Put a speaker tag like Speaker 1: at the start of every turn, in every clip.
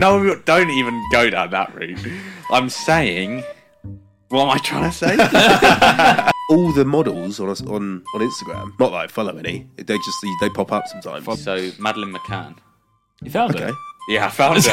Speaker 1: No, don't even go down that route. I'm saying. What am I trying to say?
Speaker 2: All the models on us, on on Instagram, not that I follow any, they just they- they pop up sometimes.
Speaker 3: So Madeline McCann.
Speaker 4: You found
Speaker 2: Okay.
Speaker 4: it.
Speaker 1: yeah, I found it.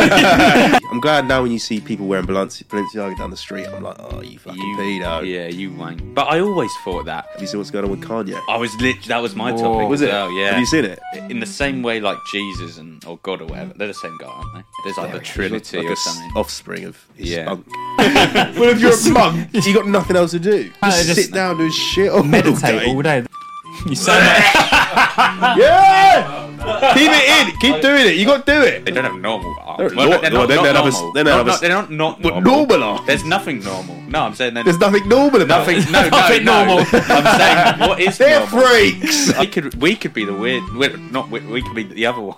Speaker 2: I'm glad now when you see people wearing Balenci- Balenciaga down the street, I'm like, oh, you fucking
Speaker 3: You-
Speaker 2: pedo.
Speaker 3: Yeah, you wank. But I always thought that.
Speaker 2: Have you seen what's going on with Kanye?
Speaker 1: I was lit. That was my
Speaker 3: Whoa.
Speaker 1: topic.
Speaker 3: Was
Speaker 1: as
Speaker 3: it?
Speaker 1: well, yeah.
Speaker 2: Have you seen it?
Speaker 3: In the same way, like Jesus and or God or whatever, they're the same guy, aren't they? There's like the Trinity
Speaker 2: Like a
Speaker 3: or
Speaker 2: s-
Speaker 3: something.
Speaker 2: offspring of his
Speaker 3: Yeah.
Speaker 2: spunk. well, if you're a monk, you got nothing else to do.
Speaker 4: No,
Speaker 2: Just,
Speaker 4: just
Speaker 2: sit down and shit all
Speaker 4: Meditate
Speaker 2: day.
Speaker 4: all day. You say
Speaker 2: Yeah! Keep it in. Keep doing it. You got to do
Speaker 1: They
Speaker 2: it.
Speaker 1: don't have normal art.
Speaker 2: They're nor- well, then they'd have a s- then they'd
Speaker 1: Not-
Speaker 2: have a
Speaker 1: not-
Speaker 2: s-
Speaker 1: they're not not
Speaker 2: But
Speaker 1: normal.
Speaker 2: normal art.
Speaker 1: There's nothing normal. No, I'm saying they're
Speaker 2: There's nothing normal about
Speaker 1: nothing.
Speaker 2: it.
Speaker 1: No, no,
Speaker 4: nothing
Speaker 1: no.
Speaker 4: normal.
Speaker 1: I'm saying what is
Speaker 2: They're
Speaker 1: normal?
Speaker 2: freaks.
Speaker 1: We could we could be the weird. We're, not we, we could be the other one.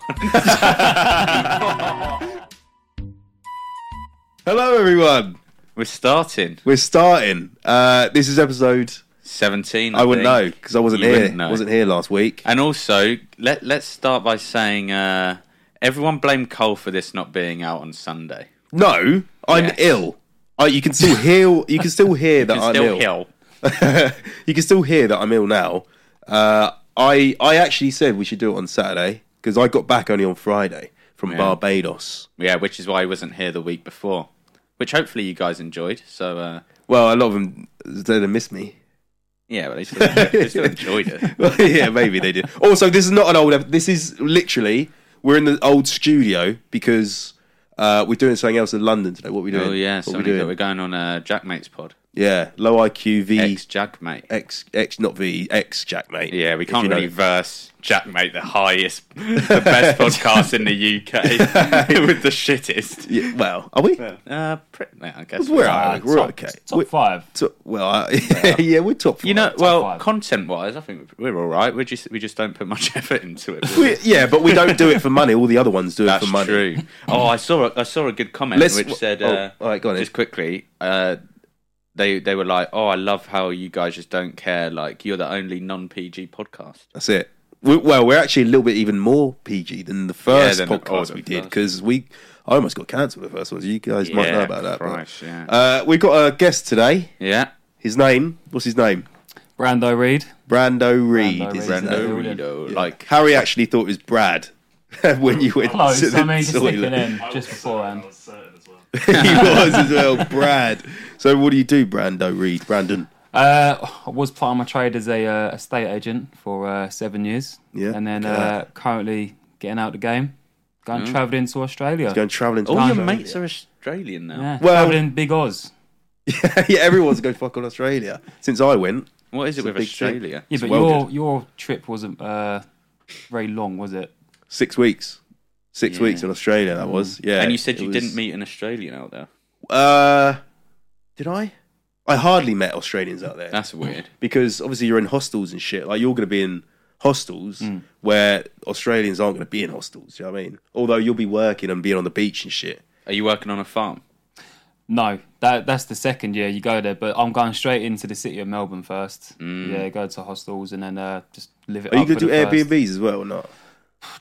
Speaker 2: Hello, everyone.
Speaker 1: We're starting
Speaker 2: We're starting. Uh, this is episode.
Speaker 1: 17. I,
Speaker 2: I, wouldn't know
Speaker 1: think.
Speaker 2: because I wasn't
Speaker 3: You
Speaker 2: here.
Speaker 3: wouldn't know.
Speaker 2: Wasn't here last week.
Speaker 3: And also, let let's start by saying uh, everyone blame Cole for this not being out on Sunday.
Speaker 2: No, I'm
Speaker 3: Yes.
Speaker 2: ill. I, you can still hear. You can still hear that
Speaker 3: It's
Speaker 2: I'm
Speaker 3: still
Speaker 2: ill.
Speaker 3: Hill.
Speaker 2: you can still hear that I'm ill now. Uh, I I actually said we should do it on Saturday because I got back only on Friday from
Speaker 3: Yeah.
Speaker 2: Barbados.
Speaker 3: Yeah, which is why he wasn't here the week before. Which hopefully you guys enjoyed. So uh,
Speaker 2: Well, a lot of them they'd have missed me.
Speaker 3: yeah, but they still, they still enjoyed it.
Speaker 2: Well, yeah, maybe they did. Also, this is not an old. ep- This is literally we're in the old studio because uh, we're doing something else in London today. What are we doing?
Speaker 3: Oh yeah,
Speaker 2: what
Speaker 3: so
Speaker 2: are
Speaker 3: we
Speaker 2: we doing?
Speaker 3: are going on a Jackmate's pod.
Speaker 2: Yeah, low IQ V
Speaker 3: Ex Jackmate.
Speaker 2: X X not V X Jack mate.
Speaker 3: Yeah, we
Speaker 2: If
Speaker 3: can't
Speaker 2: you know-
Speaker 3: really verse Jackmate, the highest, the best podcast in the UK with the shittest.
Speaker 2: Yeah, well, are we?
Speaker 3: Uh, pre- yeah, I guess
Speaker 2: We're
Speaker 3: we are.
Speaker 2: all right. We're
Speaker 4: top,
Speaker 2: okay.
Speaker 4: Top
Speaker 2: We're-
Speaker 4: five.
Speaker 2: to- well, I, yeah. we're top.
Speaker 3: You know,
Speaker 2: five.
Speaker 3: well,
Speaker 4: five.
Speaker 3: content-wise, I think we're all right. We just we just don't put much effort into it.
Speaker 2: We- yeah, but we don't do it for money. All the other ones do
Speaker 3: That's
Speaker 2: it for money.
Speaker 3: true. Oh, I saw a, I saw a good comment
Speaker 2: Let's-
Speaker 3: which said,
Speaker 2: oh,
Speaker 3: uh,
Speaker 2: all right, go on then.
Speaker 3: just quickly, uh, they they were like, "Oh, I love how you guys just don't care. Like you're the only non-PG podcast."
Speaker 2: That's it. We, well, we're actually a little bit even more PG than the first
Speaker 3: than- oh,
Speaker 2: podcast
Speaker 3: the
Speaker 2: we did
Speaker 3: first.
Speaker 2: because we I almost got cancelled the first one. so You guys might know
Speaker 3: Yeah,
Speaker 2: about that. but-
Speaker 3: Christ, yeah.
Speaker 2: uh, we got a guest today.
Speaker 3: Yeah,
Speaker 2: His name, what's his name?
Speaker 4: Brando Reed.
Speaker 2: Brando Reed.
Speaker 4: Brando
Speaker 2: is his
Speaker 4: Reed.
Speaker 2: name.
Speaker 3: Brando
Speaker 4: Brando.
Speaker 3: Rido, like
Speaker 2: Harry actually thought it was Brad when you went
Speaker 3: Oh,
Speaker 4: Hello.
Speaker 2: to
Speaker 4: So
Speaker 2: the
Speaker 4: I mean, just
Speaker 2: toilet.
Speaker 4: sneaking in just beforehand.
Speaker 2: he was as well, Brad. So what do you do, Brando Reed? Brandon.
Speaker 4: Uh, I was part of my trade as a uh, estate agent for uh, seven years.
Speaker 2: Yeah,
Speaker 4: And then
Speaker 2: look at
Speaker 4: uh, currently getting out the game, going travelling to Australia.
Speaker 2: Going travelling to
Speaker 3: all your
Speaker 2: Australia.
Speaker 3: mates are Australian now.
Speaker 4: yeah,
Speaker 2: Well-
Speaker 4: travelling Big Oz.
Speaker 2: yeah, everyone's going fuck on Australia. Since I went,
Speaker 3: What is it
Speaker 2: a
Speaker 3: with
Speaker 2: big thing.
Speaker 3: Australia?
Speaker 4: Yeah, but
Speaker 2: well
Speaker 4: your
Speaker 2: good.
Speaker 4: your trip wasn't uh, very long, was it?
Speaker 2: six weeks. Six
Speaker 3: Yeah. Mm.
Speaker 2: weeks in Australia, that was. Yeah.
Speaker 3: And you said you
Speaker 2: it was-
Speaker 3: didn't meet an Australian out there.
Speaker 2: Uh, did I? I hardly met Australians out there.
Speaker 3: That's weird.
Speaker 2: because obviously you're in hostels and shit. Like you're going to be in hostels
Speaker 3: Mm.
Speaker 2: where Australians aren't going to be in hostels. You know what I mean? Although you'll be working and being on the beach and shit.
Speaker 3: Are you working on a farm?
Speaker 4: No, that that's the second year you go there. But I'm going straight into the city of Melbourne first.
Speaker 3: Mm.
Speaker 4: Yeah, go to hostels and then uh, just live it.
Speaker 2: Are you
Speaker 4: up
Speaker 2: going to
Speaker 4: for
Speaker 2: do
Speaker 4: the first-
Speaker 2: Airbnbs as well or not?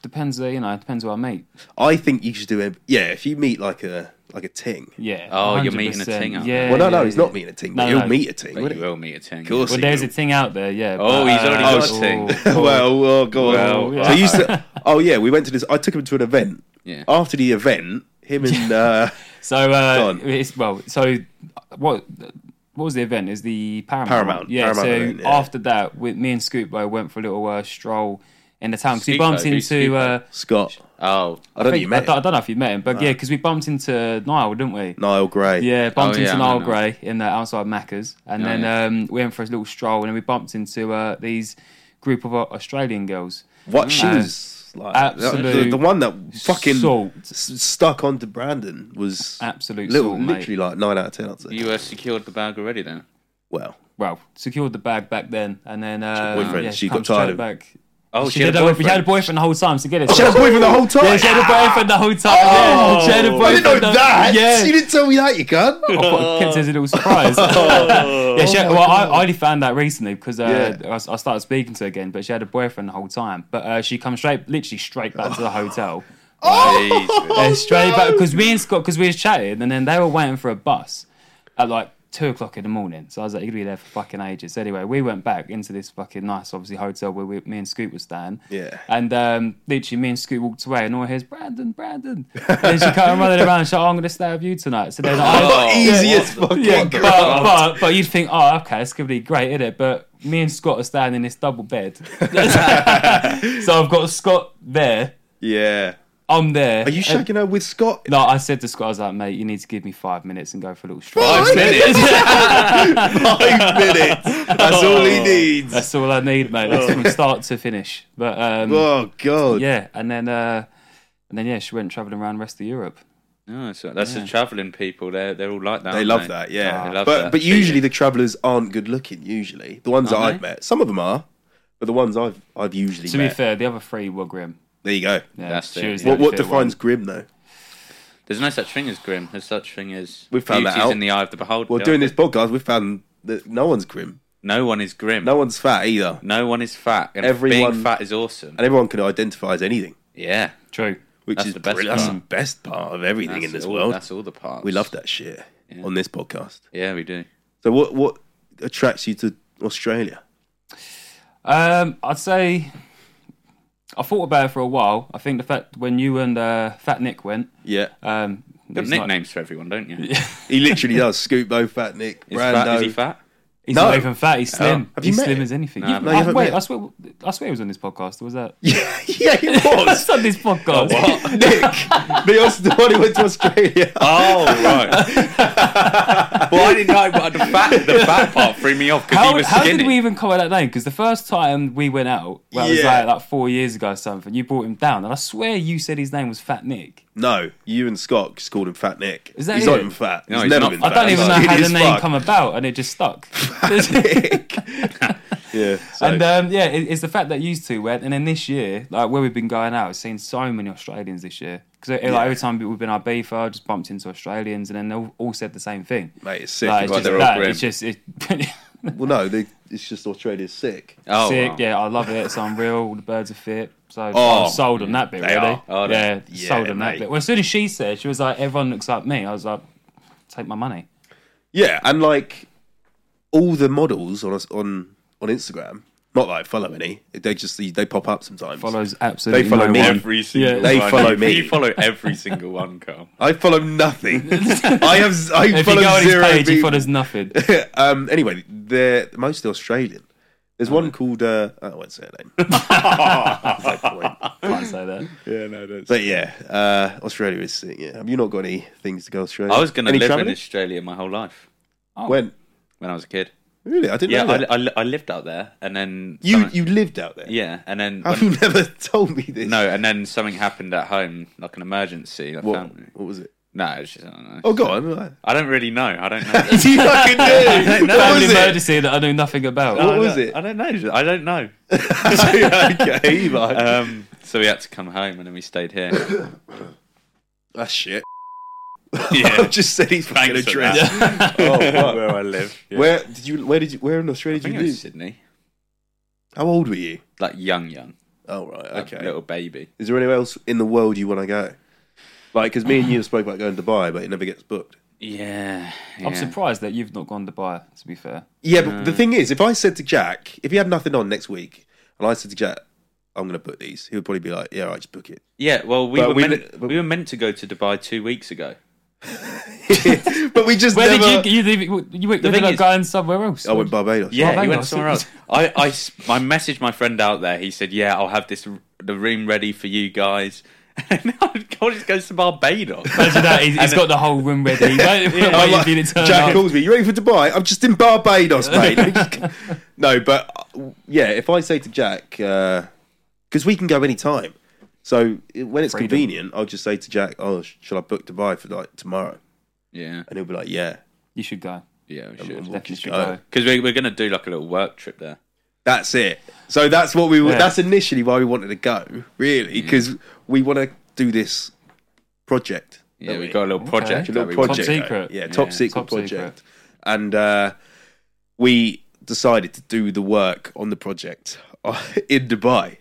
Speaker 4: Depends, uh, you know, depends where I meet.
Speaker 2: I think you should do Air- yeah. If you meet like a like a ting.
Speaker 4: Yeah.
Speaker 3: Oh, you're meeting a
Speaker 4: 100%.
Speaker 3: ting up
Speaker 4: Yeah.
Speaker 3: there.
Speaker 2: Well, no,
Speaker 4: yeah,
Speaker 2: no, he's
Speaker 4: yeah.
Speaker 2: not meeting a ting.
Speaker 4: No,
Speaker 2: but he'll
Speaker 4: no.
Speaker 2: meet a ting.
Speaker 3: But
Speaker 2: wouldn't
Speaker 3: Oh, you will meet a ting.
Speaker 2: Of course.
Speaker 4: Well, there's a ting out there. Yeah. uh,
Speaker 3: Oh, he's already
Speaker 2: got
Speaker 3: a ting.
Speaker 2: he? well, well, go on.
Speaker 4: Well,
Speaker 2: So
Speaker 4: yeah.
Speaker 2: you used to, oh yeah, we went to this. I took him to an event.
Speaker 3: Yeah.
Speaker 2: After the event, him and uh,
Speaker 4: So
Speaker 2: Go
Speaker 4: uh,
Speaker 2: on.
Speaker 4: it's well. So what? What was the event? Is the Paramount?
Speaker 2: Paramount.
Speaker 4: one. Yeah.
Speaker 2: Paramount
Speaker 4: so
Speaker 2: event, yeah.
Speaker 4: after that, with me and Scootbo went for a little uh, stroll in the town because we
Speaker 3: Scootbo,
Speaker 4: bumped
Speaker 3: who's
Speaker 4: into. Uh,
Speaker 3: Scootbo?
Speaker 2: Scott.
Speaker 3: Oh,
Speaker 2: I don't
Speaker 4: I,
Speaker 2: know. You met
Speaker 4: don't, I
Speaker 2: him.
Speaker 4: don't know if you met him, but yeah, 'cause yeah, because we bumped into Niall, didn't we?
Speaker 2: Niall Gray.
Speaker 4: Yeah, bumped
Speaker 3: Oh, yeah,
Speaker 4: into
Speaker 3: I
Speaker 4: Niall
Speaker 3: know.
Speaker 4: Gray in the outside Macca's, and
Speaker 3: Oh,
Speaker 4: then
Speaker 3: yeah.
Speaker 4: um, we went for a little stroll, and then we bumped into uh, these group of uh, Australian girls.
Speaker 2: What she
Speaker 4: Uh,
Speaker 2: was like,
Speaker 4: absolute
Speaker 2: the, the one that fucking
Speaker 4: salt.
Speaker 2: s- stuck onto Brandon was
Speaker 4: Absolute
Speaker 2: little,
Speaker 4: salt, mate.
Speaker 2: literally like nine out of ten. I'd say.
Speaker 3: you uh, secured the bag already then.
Speaker 2: well,
Speaker 4: Well, secured the bag back then, and then uh,
Speaker 2: boyfriend,
Speaker 4: yeah,
Speaker 2: she got
Speaker 4: comes
Speaker 2: tired
Speaker 4: straight
Speaker 2: of-
Speaker 4: back.
Speaker 3: Oh,
Speaker 4: She, had a boyfriend. she had a boyfriend the whole time. So get it.
Speaker 2: Oh, she had a boyfriend Oh, the whole time.
Speaker 4: Yeah, she had a boyfriend the whole time. yeah. She had a
Speaker 2: I didn't
Speaker 4: boyfriend
Speaker 2: know
Speaker 4: the-
Speaker 2: that.
Speaker 4: Yeah. Oh,
Speaker 2: You didn't tell me that, you cunt.
Speaker 4: I thought it kept it as a little surprise.
Speaker 2: Oh.
Speaker 4: yeah, she had, well, I, I only found that recently because uh, I, s- I started speaking to her again, but she had a boyfriend the whole time. But uh, she come straight, literally straight back to the hotel.
Speaker 2: Oh,
Speaker 4: Yeah, straight back because me and Scott because we was chatting and then they were waiting for a bus at like two o'clock in the morning. So I was like, you're gonna be there for fucking ages. Anyway, we went back into this fucking nice, obviously hotel where we, me and Scoot was staying.
Speaker 2: Yeah.
Speaker 4: And um, literally, me and Scoot walked away, and all I hear is Brandon, Brandon. And then she came running around, and she's like, oh, I'm gonna stay with you tonight. So then I
Speaker 2: Easy as Oh, fucking
Speaker 4: yeah, but, but but you'd think, oh, okay, it's gonna be great, isn't it? But me and Scott are standing in this double bed, so I've got Scott there,
Speaker 2: Yeah.
Speaker 4: I'm there.
Speaker 2: Are you shagging her with Scott?
Speaker 4: No, I said to Scott, I was like, mate, you need to give me five minutes and go for a little stroll.
Speaker 2: Five minutes. Five minutes. That's all he needs.
Speaker 4: That's all I need, mate. That's from start to finish. But um,
Speaker 2: Oh god.
Speaker 4: yeah, and then uh, and then yeah, she went traveling around the rest of Europe.
Speaker 3: Oh, so that's the travelling people. They're they're all like that.
Speaker 2: They
Speaker 3: aren't
Speaker 2: Oh, love that, yeah.
Speaker 3: They love
Speaker 2: but
Speaker 3: that.
Speaker 2: but usually the travellers aren't good looking. Usually the ones that
Speaker 3: Aren't
Speaker 2: I've
Speaker 3: they?
Speaker 2: met, some of them are, but the ones I've I've usually
Speaker 4: To
Speaker 2: met.
Speaker 4: be fair, the other three were grim.
Speaker 2: there you go.
Speaker 4: Yeah,
Speaker 3: That's
Speaker 4: she
Speaker 3: it,
Speaker 4: was the
Speaker 2: What
Speaker 4: only
Speaker 2: what
Speaker 4: fit
Speaker 2: defines
Speaker 4: one.
Speaker 2: grim though?
Speaker 3: There's no such thing as grim. There's such thing as
Speaker 2: We found that
Speaker 3: beauty's
Speaker 2: out.
Speaker 3: in the eye of the beholder.
Speaker 2: Well, doing this podcast, we found that no one's grim.
Speaker 3: no one is grim.
Speaker 2: No one's fat either,
Speaker 3: No one is fat. And
Speaker 2: Everyone-
Speaker 3: being fat is awesome.
Speaker 2: and everyone can identify as anything,
Speaker 3: Yeah,
Speaker 4: true?
Speaker 2: which
Speaker 3: That's
Speaker 2: is
Speaker 3: the best
Speaker 2: brilliant. That's the
Speaker 3: part.
Speaker 2: best part of everything
Speaker 3: that's
Speaker 2: in this
Speaker 3: all,
Speaker 2: world.
Speaker 3: That's all the parts.
Speaker 2: We love that shit on this podcast.
Speaker 3: Yeah, we do.
Speaker 2: So what what attracts you to Australia?
Speaker 4: Um, I'd say I thought about it for a while. I think the fact when you and uh, Fat Nick went,
Speaker 2: Yeah,
Speaker 4: um,
Speaker 3: You
Speaker 4: he's
Speaker 3: have
Speaker 4: not-
Speaker 3: nicknames for everyone, don't you?
Speaker 2: he literally does. Scoop, Bo, Fat Nick,
Speaker 3: Is, fat,
Speaker 2: Brando.
Speaker 3: is he fat?
Speaker 4: he's
Speaker 2: No.
Speaker 4: not even fat.
Speaker 3: Oh.
Speaker 4: He's slim.
Speaker 2: Have you
Speaker 4: he's
Speaker 2: met
Speaker 4: slim
Speaker 2: him?
Speaker 4: as anything.
Speaker 3: No,
Speaker 4: You've-
Speaker 2: no, you
Speaker 4: I-
Speaker 2: haven't
Speaker 4: wait,
Speaker 2: met
Speaker 4: I swear, I swear, he was on this podcast. or Was that?
Speaker 2: Yeah, yeah, he was.
Speaker 4: It's on this
Speaker 3: Oh,
Speaker 4: podcast.
Speaker 2: Nick, the Austin one who went to Australia.
Speaker 3: Oh right. well, I didn't know, but the fat the fat part threw me off because he
Speaker 4: How,
Speaker 3: was
Speaker 4: how
Speaker 3: skinny.
Speaker 4: did we even come up with that name? Because the first time we went out, well, it was
Speaker 2: Yeah.
Speaker 4: like, like four years ago or something, you brought him down. And I swear you said his name was Fat Nick.
Speaker 2: No, you and Scott just called him Fat Nick.
Speaker 4: Is that
Speaker 2: he's
Speaker 4: it?
Speaker 2: not even fat.
Speaker 3: No,
Speaker 2: he's,
Speaker 3: he's
Speaker 2: never
Speaker 3: not.
Speaker 2: been
Speaker 4: I
Speaker 2: fat.
Speaker 4: don't even know
Speaker 2: He's
Speaker 4: how the
Speaker 2: skinny
Speaker 4: name
Speaker 2: as
Speaker 4: come about and it just stuck.
Speaker 2: fuck. yeah. so-
Speaker 3: uh,
Speaker 4: and um, yeah, it, it's the fact that you two went. And then this year, like where we've been going out, I've seen so many Australians this year. Because like, every time we've been our beef, I just bumped into Australians and then they all, all said the same thing.
Speaker 2: Mate, it's sick.
Speaker 4: Like, it's
Speaker 2: Like,
Speaker 4: just
Speaker 2: they're all-
Speaker 4: that.
Speaker 3: grim.
Speaker 4: It's just. It,
Speaker 2: well, no, they, it's just Australia's sick.
Speaker 3: Oh,
Speaker 4: sick.
Speaker 3: wow.
Speaker 4: Yeah, I love it. It's unreal. All the birds are fit. So
Speaker 2: Oh,
Speaker 4: I'm sold on that bit,
Speaker 2: they
Speaker 4: really.
Speaker 2: are,
Speaker 3: aren't they?
Speaker 4: yeah,
Speaker 2: Yeah,
Speaker 4: sold on
Speaker 2: mate.
Speaker 4: that bit. Well, as soon as she said, she was like, everyone looks like me. I was like, take my money.
Speaker 2: Yeah, and like all the models on us- on on Instagram, not that I follow any. They just they pop up sometimes.
Speaker 4: Follows absolutely
Speaker 2: They follow
Speaker 4: no
Speaker 2: me.
Speaker 4: one.
Speaker 1: Every single
Speaker 4: Yeah.
Speaker 2: They
Speaker 1: one.
Speaker 2: follow
Speaker 1: You
Speaker 2: me.
Speaker 1: follow every single one, Carl.
Speaker 2: I follow nothing. I have z- I
Speaker 4: If you
Speaker 2: follow
Speaker 4: go on his
Speaker 2: zero
Speaker 4: page, he
Speaker 2: people.
Speaker 4: follows nothing.
Speaker 2: um, anyway, they're mostly Australian. There's one called uh, I won't say her name. There's no point.
Speaker 4: Can't say that.
Speaker 1: Yeah, no, that's.
Speaker 2: But yeah, uh, Australia is sick. Yeah, have you not got any things to go Australia?
Speaker 3: I was going to
Speaker 2: Any
Speaker 3: live
Speaker 2: travelling?
Speaker 3: in Australia my whole life
Speaker 2: When
Speaker 3: when I was a kid.
Speaker 2: really, I didn't
Speaker 3: Yeah,
Speaker 2: know. That.
Speaker 3: I, I, I lived out there, and then
Speaker 2: you
Speaker 3: something-
Speaker 2: you lived out there.
Speaker 3: yeah, and then
Speaker 2: Have
Speaker 3: when-
Speaker 2: you never told me this?
Speaker 3: no, and then something happened at home, like an emergency. Like
Speaker 2: What,
Speaker 3: family.
Speaker 2: what was it?
Speaker 3: No, it was just, I don't know.
Speaker 2: Oh, go on.
Speaker 3: I don't really know. I don't know.
Speaker 2: you fucking do. what
Speaker 4: Family
Speaker 2: was it? Oh,
Speaker 4: emergency that I knew nothing about.
Speaker 2: What was
Speaker 3: I don't-
Speaker 2: it?
Speaker 3: I don't know. I don't know.
Speaker 2: okay, like,
Speaker 3: Um, so we had to come home, and then we stayed here.
Speaker 2: that's shit.
Speaker 1: Yeah.
Speaker 2: I just said he's fucking
Speaker 1: Thanks for
Speaker 2: address.
Speaker 1: that.
Speaker 2: Oh, fuck.
Speaker 1: where I live. Yeah.
Speaker 2: Where did you? Where did you? Where in
Speaker 3: I
Speaker 2: Australia did
Speaker 3: think
Speaker 2: you
Speaker 3: it was
Speaker 2: live?
Speaker 3: Sydney,
Speaker 2: How old were you?
Speaker 3: like young, young,
Speaker 2: Oh right,
Speaker 3: like
Speaker 2: okay.
Speaker 3: little baby.
Speaker 2: Is there anywhere else in the world you want to go? Like, because me and you spoke about going to Dubai, but it never gets booked.
Speaker 3: Yeah,
Speaker 4: I'm
Speaker 3: yeah.
Speaker 4: surprised that you've not gone to Dubai, to be fair.
Speaker 2: Yeah, but the thing is, if I said to Jack, if he had nothing on next week, and I said to Jack, I'm going to book these, he would probably be like, yeah, I just book it.
Speaker 3: Yeah, well, we
Speaker 2: But
Speaker 3: were
Speaker 2: we
Speaker 3: meant,
Speaker 2: li- but-
Speaker 3: we were meant to go to Dubai two weeks ago.
Speaker 2: but we just
Speaker 4: Where
Speaker 2: never.
Speaker 4: did you, you, you, you went
Speaker 3: thing
Speaker 4: like
Speaker 3: is-
Speaker 4: going somewhere else?
Speaker 2: I went Barbados.
Speaker 3: Yeah,
Speaker 4: hang
Speaker 3: he Oh, went
Speaker 4: on.
Speaker 3: somewhere else. I, I, s- I messaged my friend out there. He said, "Yeah, I'll have this r- the room ready for you guys." And I just goes to Barbados.
Speaker 4: Imagine that, he's, he's got the whole room ready. He won't- won't
Speaker 2: I'm like-
Speaker 4: even need to turn
Speaker 2: Jack
Speaker 4: up.
Speaker 2: calls me. You ready for Dubai? I'm just in Barbados, mate. no, but uh, yeah, if I say to Jack, because we can go any time, so it- when it's
Speaker 4: Freedom.
Speaker 2: convenient, I'll just say to Jack, "Oh, sh- shall I book Dubai for like tomorrow?"
Speaker 3: yeah,
Speaker 2: And he'll be like, "Yeah."
Speaker 4: You should go.
Speaker 3: yeah, we
Speaker 2: We'll
Speaker 3: should.
Speaker 4: Definitely
Speaker 2: just
Speaker 4: should
Speaker 2: go.
Speaker 4: go.
Speaker 3: Because we're, we're gonna do like a little work trip there.
Speaker 2: That's it. So that's what we. were
Speaker 4: Yeah.
Speaker 2: That's initially why we wanted to go, really, because we want to do this project.
Speaker 3: Yeah,
Speaker 2: don't
Speaker 3: we got a little project.
Speaker 4: A
Speaker 2: little
Speaker 3: that we
Speaker 2: project.
Speaker 4: Top
Speaker 2: though.
Speaker 4: secret.
Speaker 2: Yeah, top
Speaker 3: Yeah,
Speaker 2: secret
Speaker 4: top
Speaker 2: project.
Speaker 4: secret.
Speaker 2: And uh, we decided to do the work on the project in uh, Dubai.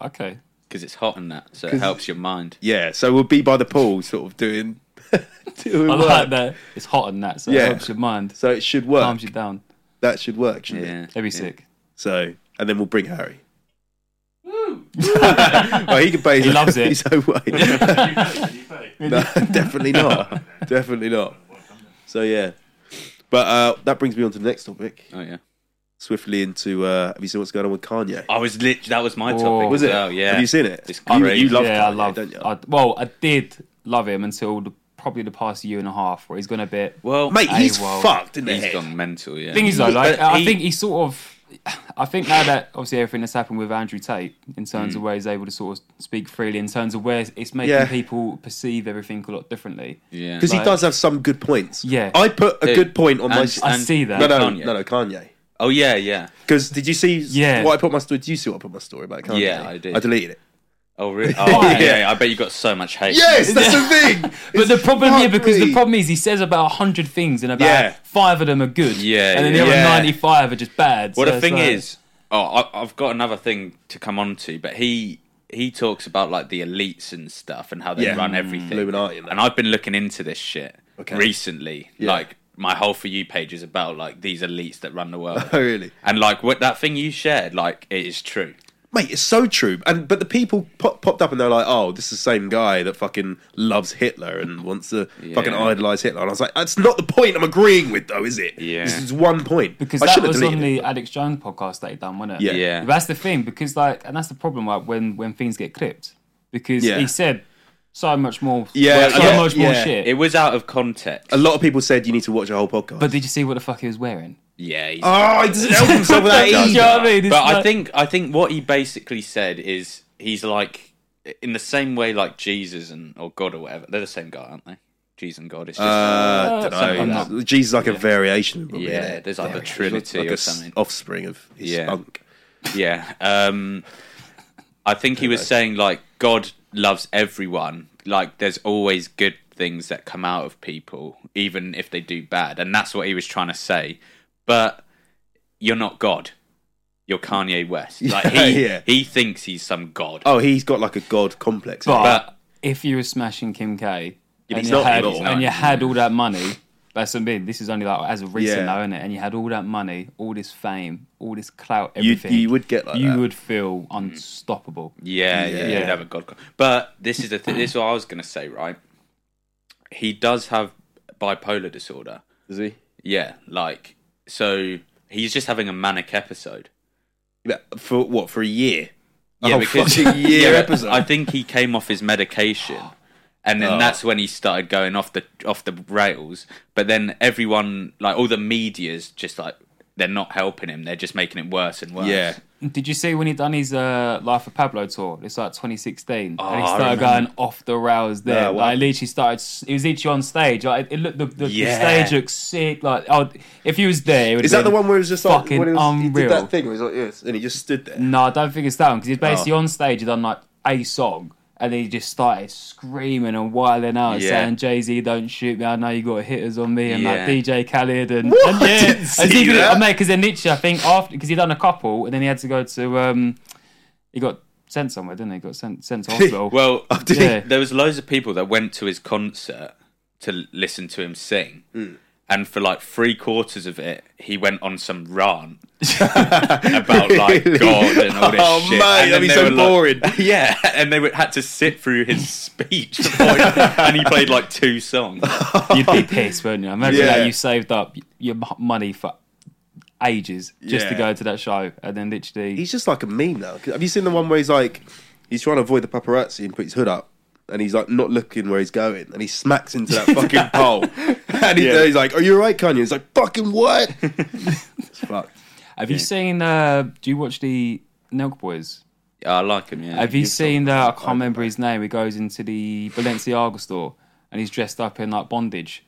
Speaker 4: Okay.
Speaker 3: because it's hot and that, so it
Speaker 2: 'Cause-
Speaker 3: helps your mind.
Speaker 2: Yeah, so we'll be by the pool, sort of doing. doing
Speaker 4: I
Speaker 2: work.
Speaker 4: like that. It's hot and that, so
Speaker 2: Yeah.
Speaker 4: it helps your mind,
Speaker 2: So it should work.
Speaker 4: calms you down.
Speaker 2: That should work, shouldn't it?
Speaker 3: Yeah,
Speaker 4: It'd be sick.
Speaker 2: So, and then we'll bring Harry. well, he can pay his,
Speaker 4: He loves it.
Speaker 2: his own way. no, definitely not. definitely not. So yeah, but uh, that brings me on to the next topic.
Speaker 3: oh yeah.
Speaker 2: Swiftly into uh, have you seen what's going on with Kanye?
Speaker 3: I was lit. That was my
Speaker 4: Oh.
Speaker 3: topic.
Speaker 4: Was
Speaker 3: as
Speaker 2: it?
Speaker 3: well, yeah.
Speaker 2: Have you seen it?
Speaker 3: It's
Speaker 2: you, you
Speaker 3: crazy.
Speaker 2: love
Speaker 4: yeah, I
Speaker 2: Kanye,
Speaker 4: love.
Speaker 2: don't you?
Speaker 4: I, well, I did love him until the, probably the past year and a half, where he's gone a bit.
Speaker 3: Well, uh,
Speaker 2: Mate,
Speaker 4: Hey,
Speaker 2: he's
Speaker 4: well,
Speaker 2: fucked in the
Speaker 3: he's
Speaker 2: head.
Speaker 3: gone mental. Yeah.
Speaker 4: thing is though,
Speaker 2: Yeah,
Speaker 4: like
Speaker 2: but
Speaker 4: I
Speaker 2: he-
Speaker 4: think he sort of, I think now that obviously everything that's happened with Andrew Tate in terms of where he's able to sort of speak freely, in terms of where it's making
Speaker 2: Mm. Yeah.
Speaker 4: people perceive everything a lot differently.
Speaker 3: yeah.
Speaker 2: Because
Speaker 4: Like-
Speaker 2: he does have some good points.
Speaker 4: Yeah.
Speaker 2: I put a
Speaker 3: Who?
Speaker 2: good point on my.
Speaker 3: And-
Speaker 2: s-
Speaker 4: I
Speaker 3: and-
Speaker 4: see that.
Speaker 2: no, no,
Speaker 3: Kanye.
Speaker 2: no, no, Kanye.
Speaker 3: Oh yeah, yeah.
Speaker 2: Because did you see
Speaker 4: Yeah.
Speaker 2: what I put my story? Did you see what I put my story about Kanye?
Speaker 3: Yeah, I did.
Speaker 2: I deleted it.
Speaker 3: Oh really? Oh, yeah.
Speaker 2: Yeah.
Speaker 3: yeah. I bet you got so much hate.
Speaker 2: Yes, that's the thing.
Speaker 4: But
Speaker 2: It's
Speaker 4: the problem here, because
Speaker 2: fuckery.
Speaker 4: the problem is, he says about hundred things, and about
Speaker 2: Yeah.
Speaker 4: five of them are good,
Speaker 3: Yeah,
Speaker 4: and then
Speaker 3: yeah.
Speaker 4: the other
Speaker 2: Yeah.
Speaker 4: ninety-five are just bad.
Speaker 3: Well,
Speaker 4: So
Speaker 3: the
Speaker 4: it's
Speaker 3: thing
Speaker 4: like-
Speaker 3: is, oh, I, I've got another thing to come on to, but he he talks about like the elites and stuff and how they
Speaker 2: Yeah.
Speaker 3: run everything.
Speaker 2: Illuminati and that.
Speaker 3: I've been looking into this shit
Speaker 2: Okay.
Speaker 3: recently.
Speaker 2: Yeah.
Speaker 3: Like my whole for you page is about like these elites that run the world.
Speaker 2: Oh, really?
Speaker 3: And like what that thing you shared, like it is true.
Speaker 2: Mate, it's so true. And but the people pop, popped up and they're like, "Oh, this is the same guy that fucking loves Hitler and wants to fucking
Speaker 3: Yeah.
Speaker 2: idolize Hitler." And I was like, "That's not the point I'm agreeing with, though, is it?
Speaker 3: Yeah.
Speaker 2: This is one point."
Speaker 4: because
Speaker 2: I
Speaker 4: that
Speaker 2: should have
Speaker 4: was on
Speaker 2: deleted
Speaker 4: the
Speaker 2: it.
Speaker 4: Alex Jones podcast that he done, wasn't it?
Speaker 2: Yeah.
Speaker 3: Yeah.
Speaker 4: But that's the thing because like, and that's the problem like when when things get clipped because
Speaker 2: Yeah.
Speaker 4: he said so much more,
Speaker 2: Yeah,
Speaker 4: so
Speaker 3: yeah,
Speaker 4: much more
Speaker 2: yeah.
Speaker 4: shit.
Speaker 3: It was out of context.
Speaker 2: A lot of people said you need to watch a whole podcast.
Speaker 4: but did you see what the fuck he was wearing?
Speaker 3: yeah. he's-
Speaker 2: oh, he doesn't help himself with that
Speaker 4: Do you
Speaker 2: either.
Speaker 4: know what I mean? It's
Speaker 3: but I
Speaker 4: like-
Speaker 3: think I think what he basically said is he's like in the same way like Jesus and or God or whatever. They're the same guy, aren't they? Jesus and God. It's just
Speaker 2: Uh,
Speaker 3: something
Speaker 2: don't
Speaker 3: like
Speaker 2: know.
Speaker 3: that.
Speaker 2: Jesus is like a variation. Of
Speaker 3: Yeah, there's like the Trinity
Speaker 2: like
Speaker 3: or
Speaker 2: a
Speaker 3: something.
Speaker 2: offspring of his
Speaker 3: Yeah.
Speaker 2: spunk.
Speaker 3: Yeah. Um, I think he was saying like God loves everyone. Like there's always good things that come out of people, even if they do bad, and that's what he was trying to say. But you're not God. You're Kanye West. Like he
Speaker 2: Yeah.
Speaker 3: he thinks he's some god.
Speaker 2: Oh, he's got like a god complex.
Speaker 4: But,
Speaker 3: But-
Speaker 4: if you were smashing Kim K and,
Speaker 2: he's
Speaker 4: you
Speaker 2: not
Speaker 4: had,
Speaker 2: anymore.
Speaker 4: and you had all that money, that's what I mean. This is only like as of recent
Speaker 2: Yeah.
Speaker 4: though, isn't it? And you had all that money, all this fame, all this clout,
Speaker 2: you,
Speaker 4: everything.
Speaker 2: you would get like
Speaker 4: you
Speaker 2: that. Mm.
Speaker 4: would feel unstoppable.
Speaker 3: Yeah, yeah,
Speaker 2: Yeah.
Speaker 3: he'd have a god. con- But this is the th- this is what I was gonna say, right? He does have bipolar disorder.
Speaker 2: Does he?
Speaker 3: Yeah, like so he's just having a manic episode.
Speaker 2: Yeah, For what? For a year?
Speaker 3: Yeah,
Speaker 2: oh, fucking year episode.
Speaker 3: I think he came off his medication, and then
Speaker 2: Oh.
Speaker 3: that's when he started going off the off the rails. But then everyone, like all the media's, just like they're not helping him. They're just making it worse and worse.
Speaker 2: Yeah.
Speaker 4: Did you see when he done his uh, Life of Pablo tour? It's like 2016, and he
Speaker 3: I
Speaker 4: started
Speaker 3: remember.
Speaker 4: going off the rails there.
Speaker 2: Yeah, wow.
Speaker 4: Like literally started. s- It was literally on stage. Like it looked the, the, the
Speaker 3: Yeah.
Speaker 4: stage looked sick. Like oh, if he was there, it would
Speaker 2: Is
Speaker 4: have
Speaker 2: that the
Speaker 4: been-
Speaker 2: one where it was just like
Speaker 4: fucking
Speaker 2: when it was, he did
Speaker 4: unreal.
Speaker 2: that thing where he was like yes, and he just stood there?
Speaker 4: No, I don't think it's that one
Speaker 2: Oh.
Speaker 4: because he's basically on stage. He done like a song, and then he just started screaming and whiling out,
Speaker 3: Yeah.
Speaker 4: saying Jay Z, don't shoot me. I know you got hitters on me, and
Speaker 3: Yeah.
Speaker 4: like DJ Khaled and,
Speaker 2: What?
Speaker 4: and
Speaker 2: I
Speaker 4: yeah,
Speaker 2: didn't
Speaker 4: and
Speaker 2: see
Speaker 4: even-
Speaker 2: that.
Speaker 4: oh, mate, because then literally, I think after because he done a couple, and then he had to go to um, he got sent somewhere, didn't he? Got sent sent to hospital.
Speaker 3: Well,
Speaker 2: Oh, did
Speaker 4: he? Yeah.
Speaker 3: there was loads of people that went to his concert to l- listen to him sing,
Speaker 2: Hmm.
Speaker 3: and for like three quarters of it, he went on some rant about like
Speaker 2: Really?
Speaker 3: God and all this
Speaker 2: Oh,
Speaker 3: shit.
Speaker 2: mate,
Speaker 3: And
Speaker 2: that'd
Speaker 3: then
Speaker 2: be
Speaker 3: they
Speaker 2: so
Speaker 3: were, like-
Speaker 2: boring.
Speaker 3: yeah, and they would, had to sit through his speech, before he- and he played like two songs.
Speaker 4: You'd be pissed, wouldn't you? I remember
Speaker 2: Yeah.
Speaker 4: that you saved up your m- money for ages just to
Speaker 2: Yeah.
Speaker 4: go to that show, and then literally
Speaker 2: He's just like a meme now. 'Cause Have you seen the one where he's like he's trying to avoid the paparazzi and put his hood up? And he's like not looking where he's going, and he smacks into that fucking pole. And he-
Speaker 3: Yeah.
Speaker 2: he's like, "Are you alright, Kanye?" He's like, "Fucking what?" it's fucked.
Speaker 4: Have you seen? Uh, do you watch the Nelk Boys?
Speaker 3: Yeah, I like him. Yeah,
Speaker 4: Have you seen the? I can't remember his name. He goes into the Balenciaga store and he's dressed up in like bondage,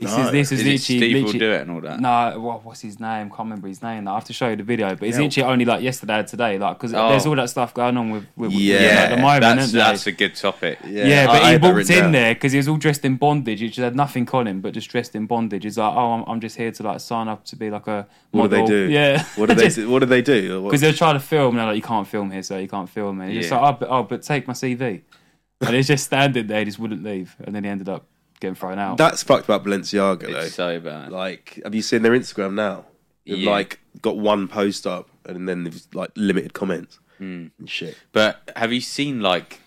Speaker 4: This
Speaker 2: No.
Speaker 4: is this is,
Speaker 3: Is
Speaker 4: literally,
Speaker 3: it Steve will
Speaker 4: literally-
Speaker 3: do it and all that?
Speaker 4: No, well, what's his name? Can't remember his name. I have to show you the video, but it's literally only like yesterday or today, like because
Speaker 3: Oh.
Speaker 4: there's all that stuff going on with, with with-
Speaker 2: Yeah,
Speaker 4: at the moment.
Speaker 3: that's
Speaker 4: isn't there?
Speaker 3: that's a good topic.
Speaker 4: yeah, but
Speaker 2: I
Speaker 4: he
Speaker 2: had that
Speaker 4: walked
Speaker 2: written
Speaker 4: in
Speaker 2: down.
Speaker 4: there because he was all dressed in bondage. He just had nothing on him, but just dressed in bondage. He's like, oh, I'm, I'm just here to like sign up to be like a
Speaker 2: What do
Speaker 4: model.
Speaker 2: they do?
Speaker 4: Yeah,
Speaker 2: What do they do? What do they do? What-
Speaker 4: Because they're trying to film, and they're like, you can't film here, so you can't film it. He's just
Speaker 3: Yeah.
Speaker 4: like, oh but, oh, but take my CV, and he's just standing there, he just wouldn't leave, and then he ended up getting thrown out.
Speaker 2: That's fucked about Balenciaga though.
Speaker 3: It's so bad.
Speaker 2: like, have you seen their Instagram now? They've
Speaker 3: Yeah.
Speaker 2: like got one post up and then there's like limited comments
Speaker 3: Hmm.
Speaker 2: and shit.
Speaker 3: But have you seen like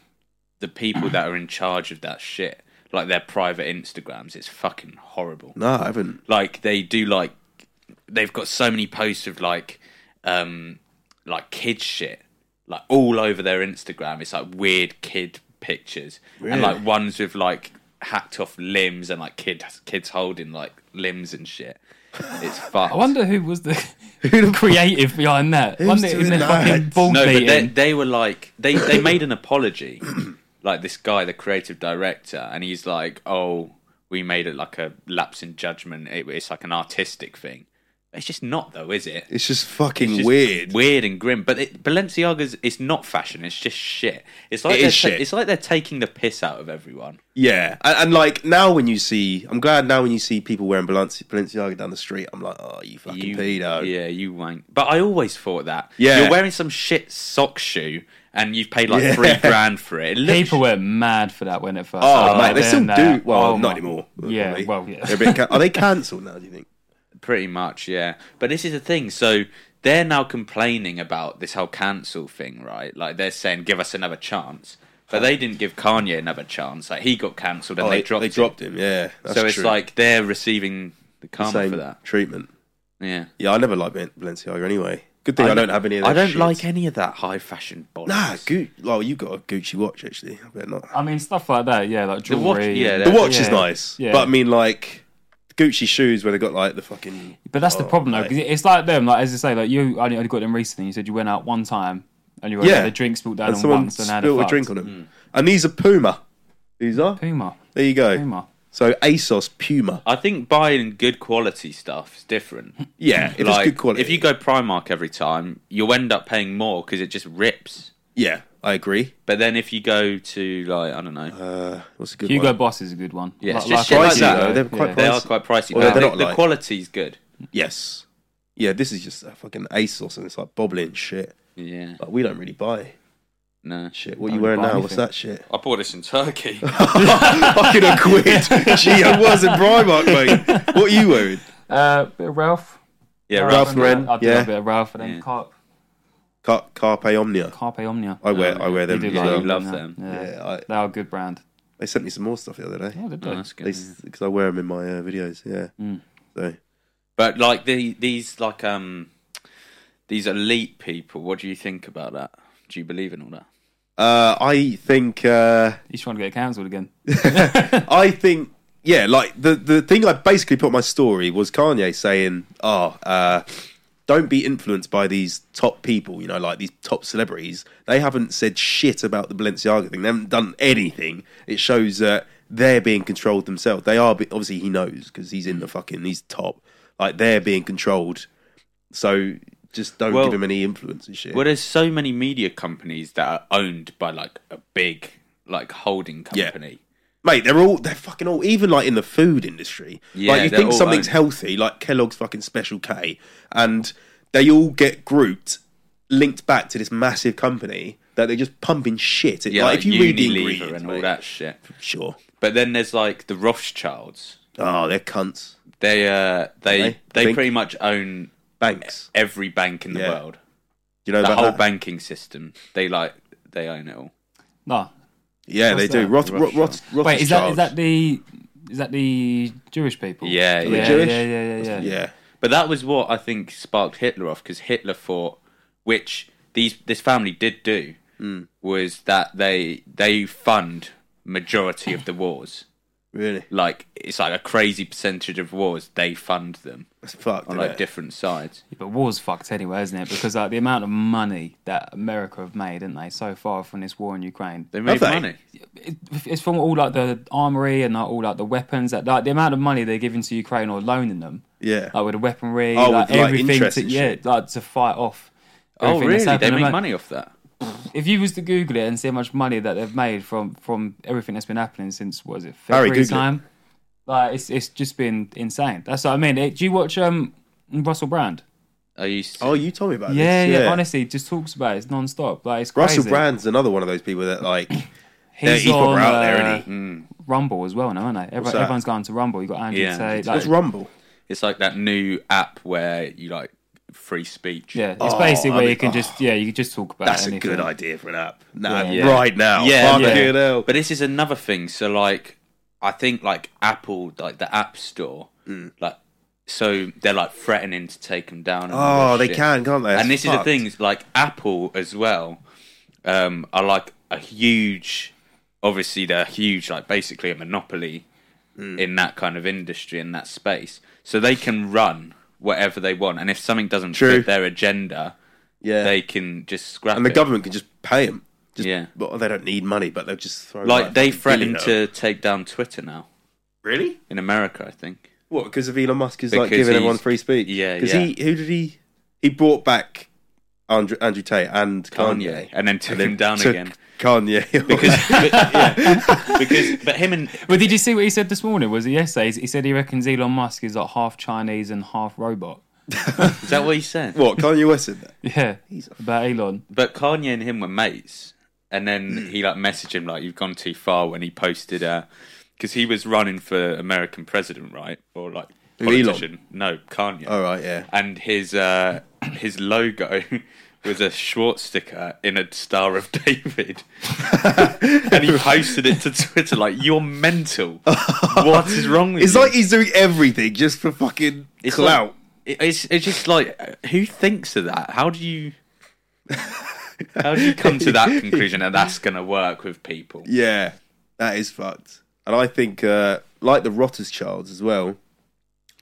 Speaker 3: the people that are in charge of that shit? Like their private Instagrams, it's fucking horrible.
Speaker 2: No, I haven't.
Speaker 3: Like they do like they've got so many posts of like um like kid shit. Like all over their Instagram. It's like weird kid pictures. And like ones with like hacked off limbs and like kids kids holding like limbs and shit. It's fucked.
Speaker 4: I wonder who was the creative behind that. Wonder
Speaker 2: doing
Speaker 4: in the
Speaker 2: that?
Speaker 4: fucking ball
Speaker 3: No, but they,
Speaker 4: beating.
Speaker 3: they were like they they made an apology. like this guy, the creative director, and he's like, "Oh, we made it like a lapse in judgment. It, it's like an artistic thing. It's just not, though, is it?
Speaker 2: It's just fucking
Speaker 3: It's just
Speaker 2: weird.
Speaker 3: weird and grim. But it, Balenciaga's it's not fashion. It's just shit. It's like
Speaker 2: It
Speaker 3: they're
Speaker 2: is
Speaker 3: ta-
Speaker 2: shit.
Speaker 3: it's like they're taking the piss out of everyone.
Speaker 2: Yeah, and, and like now when you see, I'm glad now when you see people wearing Balenci- Balenciaga down the street, I'm like, oh, you fucking
Speaker 3: You-
Speaker 2: pedo.
Speaker 3: Yeah, you wank. But I always thought that.
Speaker 2: Yeah.
Speaker 3: you're wearing some shit sock shoe. And you've paid like
Speaker 2: Yeah.
Speaker 3: three grand for it. it looks
Speaker 4: People went mad for that when it first.
Speaker 2: Oh,
Speaker 4: started,
Speaker 2: mate, they still
Speaker 4: doing that.
Speaker 2: do. Well,
Speaker 4: Oh,
Speaker 2: not
Speaker 4: my-
Speaker 2: anymore.
Speaker 4: Yeah,
Speaker 2: probably.
Speaker 4: well, yeah.
Speaker 2: They're a bit can- are they cancelled now? Do you think?
Speaker 3: Pretty much, yeah. But this is the thing. So they're now complaining about this whole cancel thing, right? Like they're saying, give us another chance. But they didn't give Kanye another chance. Like he got cancelled and
Speaker 2: Oh,
Speaker 3: they dropped.
Speaker 2: They
Speaker 3: him.
Speaker 2: dropped him. Yeah, that's
Speaker 3: so it's
Speaker 2: true.
Speaker 3: like they're receiving the karma
Speaker 2: same
Speaker 3: for that.
Speaker 2: treatment.
Speaker 3: Yeah.
Speaker 2: Yeah, I never liked Bal- Balenciaga anyway. Good thing I, don't have any of that.
Speaker 3: I don't
Speaker 2: shit.
Speaker 3: like any of that high fashion body.
Speaker 2: Nah, Gucci. Well, you got a Gucci watch actually. I bet not.
Speaker 4: I mean, stuff like that. Yeah, like
Speaker 3: The watch,
Speaker 4: jewelry.
Speaker 3: yeah,
Speaker 2: The
Speaker 3: that-
Speaker 2: watch is
Speaker 4: yeah,
Speaker 2: nice,
Speaker 4: yeah.
Speaker 2: but I mean like Gucci shoes where they got like the fucking.
Speaker 4: But that's the
Speaker 2: Oh,
Speaker 4: problem though,
Speaker 2: mate.
Speaker 4: because it's like them. Like as I say, like you only, only got them recently. You said you went out one time and you were
Speaker 2: Yeah.
Speaker 4: the drink spilled down
Speaker 2: and
Speaker 4: on
Speaker 2: someone
Speaker 4: once and had
Speaker 2: spilled a
Speaker 4: fucked.
Speaker 2: drink on them. And these are Puma. These are.
Speaker 4: Puma,
Speaker 2: There you go.
Speaker 4: Puma.
Speaker 2: So ASOS Puma.
Speaker 3: I think buying good quality stuff is different.
Speaker 2: Yeah, if
Speaker 3: like
Speaker 2: it's good quality.
Speaker 3: if you go Primark every time, you'll end up paying more because it just rips.
Speaker 2: yeah, I agree.
Speaker 3: But then if you go to like I don't know,
Speaker 2: Uh, what's a good
Speaker 4: Hugo
Speaker 2: one?
Speaker 4: Boss is a good one.
Speaker 3: Yeah,
Speaker 4: Like-
Speaker 3: it's just
Speaker 4: like
Speaker 3: shit like
Speaker 4: Pricey,
Speaker 3: that,
Speaker 2: though. They're quite
Speaker 3: they
Speaker 2: pricey.
Speaker 3: are quite pricey.
Speaker 2: Although
Speaker 3: but
Speaker 2: they're
Speaker 3: the,
Speaker 2: not
Speaker 3: the
Speaker 2: like-
Speaker 3: quality's good.
Speaker 2: Yes. Yeah, this is just a fucking ASOS and it's like bobbling shit.
Speaker 3: Yeah.
Speaker 2: Like we don't really buy
Speaker 3: No.
Speaker 2: shit. What are
Speaker 4: Don't
Speaker 2: you wearing
Speaker 4: buy
Speaker 2: now? What's
Speaker 4: anything.
Speaker 2: that shit?
Speaker 3: I bought this in Turkey.
Speaker 2: fucking a quid. Gee, I was in Primark, mate. What are you wearing?
Speaker 4: Uh, bit of Ralph.
Speaker 3: yeah,
Speaker 2: Ralph
Speaker 3: Ralph.
Speaker 4: and, uh,
Speaker 2: Lauren,
Speaker 4: I did
Speaker 2: yeah.
Speaker 4: a bit of Ralph and then
Speaker 3: Yeah.
Speaker 4: Carp,
Speaker 2: Car- Carpe Omnia.
Speaker 4: Carpe Omnia.
Speaker 2: I wear, I wear
Speaker 4: You
Speaker 2: them.
Speaker 4: do
Speaker 2: as
Speaker 4: like
Speaker 2: well.
Speaker 3: you love
Speaker 4: yeah.
Speaker 3: them.
Speaker 4: Yeah.
Speaker 2: Yeah, I-
Speaker 4: they are a good brand.
Speaker 2: They sent me some more stuff the other day.
Speaker 4: Yeah, Mm. they do.
Speaker 3: Oh, that's good.
Speaker 2: Because I wear them in my uh, videos. Yeah. So
Speaker 3: But like the these like um these elite people, what do you think about that? Do you believe in all that?
Speaker 2: uh, I think. Uh,
Speaker 4: He's trying to get cancelled again.
Speaker 2: I think, yeah, like the the thing I basically put on my story was Kanye saying, "Oh, uh, don't be influenced by these top people, you know, like these top celebrities. They haven't said shit about the Balenciaga thing. They haven't done anything. It shows that they're being controlled themselves. They are be- obviously he knows because he's in the fucking he's top. Like they're being controlled. So just don't
Speaker 3: Well-
Speaker 2: give him any influence and shit.
Speaker 3: Well, there's so many media companies that are owned by like a big like holding
Speaker 2: Yeah.
Speaker 3: company.
Speaker 2: Mate, they're all they're fucking all even like in the food industry.
Speaker 3: Yeah,
Speaker 2: like you
Speaker 3: they're
Speaker 2: think
Speaker 3: all
Speaker 2: something's
Speaker 3: owned.
Speaker 2: healthy, like Kellogg's fucking Special K, and they all get grouped, linked back to this massive company that they're just pumping shit. It,
Speaker 3: Yeah,
Speaker 2: like, if you read the
Speaker 3: Unilever
Speaker 2: ingredients,
Speaker 3: and all
Speaker 2: mate,
Speaker 3: that shit.
Speaker 2: sure.
Speaker 3: But then there's like the Rothschilds.
Speaker 2: Oh, they're cunts.
Speaker 3: They uh
Speaker 2: They-
Speaker 3: they they,
Speaker 2: think-
Speaker 3: pretty much own
Speaker 2: Banks.
Speaker 3: every bank in the
Speaker 2: Yeah.
Speaker 3: world.
Speaker 2: Do you know
Speaker 3: The
Speaker 2: about
Speaker 3: whole
Speaker 2: that?
Speaker 3: banking system. They like they own it all.
Speaker 4: No.
Speaker 2: Yeah,
Speaker 4: What's
Speaker 2: they do.
Speaker 4: that?
Speaker 2: Roth, Roth, Roth, Roth,
Speaker 4: Wait, is that is that the is that the Jewish people?
Speaker 3: Yeah,
Speaker 4: yeah,
Speaker 3: yeah.
Speaker 4: yeah,
Speaker 2: Jewish?
Speaker 4: yeah, yeah, yeah, yeah.
Speaker 2: yeah?
Speaker 3: But that was what I think sparked Hitler off because Hitler thought, which these this family did do,
Speaker 2: Mm.
Speaker 3: was that they they fund majority of the wars.
Speaker 2: Really,
Speaker 3: Like it's like a crazy percentage of wars they fund them
Speaker 2: that's fucked.
Speaker 3: on
Speaker 2: innit?
Speaker 3: like different sides.
Speaker 4: But war's fucked anyway, isn't it? Because like the amount of money that America have made, isn't they, so far from this war in Ukraine?
Speaker 3: They made
Speaker 2: they?
Speaker 3: money.
Speaker 4: It, it's from all like the armory and like, all like the weapons that like the amount of money they're giving to Ukraine or loaning them,
Speaker 2: yeah,
Speaker 4: like with the weaponry,
Speaker 2: Oh,
Speaker 4: like
Speaker 2: with, like,
Speaker 4: everything
Speaker 2: interest
Speaker 4: to
Speaker 2: and
Speaker 4: yeah,
Speaker 2: shit.
Speaker 4: like to fight off.
Speaker 3: Oh
Speaker 4: everything that's
Speaker 3: really? They
Speaker 4: happened.
Speaker 3: make
Speaker 4: Ama-
Speaker 3: money off that.
Speaker 4: If you was to Google it and see how much money that they've made from from everything that's been happening since what is it
Speaker 2: Harry,
Speaker 4: February
Speaker 2: Google it.
Speaker 4: time, like it's it's just been insane. That's what I mean. Eh, do you watch um Russell Brand?
Speaker 3: I used to,
Speaker 2: Oh, you told me about
Speaker 4: Yeah,
Speaker 2: this.
Speaker 4: yeah, Honestly, just talks about it. It's non-stop. Like it's crazy.
Speaker 2: Russell Brand's another one of those people that like they're
Speaker 4: He's
Speaker 2: equal
Speaker 4: on,
Speaker 2: we're out there,
Speaker 4: uh,
Speaker 2: isn't he? Mm.
Speaker 4: Rumble as well now, aren't they? Every,
Speaker 2: that?
Speaker 4: everyone's going to Rumble. You got Andrew
Speaker 3: Yeah.
Speaker 4: Tate.
Speaker 2: It's
Speaker 4: Like,
Speaker 2: Rumble.
Speaker 3: it's like that new app where you like free speech.
Speaker 4: yeah, it's
Speaker 2: Oh,
Speaker 4: basically
Speaker 2: I
Speaker 4: where
Speaker 2: mean,
Speaker 4: you can
Speaker 2: oh.
Speaker 4: just yeah, you can just talk about.
Speaker 2: That's a
Speaker 4: anything.
Speaker 2: good idea for an app. Nah,
Speaker 4: Yeah.
Speaker 2: right now.
Speaker 3: Yeah,
Speaker 2: Fucking
Speaker 3: yeah.
Speaker 2: hell.
Speaker 3: But this is another thing. So like, I think like Apple, like the App Store,
Speaker 2: Mm.
Speaker 3: like so they're like threatening to take them down. And all that
Speaker 2: Oh, they
Speaker 3: shit.
Speaker 2: can, can't they? That's
Speaker 3: and this
Speaker 2: fucked.
Speaker 3: is the thing, is, like Apple as well, um, are like a huge. Obviously, they're huge, like basically a monopoly
Speaker 2: Mm.
Speaker 3: in that kind of industry in that space. So they can run whatever they want, and if something doesn't
Speaker 2: True.
Speaker 3: fit their agenda,
Speaker 2: Yeah,
Speaker 3: they can just scrap.
Speaker 2: and the
Speaker 3: it.
Speaker 2: government can just pay them. Just,
Speaker 3: Yeah.
Speaker 2: well, they don't need money, but they'll just throw
Speaker 3: like they
Speaker 2: a
Speaker 3: threatened
Speaker 2: billion
Speaker 3: to take down Twitter now
Speaker 2: at 'em. really
Speaker 3: in America, I think.
Speaker 2: what because of Elon Musk is like
Speaker 3: Because
Speaker 2: giving everyone
Speaker 3: he's-
Speaker 2: free speech.
Speaker 3: Yeah,
Speaker 2: because
Speaker 3: yeah.
Speaker 2: he who did he he brought back Andrew, Andrew Tate and Kanye,
Speaker 3: Kanye, and then took him down
Speaker 2: Took
Speaker 3: again
Speaker 2: Kanye
Speaker 3: because but, yeah, because but him and
Speaker 4: But did you see what he said this morning? Was it yesterday? He said he reckons Elon Musk is like half Chinese and half robot.
Speaker 3: is that what he said?
Speaker 2: what Kanye West in there.
Speaker 4: Yeah,
Speaker 2: He's a
Speaker 4: about Elon.
Speaker 3: But Kanye and him were mates, and
Speaker 2: Hmm.
Speaker 3: then he like messaged him like you've gone too far when he posted uh because he was running for American president, right? Or like
Speaker 2: Who, Elon?
Speaker 3: politician? No, Kanye.
Speaker 2: All right, yeah.
Speaker 3: And his uh his logo. Was a Schwartz sticker in a Star of David, and he posted it to Twitter like, "You're mental. what is wrong with
Speaker 2: It's
Speaker 3: you?"
Speaker 2: like he's doing everything just for fucking
Speaker 3: It's
Speaker 2: clout.
Speaker 3: Like, it- it's it's just like who thinks of that? How do you how do you come to that conclusion that that's gonna work with people?
Speaker 2: Yeah, that is fucked. And I think, uh, like the Rothschilds as well.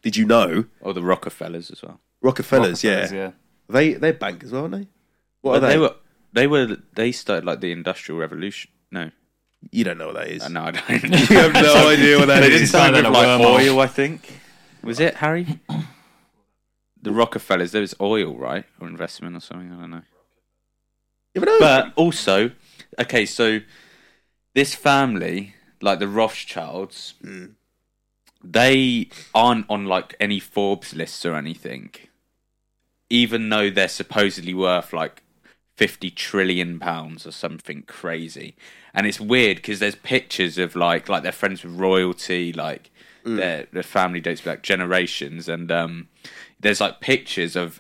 Speaker 2: Did you know
Speaker 3: Or the Rockefellers as well.
Speaker 2: Rockefellers? yeah.
Speaker 4: Rockefellers, yeah.
Speaker 2: they they bank as well, aren't they? What
Speaker 3: But
Speaker 2: are they?
Speaker 3: they? were they were they started like the Industrial Revolution. No, uh,
Speaker 2: You don't know what that is.
Speaker 3: no, I don't.
Speaker 2: You have no idea what that
Speaker 3: they
Speaker 2: is.
Speaker 3: did something
Speaker 4: Sounded
Speaker 3: with
Speaker 4: like
Speaker 3: like
Speaker 4: a wormhole.
Speaker 3: oil, I think. Was it Harry? The Rockefellers. There was oil, right, or investment or something. I don't know.
Speaker 2: You ever know?
Speaker 3: but also, okay, so this family, like the Rothschilds, they aren't on like any Forbes lists or anything, even though they're supposedly worth like. 50 trillion pounds or something crazy and it's weird because there's pictures of like like they're friends with royalty like
Speaker 2: Mm.
Speaker 3: their their family dates back generations and um there's like pictures of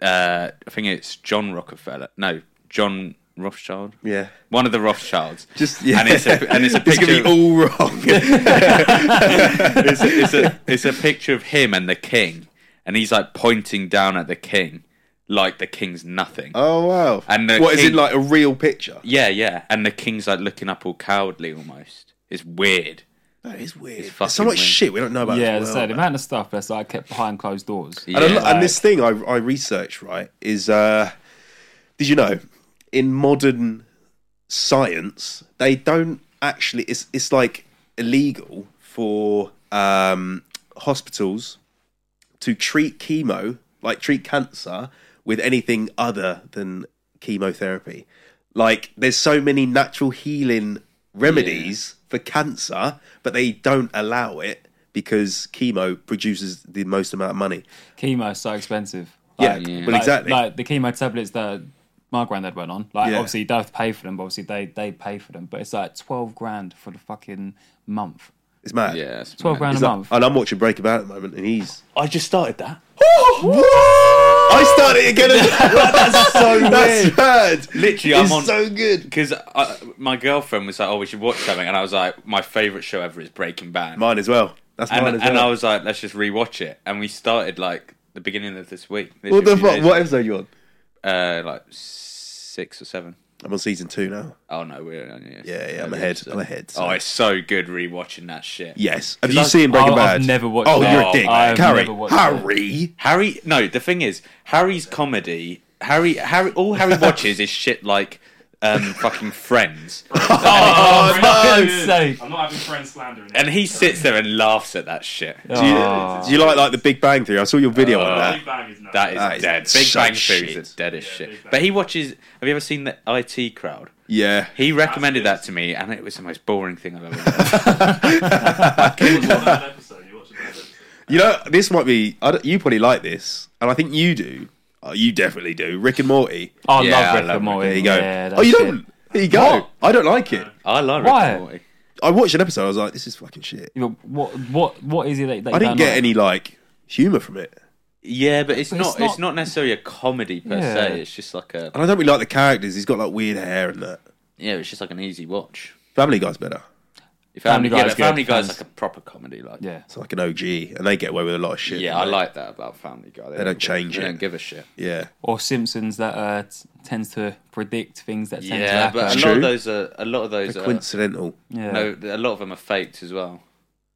Speaker 3: uh i think it's john rockefeller no john rothschild
Speaker 2: yeah.
Speaker 3: one of the Rothschilds.
Speaker 2: Just yeah.
Speaker 3: and it's a and it's a
Speaker 2: It's
Speaker 3: picture.
Speaker 2: gonna be all wrong.
Speaker 3: of- it's, a, it's, a, it's a picture of him and the king, and he's like pointing down at the king, like the king's nothing.
Speaker 2: oh wow.
Speaker 3: And the
Speaker 2: what is it
Speaker 3: king-
Speaker 2: like a real picture?
Speaker 3: Yeah, yeah, and the king's like looking up all cowardly almost. It's weird.
Speaker 2: That is weird.
Speaker 3: fucking
Speaker 2: There's so much
Speaker 3: weird.
Speaker 2: shit we don't know about.
Speaker 4: Yeah,
Speaker 2: this
Speaker 4: as I
Speaker 2: world,
Speaker 4: said, the
Speaker 2: man.
Speaker 4: amount of stuff that's like kept behind closed doors.
Speaker 3: Yeah.
Speaker 2: And, a lo-
Speaker 4: like-
Speaker 2: and this thing I, I researched, right, is uh, did you know in modern science, they don't actually, it's, it's like illegal for um, hospitals to treat chemo, like treat cancer, with anything other than chemotherapy. Like, there's so many natural healing remedies for cancer, but they don't allow it because chemo produces the most amount of money.
Speaker 4: Chemo's so expensive.
Speaker 2: Yeah,
Speaker 4: Like,
Speaker 2: well,
Speaker 4: like-
Speaker 2: exactly.
Speaker 4: Like the chemo tablets that my granddad went on. Like
Speaker 2: Yeah.
Speaker 4: obviously you don't have to pay for them, but obviously they they pay for them. But it's like twelve grand for the fucking month.
Speaker 2: it's mad.
Speaker 3: Yeah, it's
Speaker 4: Twelve
Speaker 3: mad.
Speaker 4: grand a
Speaker 2: It's like-
Speaker 4: month.
Speaker 2: and I'm watching Breaking Bad at the moment, and he's.
Speaker 3: I just started that.
Speaker 2: I started again. that's so that's
Speaker 3: weird.
Speaker 2: bad.
Speaker 3: Literally,
Speaker 2: it's
Speaker 3: I'm on-
Speaker 2: so good.
Speaker 3: Because my girlfriend was like, "Oh, we should watch something," and I was like, "My favorite show ever is Breaking Bad."
Speaker 2: Mine as well. That's
Speaker 3: and,
Speaker 2: mine as
Speaker 3: and
Speaker 2: well.
Speaker 3: I was like, "Let's just rewatch it," and we started like the beginning of this week.
Speaker 2: what
Speaker 3: literally
Speaker 2: the
Speaker 3: a few
Speaker 2: fuck?
Speaker 3: days
Speaker 2: What
Speaker 3: ago.
Speaker 2: episode are you on?
Speaker 3: uh, like six or seven.
Speaker 2: I'm on season two now.
Speaker 3: Oh no, we're yeah,
Speaker 2: Yeah, yeah, I'm ahead. I'm ahead. so-
Speaker 3: Oh, it's so good rewatching that shit.
Speaker 2: Yes. Have you seen Breaking
Speaker 4: Oh, I've
Speaker 2: Bad?
Speaker 4: never watched
Speaker 2: Oh,
Speaker 4: that.
Speaker 2: you're a dick.
Speaker 4: I've
Speaker 2: Harry.
Speaker 4: never watched that.
Speaker 2: Harry.
Speaker 3: Harry, no, the thing is, Harry's comedy, Harry, Harry, all Harry watches is shit like um, fucking Friends,
Speaker 4: Oh,
Speaker 2: no.
Speaker 4: for sake.
Speaker 5: I'm not having friends slandering.
Speaker 3: and he sits there and laughs at that shit.
Speaker 2: Do you,
Speaker 4: Oh.
Speaker 2: do you like like the Big Bang Theory? I saw your video
Speaker 4: Uh,
Speaker 2: on
Speaker 5: Big
Speaker 2: that.
Speaker 5: Bang is nuts.
Speaker 3: That is
Speaker 2: That is
Speaker 3: dead. Big
Speaker 2: such
Speaker 3: Bang Theory
Speaker 2: shit.
Speaker 3: is dead as
Speaker 5: Yeah,
Speaker 3: shit.
Speaker 5: Big Bang.
Speaker 3: But he watches. Have you ever seen the IT Crowd?
Speaker 2: Yeah.
Speaker 3: He recommended that to me, and it was the most boring thing I've ever. Watched.
Speaker 5: You watched the third episode, you watched the third episode.
Speaker 2: You know, this might be. I don't- you probably like this, and I think you do. Oh, you definitely do. Rick and Morty.
Speaker 4: Oh, I
Speaker 3: Yeah, I
Speaker 4: love
Speaker 3: love
Speaker 4: Rick and
Speaker 3: Rick.
Speaker 4: Morty.
Speaker 2: There you go.
Speaker 4: Yeah,
Speaker 2: oh,
Speaker 4: that's
Speaker 2: you
Speaker 4: it.
Speaker 2: don't. There you go.
Speaker 4: What?
Speaker 2: I don't like it.
Speaker 3: I love Rick
Speaker 4: Why?
Speaker 3: and Morty.
Speaker 2: I watched an episode. I was like, this is fucking shit.
Speaker 4: Yeah, but What, what, what is it that, that you
Speaker 2: I didn't
Speaker 4: don't
Speaker 2: get
Speaker 4: like?
Speaker 2: any like humor from it,
Speaker 3: Yeah, but it's
Speaker 4: But
Speaker 3: not.
Speaker 4: it's
Speaker 3: It's not,
Speaker 4: not-
Speaker 3: necessarily a comedy per
Speaker 4: Yeah.
Speaker 3: se. It's just like a.
Speaker 2: and I don't really like the characters. He's got like weird hair and that.
Speaker 3: Yeah, it's just like an easy watch.
Speaker 2: Family Guy's better.
Speaker 3: If
Speaker 4: Family
Speaker 3: yeah,
Speaker 4: Guy's
Speaker 3: but Family
Speaker 4: good.
Speaker 3: Guy's like a proper comedy. Like
Speaker 4: Yeah.
Speaker 2: It's like an OG, and they get away with a lot of shit.
Speaker 3: Yeah,
Speaker 2: don't
Speaker 3: I
Speaker 2: they?
Speaker 3: like that about Family Guy. They,
Speaker 2: don't change
Speaker 3: they
Speaker 2: it.
Speaker 3: don't give a shit.
Speaker 2: Yeah,
Speaker 4: Or Simpsons that uh, t- tends to predict things that tend to
Speaker 3: Yeah,
Speaker 4: happen.
Speaker 3: but a
Speaker 2: That's
Speaker 3: lot
Speaker 2: true.
Speaker 3: of those are a lot of those
Speaker 2: They're
Speaker 3: are
Speaker 2: coincidental.
Speaker 4: yeah.
Speaker 3: no, a lot of them are faked as well.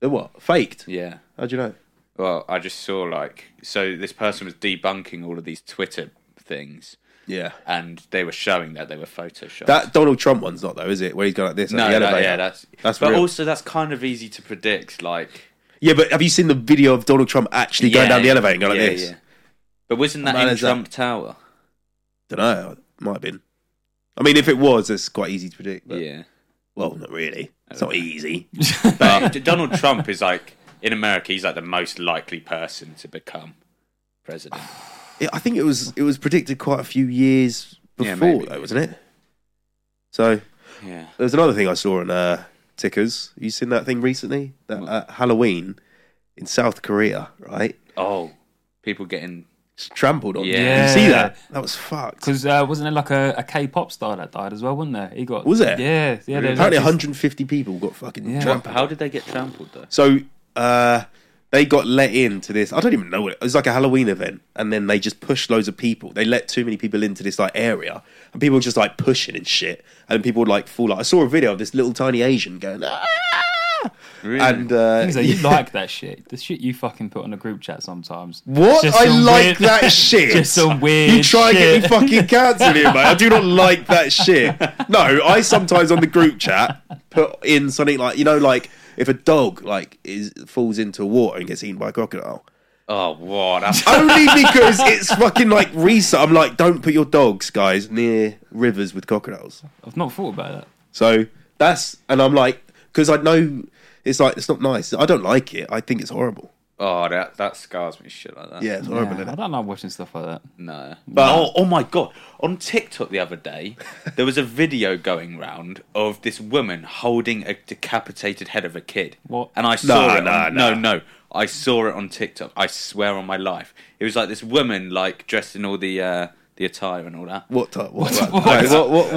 Speaker 2: They're what? Faked?
Speaker 3: Yeah.
Speaker 2: How'd you know?
Speaker 3: Well, I just saw like so this person was debunking all of these Twitter things,
Speaker 2: Yeah.
Speaker 3: and they were showing that they were photoshopped.
Speaker 2: That Donald Trump one's not though, is it? Where he's gone like this.
Speaker 3: no,
Speaker 2: like the
Speaker 3: that-
Speaker 2: elevator.
Speaker 3: yeah, that's
Speaker 2: That's
Speaker 3: but
Speaker 2: real.
Speaker 3: also that's kind of easy to predict. Like
Speaker 2: Yeah, but have you seen the video of Donald Trump actually going
Speaker 3: Yeah,
Speaker 2: down the elevator and going
Speaker 3: yeah,
Speaker 2: like this?
Speaker 3: yeah. But wasn't that
Speaker 2: How mad
Speaker 3: in
Speaker 2: is that?
Speaker 3: Trump Tower?
Speaker 2: Don't know. Might have been. I mean, if it was, it's quite easy to predict. But,
Speaker 3: Yeah,
Speaker 2: Well, not really. It's not easy.
Speaker 3: but Donald Trump is like in America, he's like the most likely person to become president.
Speaker 2: It- I think it was it was predicted quite a few years
Speaker 3: Yeah,
Speaker 2: before,
Speaker 3: maybe.
Speaker 2: though, wasn't it? So
Speaker 3: Yeah,
Speaker 2: There's another thing I saw on uh, Tickers. You seen that thing recently? That uh, Halloween in South Korea, right?
Speaker 3: Oh, people getting
Speaker 2: It's trampled on.
Speaker 3: Yeah.
Speaker 2: Did you see that? That was fucked.
Speaker 4: Because uh, wasn't there like a, a K-pop star that died as well, wasn't there? He got
Speaker 2: Was there?
Speaker 4: Yeah, yeah. they-
Speaker 2: Apparently,
Speaker 4: they-
Speaker 2: 150 people got fucking
Speaker 4: Yeah.
Speaker 2: trampled.
Speaker 3: how did they get trampled though?
Speaker 2: So uh, they got let into this. I don't even know what it, it was like a Halloween event, and then they just pushed loads of people. They let too many people into this like area, and people were just like pushing and shit, and people would like fall. Like, I saw a video of this little tiny Asian going. "Ah!" And uh,
Speaker 4: Things that you like that shit. The shit you fucking put on a group chat sometimes.
Speaker 2: What?
Speaker 4: Just
Speaker 2: I
Speaker 4: some
Speaker 2: like
Speaker 4: weird-
Speaker 2: that shit.
Speaker 4: Just some weird.
Speaker 2: you try and get me
Speaker 4: shit.
Speaker 2: fucking cancelled here, mate. I do not like that shit. No, I sometimes on the group chat put in something like you know, like if a dog like is falls into water and gets eaten by a crocodile.
Speaker 3: Oh, what? That's
Speaker 2: Only because it's fucking like research. I'm like, don't put your dogs, guys, near rivers with crocodiles.
Speaker 4: I've not thought about that.
Speaker 2: So that's and I'm like, because I know it's like it's not nice. I don't like it. I think it's horrible.
Speaker 3: oh, that that scars me shit like that.
Speaker 2: Yeah, it's horrible.
Speaker 4: Yeah,
Speaker 2: isn't
Speaker 4: I
Speaker 2: it?
Speaker 4: don't like watching stuff like that.
Speaker 3: No. But oh, oh my god! On TikTok the other day, there was a video going round of this woman holding a decapitated head of a kid.
Speaker 4: What?
Speaker 3: And I saw
Speaker 2: Nah,
Speaker 3: it.
Speaker 2: nah,
Speaker 3: on,
Speaker 2: nah.
Speaker 3: No, no. I saw it on TikTok. I swear on my life, it was like this woman like dressed in all the uh, the attire and all that.
Speaker 2: What type? What, what,
Speaker 4: what-
Speaker 2: what, what, what,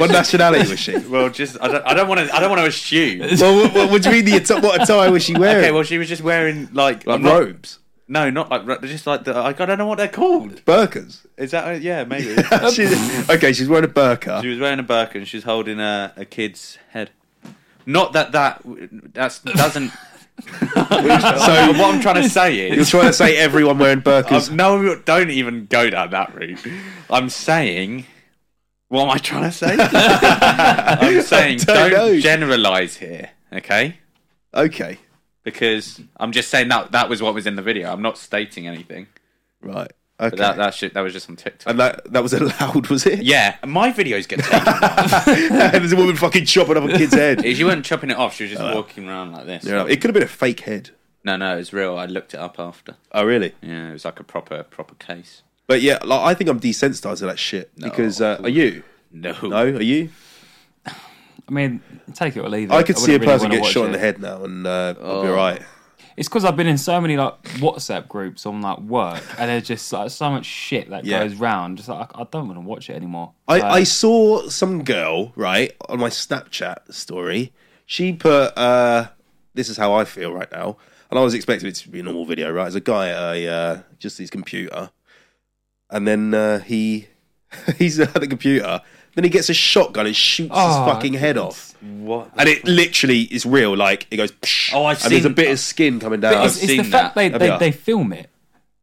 Speaker 2: what nationality was she?
Speaker 3: Well, just I don't I don't want to I don't want to assume.
Speaker 2: well, what, what, what do you mean the atti- what attire was she wearing?
Speaker 3: Okay, well she was just wearing like,
Speaker 2: like
Speaker 3: I'm not-
Speaker 2: robes,
Speaker 3: no, not like ro- just like the like, I don't know what they're called.
Speaker 2: burkas.
Speaker 3: Is that uh, yeah maybe?
Speaker 2: She's- okay, she's wearing a burqa.
Speaker 3: Um, She was wearing a burqa and she's holding a, a kid's head. Not that that that's doesn't. so what I'm trying to say
Speaker 2: You're
Speaker 3: is,
Speaker 2: trying to say everyone wearing burqas.
Speaker 3: I'm, no, don't even go down that route. I'm saying, what am I trying to say? I'm saying
Speaker 2: I
Speaker 3: don't,
Speaker 2: don't know.
Speaker 3: generalize here, okay?
Speaker 2: Okay,
Speaker 3: Because I'm just saying that that was what was in the video. I'm not stating anything.
Speaker 2: right. Okay,
Speaker 3: But that that shit that was just on TikTok. Um,
Speaker 2: and that that was allowed, was it?
Speaker 3: yeah, my videos get taken.
Speaker 2: There's a woman fucking chopping up a kid's head.
Speaker 3: she wasn't chopping it off. She was
Speaker 2: Oh,
Speaker 3: just walking around like this.
Speaker 2: Yeah, it could have been a fake head.
Speaker 3: No, no, it's real. I looked it up after.
Speaker 2: Oh, really?
Speaker 3: Yeah, it was like a proper proper case.
Speaker 2: But yeah, like, I think I'm desensitized to that shit because uh, are you?
Speaker 3: No.
Speaker 2: No, are you?
Speaker 4: I mean, take it or leave it.
Speaker 2: I could see a
Speaker 4: wouldn't really
Speaker 2: person
Speaker 4: wanna
Speaker 2: get
Speaker 4: watch
Speaker 2: shot in
Speaker 4: it.
Speaker 2: the head now, and uh, I'll be
Speaker 3: Oh.
Speaker 2: alright.
Speaker 4: It's because I've been in so many like WhatsApp groups on like work, and there's just like so much shit that
Speaker 2: Yeah.
Speaker 4: goes round. Just like I, I don't want to watch it anymore.
Speaker 2: I, I
Speaker 4: Like,
Speaker 2: saw some girl right on my Snapchat story. She put, uh, "This is how I feel right now," and I was expecting it to be a normal video, right? As a guy at a, uh, just his computer, and then uh, he he's at the computer Then he gets a shotgun and shoots
Speaker 4: Oh,
Speaker 2: his fucking head off.
Speaker 1: What?
Speaker 2: And it literally is real. Like it goes. Psh,
Speaker 1: Oh, I've
Speaker 2: and there's a
Speaker 1: seen-
Speaker 2: bit of skin coming down.
Speaker 4: It's, it's the
Speaker 3: seen that.
Speaker 4: fact they, they,
Speaker 2: Yeah.
Speaker 4: they film it.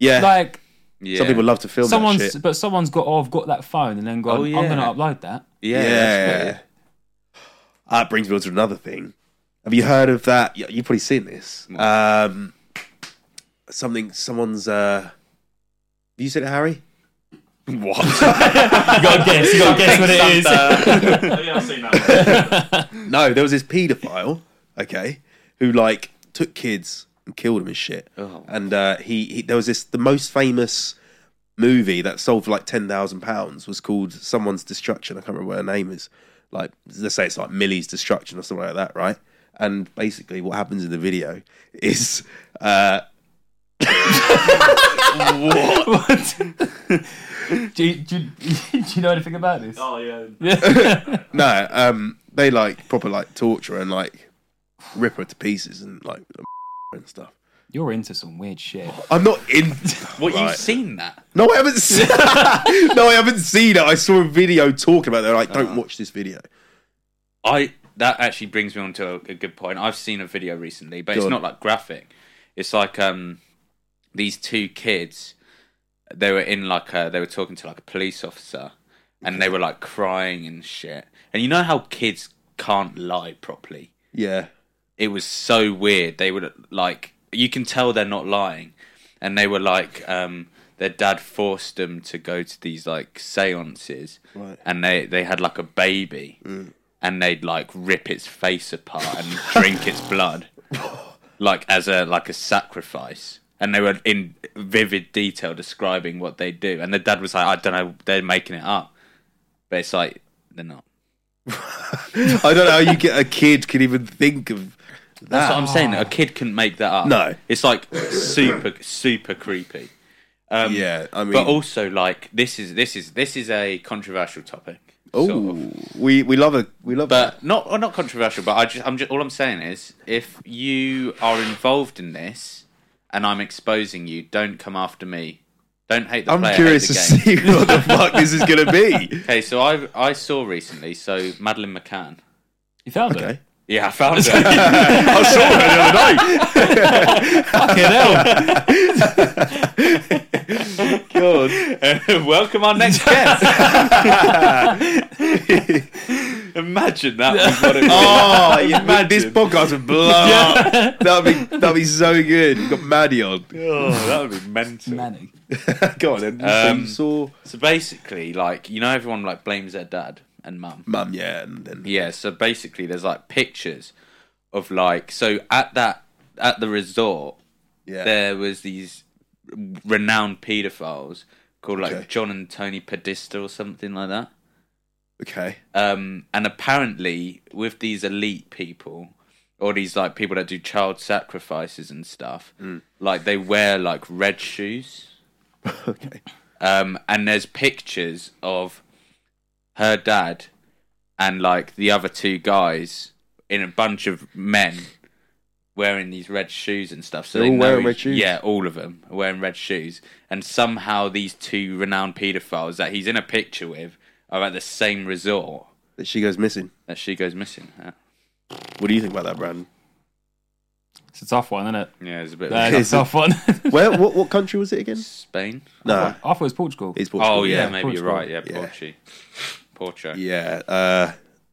Speaker 2: yeah,
Speaker 4: Like
Speaker 3: Yeah.
Speaker 2: some people love to film that
Speaker 4: someone's,
Speaker 2: shit.
Speaker 4: but someone's got. Oh, I've got that phone, and then gone.
Speaker 3: Oh,
Speaker 4: I'm
Speaker 3: yeah.
Speaker 4: going to upload that.
Speaker 3: Yeah.
Speaker 2: Yeah, that brings me on to another thing. Have you heard of that? you- You've probably seen this. Um, something. Someone's. Uh, have you seen it, Harry?
Speaker 4: You got to guess. You got to guess what it is.
Speaker 5: Oh, yeah, I've seen that.
Speaker 2: No, there was this paedophile, okay, who like took kids and killed them and shit. And uh, he, he, there was this the most famous movie that sold for like ten thousand pounds was called Someone's Destruction. I can't remember what her name is. Like let's say it's like Millie's Destruction or something like that, right? And basically, what happens in the video is uh,
Speaker 4: do, you, do, you, do you know anything about this?
Speaker 5: Oh, yeah.
Speaker 2: no, um, they like proper like torture and like rip her to pieces and like and stuff.
Speaker 4: You're into some weird shit.
Speaker 2: I'm not in.
Speaker 3: What
Speaker 2: Right.
Speaker 3: you've seen that?
Speaker 2: No, I haven't. Seen, no, I haven't seen it. I saw a video talking about that. Like, don't
Speaker 3: Uh-huh.
Speaker 2: watch this video.
Speaker 3: I that actually brings me on to a, a good point. I've seen a video recently, but
Speaker 2: Go
Speaker 3: it's
Speaker 2: on.
Speaker 3: not like graphic. It's like um these two kids they were in like a they were talking to like a police officer and they were like crying and shit. And you know how kids can't lie properly.
Speaker 2: Yeah,
Speaker 3: It was so weird. They were like you can tell they're not lying. And they were like um their dad forced them to go to these like seances
Speaker 2: Right.
Speaker 3: and they they had like a baby and they'd like rip its face apart and drink its blood like as a like a sacrifice and they were in vivid detail describing what they do and the dad was like i don't know they're making it up but it's like they're not
Speaker 2: I don't know how you get a kid can even think of that.
Speaker 3: that's what i'm saying a kid couldn't make that up
Speaker 2: Ah. No.
Speaker 3: it's like super super creepy um,
Speaker 2: yeah, I mean,
Speaker 3: but also like this is this is this is a controversial topic
Speaker 2: Ooh,
Speaker 3: sort of.
Speaker 2: we we love a we love
Speaker 3: but not or not controversial. But I just, I'm just all I'm saying is, if you are involved in this, and I'm exposing you, don't come after me. Don't hate the
Speaker 2: I'm
Speaker 3: player.
Speaker 2: curious to
Speaker 3: hate the game.
Speaker 2: see what the fuck this is gonna be.
Speaker 3: Okay, so I I saw recently. So Madeline McCann.
Speaker 4: You found
Speaker 2: Okay.
Speaker 4: it.
Speaker 3: Yeah, I found her.
Speaker 2: I saw it the other day.
Speaker 4: Fucking hell.
Speaker 3: Welcome our next guest. Imagine that was what it was.
Speaker 2: Oh, you mad! This podcast would blow up. That'd be that'd be so good. We've got Maddie on.
Speaker 3: Oh, that would be mental.
Speaker 4: Manny.
Speaker 2: Go on, then. so you
Speaker 3: Um,
Speaker 2: saw
Speaker 3: So basically, like you know, everyone like blames their dad and mum.
Speaker 2: Mum, yeah, and then
Speaker 3: Yeah, so basically there's like pictures of like so at that at the resort
Speaker 2: yeah,
Speaker 3: there was these renowned pedophiles called like
Speaker 2: Okay.
Speaker 3: John and Tony Podesta or something like that.
Speaker 2: okay,
Speaker 3: Um and apparently with these elite people or these like people that do child sacrifices and stuff,
Speaker 2: Mm.
Speaker 3: like they wear like red shoes.
Speaker 2: okay.
Speaker 3: Um, and there's pictures of her dad and like the other two guys in a bunch of men wearing these red shoes and stuff. So
Speaker 2: They're
Speaker 3: they
Speaker 2: all
Speaker 3: know
Speaker 2: wearing
Speaker 3: each-
Speaker 2: red shoes?
Speaker 3: Yeah, all of them are wearing red shoes. And somehow these two renowned paedophiles that he's in a picture with are at the same resort
Speaker 2: That she goes missing.
Speaker 3: that she goes missing. at.
Speaker 2: What do you think about that, Brandon?
Speaker 4: It's a tough one, isn't it?
Speaker 3: Yeah, it's a bit
Speaker 4: That
Speaker 3: of
Speaker 4: is a tough one.
Speaker 2: Where? What? What country was it again?
Speaker 3: Spain.
Speaker 4: I
Speaker 2: No,
Speaker 4: thought it was Portugal.
Speaker 2: it's Portugal.
Speaker 3: Oh yeah, maybe you're
Speaker 4: Portugal.
Speaker 3: right. Yeah,
Speaker 2: Yeah.
Speaker 3: Portugal. Porto.
Speaker 2: yeah. Uh,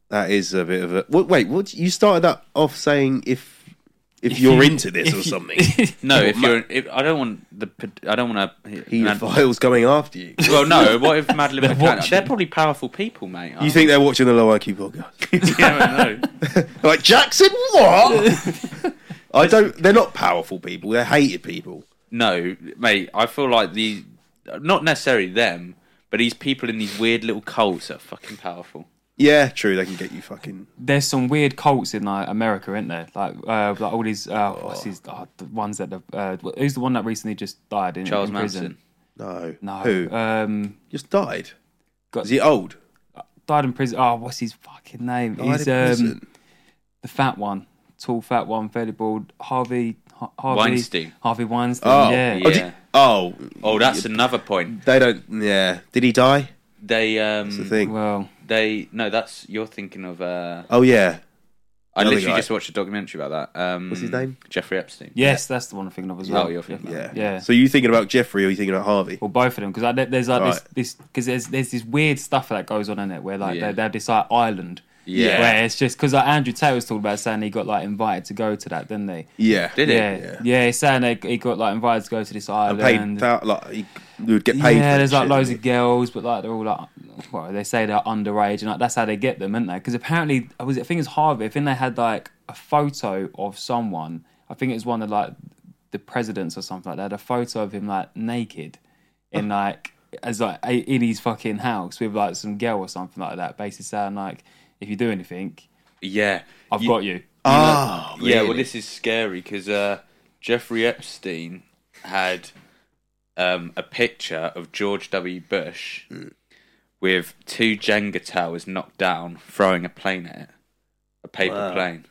Speaker 2: that is a bit of a. Wait, wait, what? You started that off saying if if, you're into this or something,
Speaker 3: No, if you're, if, I don't want the, ped- I don't want to.
Speaker 2: pedophiles coming after you.
Speaker 3: Well, no. What if Madeline
Speaker 4: They're
Speaker 3: McCann?
Speaker 4: watching.
Speaker 3: They're probably powerful people, mate.
Speaker 2: You think they're watching the Low IQ podcast?
Speaker 3: yeah, no.
Speaker 2: like Jackson, what? I don't. They're not powerful people. They're hated people.
Speaker 3: no, mate. I feel like these, not necessarily them, but these people in these weird little cults are fucking powerful.
Speaker 2: Yeah, true. They can get you fucking.
Speaker 4: There's some weird cults in like America, isn't there? Like, uh, like all these, uh, what's his, oh, the ones that, the, uh, who's the one that recently just died in,
Speaker 3: Charles
Speaker 4: in prison?
Speaker 3: Manson.
Speaker 2: No. Uh,
Speaker 4: No.
Speaker 2: Who?
Speaker 4: Um,
Speaker 2: Just died.
Speaker 4: got
Speaker 2: Is he old?
Speaker 4: died in prison. Oh, what's his fucking name?
Speaker 2: Died
Speaker 4: He's
Speaker 2: in
Speaker 4: um,
Speaker 2: prison.
Speaker 4: the fat one, tall fat one, fairly bald. Harvey. Har- Harvey
Speaker 3: Weinstein.
Speaker 4: Harvey Weinstein.
Speaker 2: Oh,
Speaker 4: yeah.
Speaker 2: Oh, did-
Speaker 3: Yeah.
Speaker 2: oh,
Speaker 3: Oh, that's another point.
Speaker 2: they don't. Yeah. Did he die?
Speaker 3: They um,
Speaker 2: The thing.
Speaker 4: Well,
Speaker 3: they no, that's you're thinking of. Uh,
Speaker 2: Oh yeah,
Speaker 3: I
Speaker 2: Another
Speaker 3: literally
Speaker 2: guy.
Speaker 3: just watched a documentary about that. Um,
Speaker 2: What's his name?
Speaker 3: Jeffrey Epstein.
Speaker 4: Yes, that's the one I'm thinking of as well.
Speaker 3: Oh, you're thinking
Speaker 2: yeah,
Speaker 4: Mm. Yeah.
Speaker 2: So you thinking about Jeffrey or you thinking about Harvey?
Speaker 4: Well, both of them, because there's like
Speaker 2: Right.
Speaker 4: this, this, because there's there's this weird stuff that goes on in it where like
Speaker 3: Yeah.
Speaker 4: they, they have this like island,
Speaker 3: Yeah.
Speaker 4: where it's just because like Andrew Tate was talking about saying he got like invited to go to that, didn't they?
Speaker 2: Yeah,
Speaker 3: Did he?
Speaker 4: Yeah, yeah,
Speaker 2: Yeah.
Speaker 4: he's saying they, he got like invited to go to this
Speaker 2: and
Speaker 4: island.
Speaker 2: paid thou- like he he would get paid.
Speaker 4: uh, yeah,
Speaker 2: for
Speaker 4: there's
Speaker 2: that
Speaker 4: like
Speaker 2: shit,
Speaker 4: loads
Speaker 2: didn't
Speaker 4: of girls, but like they're all like, well, they say they're underage, and like that's how they get them, isn't they? Because apparently, I was I think it's Harvey. I think they had like a photo of someone. I think it was one of like the presidents or something like that. A photo of him like naked in like as like a- in his fucking house with like some girl or something like that. Basically saying like, if you do anything,
Speaker 3: Yeah.
Speaker 4: I've
Speaker 3: You-
Speaker 4: got you.
Speaker 2: Ah,
Speaker 3: Yeah, well,
Speaker 2: really?
Speaker 3: this is scary because uh, Jeffrey Epstein had um, a picture of George W. Bush
Speaker 2: Hmm.
Speaker 3: with two Jenga towers knocked down, throwing a plane at it, a paper plane.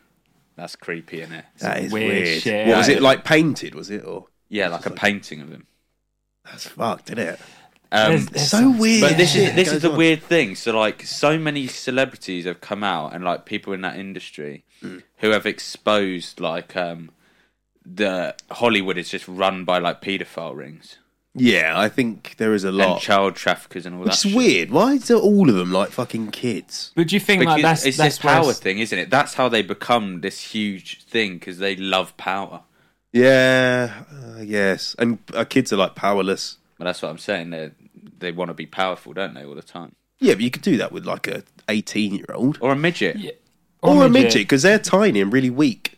Speaker 3: That's creepy, is it?
Speaker 2: That is
Speaker 4: Weird
Speaker 2: weird.
Speaker 4: shit.
Speaker 2: What was
Speaker 3: Yeah.
Speaker 2: it like? Painted was it or?
Speaker 3: Yeah, like a painting of him.
Speaker 2: That's fucked, isn't it?
Speaker 3: Um,
Speaker 4: There's-
Speaker 2: So weird.
Speaker 3: but this is
Speaker 2: shit
Speaker 3: this is
Speaker 2: goes
Speaker 3: the
Speaker 2: on.
Speaker 3: weird thing. So like, so many celebrities have come out, and like people in that industry
Speaker 2: Hmm.
Speaker 3: who have exposed like um, the Hollywood is just run by like paedophile rings.
Speaker 2: Yeah, I think there is a
Speaker 3: and
Speaker 2: lot.
Speaker 3: child traffickers and all that.
Speaker 2: It's
Speaker 3: shit.
Speaker 2: weird. Why is all of them like fucking kids?
Speaker 4: But do you think
Speaker 3: Because
Speaker 4: like that's
Speaker 3: it's
Speaker 4: that's
Speaker 3: this
Speaker 4: where
Speaker 3: power
Speaker 4: it's-
Speaker 3: thing, isn't it? That's how they become this huge thing because they love power.
Speaker 2: Yeah, uh, yes. And uh, kids are like powerless.
Speaker 3: But that's what I'm saying. They they want to be powerful, don't they, all the time?
Speaker 2: Yeah, but you could do that with like a 18 year old
Speaker 3: Or a midget.
Speaker 4: Yeah.
Speaker 2: or, a
Speaker 4: midget.
Speaker 2: midget because they're tiny and really weak.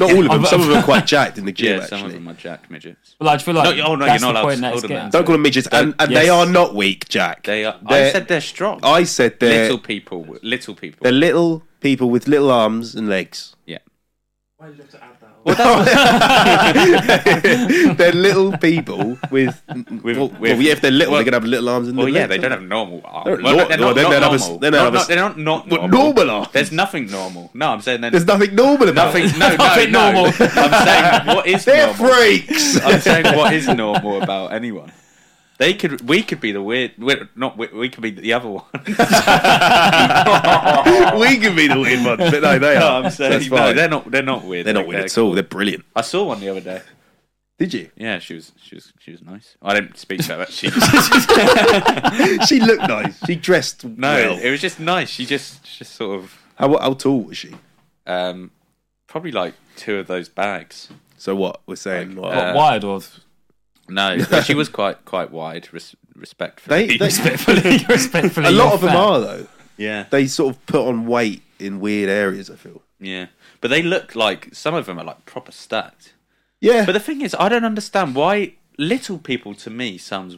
Speaker 2: Not all of them. Some of them are quite jacked in the
Speaker 3: Yeah,
Speaker 2: gym.
Speaker 3: some
Speaker 2: actually,
Speaker 3: of them are jacked midgets.
Speaker 4: But like, I feel like
Speaker 3: No, oh, no,
Speaker 4: that's
Speaker 3: you're not
Speaker 4: the
Speaker 3: allowed
Speaker 4: point
Speaker 3: to
Speaker 4: that it's
Speaker 3: hold 'em
Speaker 4: getting
Speaker 3: now.
Speaker 2: don't call them midgets, and, and they
Speaker 4: yes.
Speaker 2: are not weak, Jack.
Speaker 3: They are. I
Speaker 2: They're-
Speaker 3: said they're strong.
Speaker 2: I said they're
Speaker 3: little people. Little people.
Speaker 2: they're little people with little arms and legs.
Speaker 3: yeah.
Speaker 5: Why did you have to add that?
Speaker 2: they're little people with, well,
Speaker 3: with-
Speaker 2: well, yeah. If they're little,
Speaker 3: well-
Speaker 2: they're gonna have little arms and
Speaker 3: Well,
Speaker 2: little
Speaker 3: yeah,
Speaker 2: legs,
Speaker 3: they don't
Speaker 2: aren't
Speaker 3: have normal arms.
Speaker 2: They're
Speaker 3: Well,
Speaker 2: nor-
Speaker 3: they're
Speaker 2: no,
Speaker 3: not,
Speaker 2: they
Speaker 3: not
Speaker 2: don't have a s-
Speaker 3: normal.
Speaker 2: they don't
Speaker 3: Not-
Speaker 2: have a
Speaker 3: not-
Speaker 2: s-
Speaker 3: they're not, not
Speaker 2: Well,
Speaker 3: normal.
Speaker 2: normal arms.
Speaker 3: There's nothing normal. No, I'm saying they're
Speaker 2: There's nothing normal about
Speaker 3: nothing.
Speaker 2: them.
Speaker 3: No, no,
Speaker 4: nothing
Speaker 3: no.
Speaker 4: normal.
Speaker 3: I'm saying what is
Speaker 2: They're
Speaker 3: normal.
Speaker 2: freaks.
Speaker 3: I'm saying what is normal about anyone. They could, we could be the weird, we're, not we, we could be the other one.
Speaker 2: we can be the weird ones, but no, they are.
Speaker 3: I'm
Speaker 2: That's
Speaker 3: saying no,
Speaker 2: fine.
Speaker 3: they're not. They're not weird.
Speaker 2: They're not weird at all. They're brilliant.
Speaker 3: I saw one the other day.
Speaker 2: Did you?
Speaker 3: Yeah, she was, she was, she was nice. I didn't speak to her. but She,
Speaker 2: she looked nice. She dressed
Speaker 3: no,
Speaker 2: well.
Speaker 3: it was just nice. She just, just sort of,
Speaker 2: How, how tall was she?
Speaker 3: um, probably like two of those bags.
Speaker 2: So what we're saying? what,
Speaker 4: What, wide or
Speaker 3: No, but she was quite, quite wide. Res- respectfully,
Speaker 2: they, they,
Speaker 4: respectfully, respectfully.
Speaker 2: a lot
Speaker 4: you're
Speaker 2: of them
Speaker 4: fat.
Speaker 2: are though.
Speaker 3: yeah,
Speaker 2: They sort of put on weight in weird areas. I feel.
Speaker 3: yeah. But they look like some of them are like proper stacked.
Speaker 2: Yeah,
Speaker 3: But the thing is, I don't understand why little people to me sounds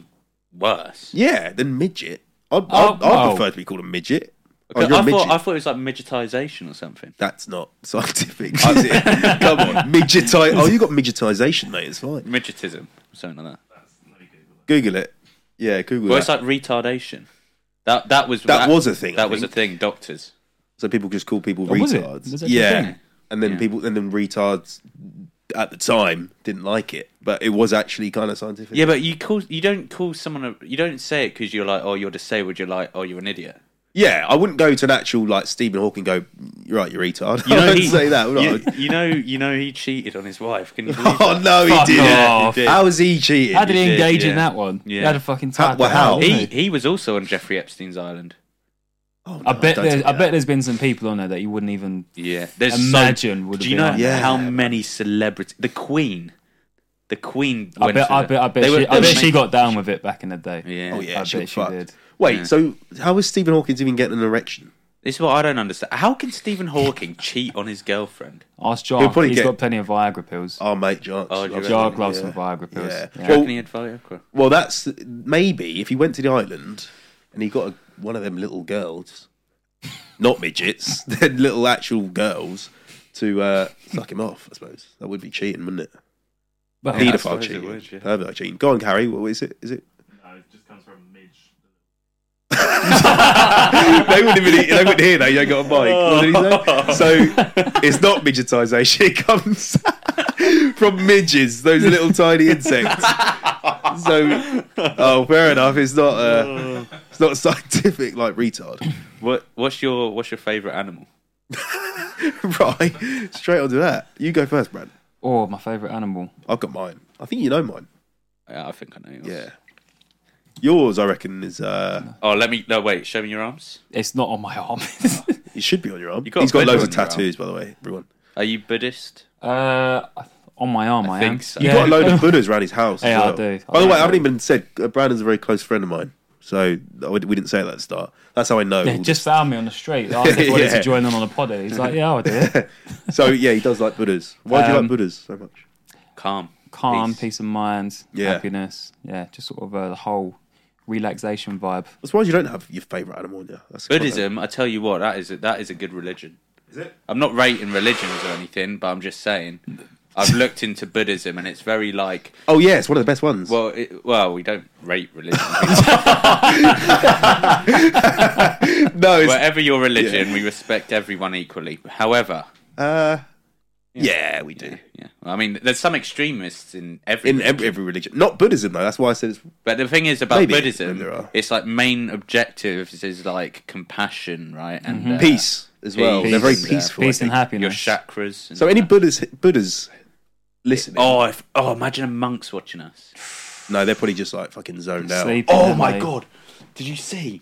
Speaker 3: worse.
Speaker 2: yeah. Then midget. I'd, I'd,
Speaker 4: Oh,
Speaker 2: I'd
Speaker 4: oh.
Speaker 2: prefer to be called a midget. Oh,
Speaker 3: I
Speaker 2: you're a
Speaker 3: thought
Speaker 2: midget.
Speaker 3: I thought it was like midgetization or something.
Speaker 2: That's not scientific, is it? Come on, midgeti. Oh, you got midgetization, mate. It's fine.
Speaker 3: Midgetism, something like that.
Speaker 2: Google it. Yeah, Google
Speaker 3: Well, it's
Speaker 2: that.
Speaker 3: like retardation. That that was
Speaker 2: That was a thing, I
Speaker 3: That was a
Speaker 2: think.
Speaker 3: thing. Doctors.
Speaker 2: So people just call people
Speaker 4: was it?
Speaker 2: retards.
Speaker 4: Was it a
Speaker 2: yeah.
Speaker 4: thing?
Speaker 2: And then
Speaker 3: Yeah.
Speaker 2: people and then retards at the time didn't like it, but it was actually kind of scientific.
Speaker 3: Yeah, but you call you don't call someone a, you don't say it because you're like oh you're disabled you're like oh you're an idiot.
Speaker 2: Yeah, I wouldn't go to an actual like Stephen Hawking and go, You're right, you're retard.
Speaker 3: You
Speaker 2: I
Speaker 3: know
Speaker 2: wouldn't
Speaker 3: he-
Speaker 2: say that, would I?
Speaker 3: You, you know you know he cheated on his wife. Can you believe
Speaker 2: Oh
Speaker 3: that?
Speaker 2: no, he
Speaker 4: Fuck
Speaker 2: didn't.
Speaker 4: off.
Speaker 2: How was he cheating?
Speaker 4: How did he
Speaker 3: did,
Speaker 4: engage
Speaker 3: yeah.
Speaker 4: in that one?
Speaker 3: Yeah.
Speaker 4: He had a fucking
Speaker 2: How-
Speaker 4: type.
Speaker 2: well, how?
Speaker 3: He he was also on Jeffrey Epstein's island.
Speaker 2: Oh, no,
Speaker 4: I bet.
Speaker 2: don't
Speaker 4: There,
Speaker 2: tell
Speaker 4: I
Speaker 2: me
Speaker 4: bet there's been some people on there that you wouldn't even.
Speaker 3: Yeah, there's
Speaker 4: Imagine
Speaker 3: So,
Speaker 4: would
Speaker 3: do
Speaker 4: have
Speaker 3: you
Speaker 4: been
Speaker 3: know
Speaker 4: like
Speaker 2: that.
Speaker 3: how
Speaker 2: Yeah.
Speaker 3: many celebrities? The Queen, the Queen.
Speaker 4: I
Speaker 3: went
Speaker 4: bet.
Speaker 3: to
Speaker 4: I
Speaker 3: the-
Speaker 4: bet. I bet.
Speaker 3: they
Speaker 4: She,
Speaker 3: were-
Speaker 4: I
Speaker 3: they
Speaker 4: bet
Speaker 3: were
Speaker 4: she
Speaker 3: made-
Speaker 4: got down with it back in the day.
Speaker 3: Yeah.
Speaker 2: that. Oh yeah,
Speaker 4: I
Speaker 2: she,
Speaker 4: bet
Speaker 2: was
Speaker 4: she
Speaker 2: fucked.
Speaker 4: did.
Speaker 2: Wait, so how was Stephen Hawking even getting an erection?
Speaker 3: This is what I don't understand. How can Stephen Hawking cheat on his girlfriend?
Speaker 4: Ask
Speaker 2: He'll
Speaker 4: Jar.
Speaker 2: probably
Speaker 4: He's
Speaker 2: get-
Speaker 4: got plenty of Viagra pills.
Speaker 2: Oh mate, John.
Speaker 3: Oh, do you
Speaker 4: Jar
Speaker 3: yeah.
Speaker 4: loves some Viagra pills.
Speaker 2: Yeah.
Speaker 4: Yeah.
Speaker 2: Well-
Speaker 3: Can he had Viagra?
Speaker 2: Well, that's maybe if he went to the island and he got a, one of them little girls, not midgets, they're little actual girls, to uh, suck him off. I suppose that would be cheating, wouldn't it?
Speaker 4: But
Speaker 3: Yeah. I
Speaker 2: Paedophile
Speaker 3: suppose it
Speaker 2: cheating,
Speaker 3: would, yeah.
Speaker 2: Pedophile cheating. Go on, Carrie. What is it? Is it?
Speaker 5: No, it just comes from Midge.
Speaker 2: they wouldn't even. They wouldn't hear that. You ain't got a mic. What did
Speaker 3: Oh.
Speaker 2: he say? So it's not midgetization. It comes from midges, those little tiny insects. So, oh, fair enough. It's not. Uh, It's not scientific like retard.
Speaker 3: What what's your what's your favorite animal?
Speaker 2: right. Straight onto that. You go first, Brad.
Speaker 4: Or my favourite animal.
Speaker 2: I've got mine. I think you know mine.
Speaker 3: Yeah, I think I know. Yours.
Speaker 2: Yeah. Yours, I reckon, is uh
Speaker 3: Oh, let me. No, wait. Show me your arms.
Speaker 4: It's not on my arm.
Speaker 2: it should be on your arm.
Speaker 3: You got
Speaker 2: He's got
Speaker 3: a
Speaker 2: loads of
Speaker 3: Buddha on your
Speaker 2: tattoos, by the way, everyone.
Speaker 3: Are you Buddhist?
Speaker 4: uh, on my arm, I,
Speaker 3: think
Speaker 4: am.
Speaker 3: so.
Speaker 2: You've got a load of Buddhas around his house. as
Speaker 4: Yeah, I
Speaker 2: well.
Speaker 4: do.
Speaker 2: By the way,
Speaker 4: I do.
Speaker 2: I haven't even said uh, Brandon's a very close friend of mine. So I would- we didn't say that at the start. That's how I know.
Speaker 4: Yeah, just found me on the street. I asked if he wanted to join them on a pod. He's like, yeah, I'll do it.
Speaker 2: So yeah, he does like Buddhas. Why do you
Speaker 4: Um,
Speaker 2: like Buddhas so much?
Speaker 3: Calm.
Speaker 4: Calm, peace, of mind,
Speaker 2: Yeah.
Speaker 4: happiness. Yeah, just sort of uh, the whole relaxation vibe.
Speaker 2: That's why you don't have your favorite animal on you. That's quite a-
Speaker 3: Buddhism. I tell you what, that is a, that is a good religion. Is it? I'm not rating religions or anything, but I'm just saying. I've looked into Buddhism, and it's very like.
Speaker 2: Oh yeah, it's one of the best ones.
Speaker 3: Well, it, well, we don't rate religion.
Speaker 2: no, it's,
Speaker 3: Whatever your religion, we respect everyone equally. However,
Speaker 2: uh, yeah, we do.
Speaker 3: yeah, I mean, there's some extremists in every
Speaker 2: In every, every religion, not Buddhism though. That's why I said it's
Speaker 3: But the thing is about
Speaker 2: Maybe.
Speaker 3: Buddhism,
Speaker 2: Maybe there are.
Speaker 3: it's like main objectives is like compassion, right? And uh,
Speaker 2: peace as well.
Speaker 3: Peace.
Speaker 2: They're very
Speaker 3: Peace,
Speaker 4: yeah.
Speaker 2: peaceful. I
Speaker 4: Peace and Oh.
Speaker 2: think.
Speaker 3: your
Speaker 4: happiness.
Speaker 3: chakras. And
Speaker 2: So any Buddhas, Buddhas listening?
Speaker 3: oh, if, oh, imagine a monk's watching us.
Speaker 2: no, they're probably just like fucking zoned out.
Speaker 4: Sleeping
Speaker 3: Oh
Speaker 4: and,
Speaker 3: my
Speaker 4: like-
Speaker 3: god, did you see?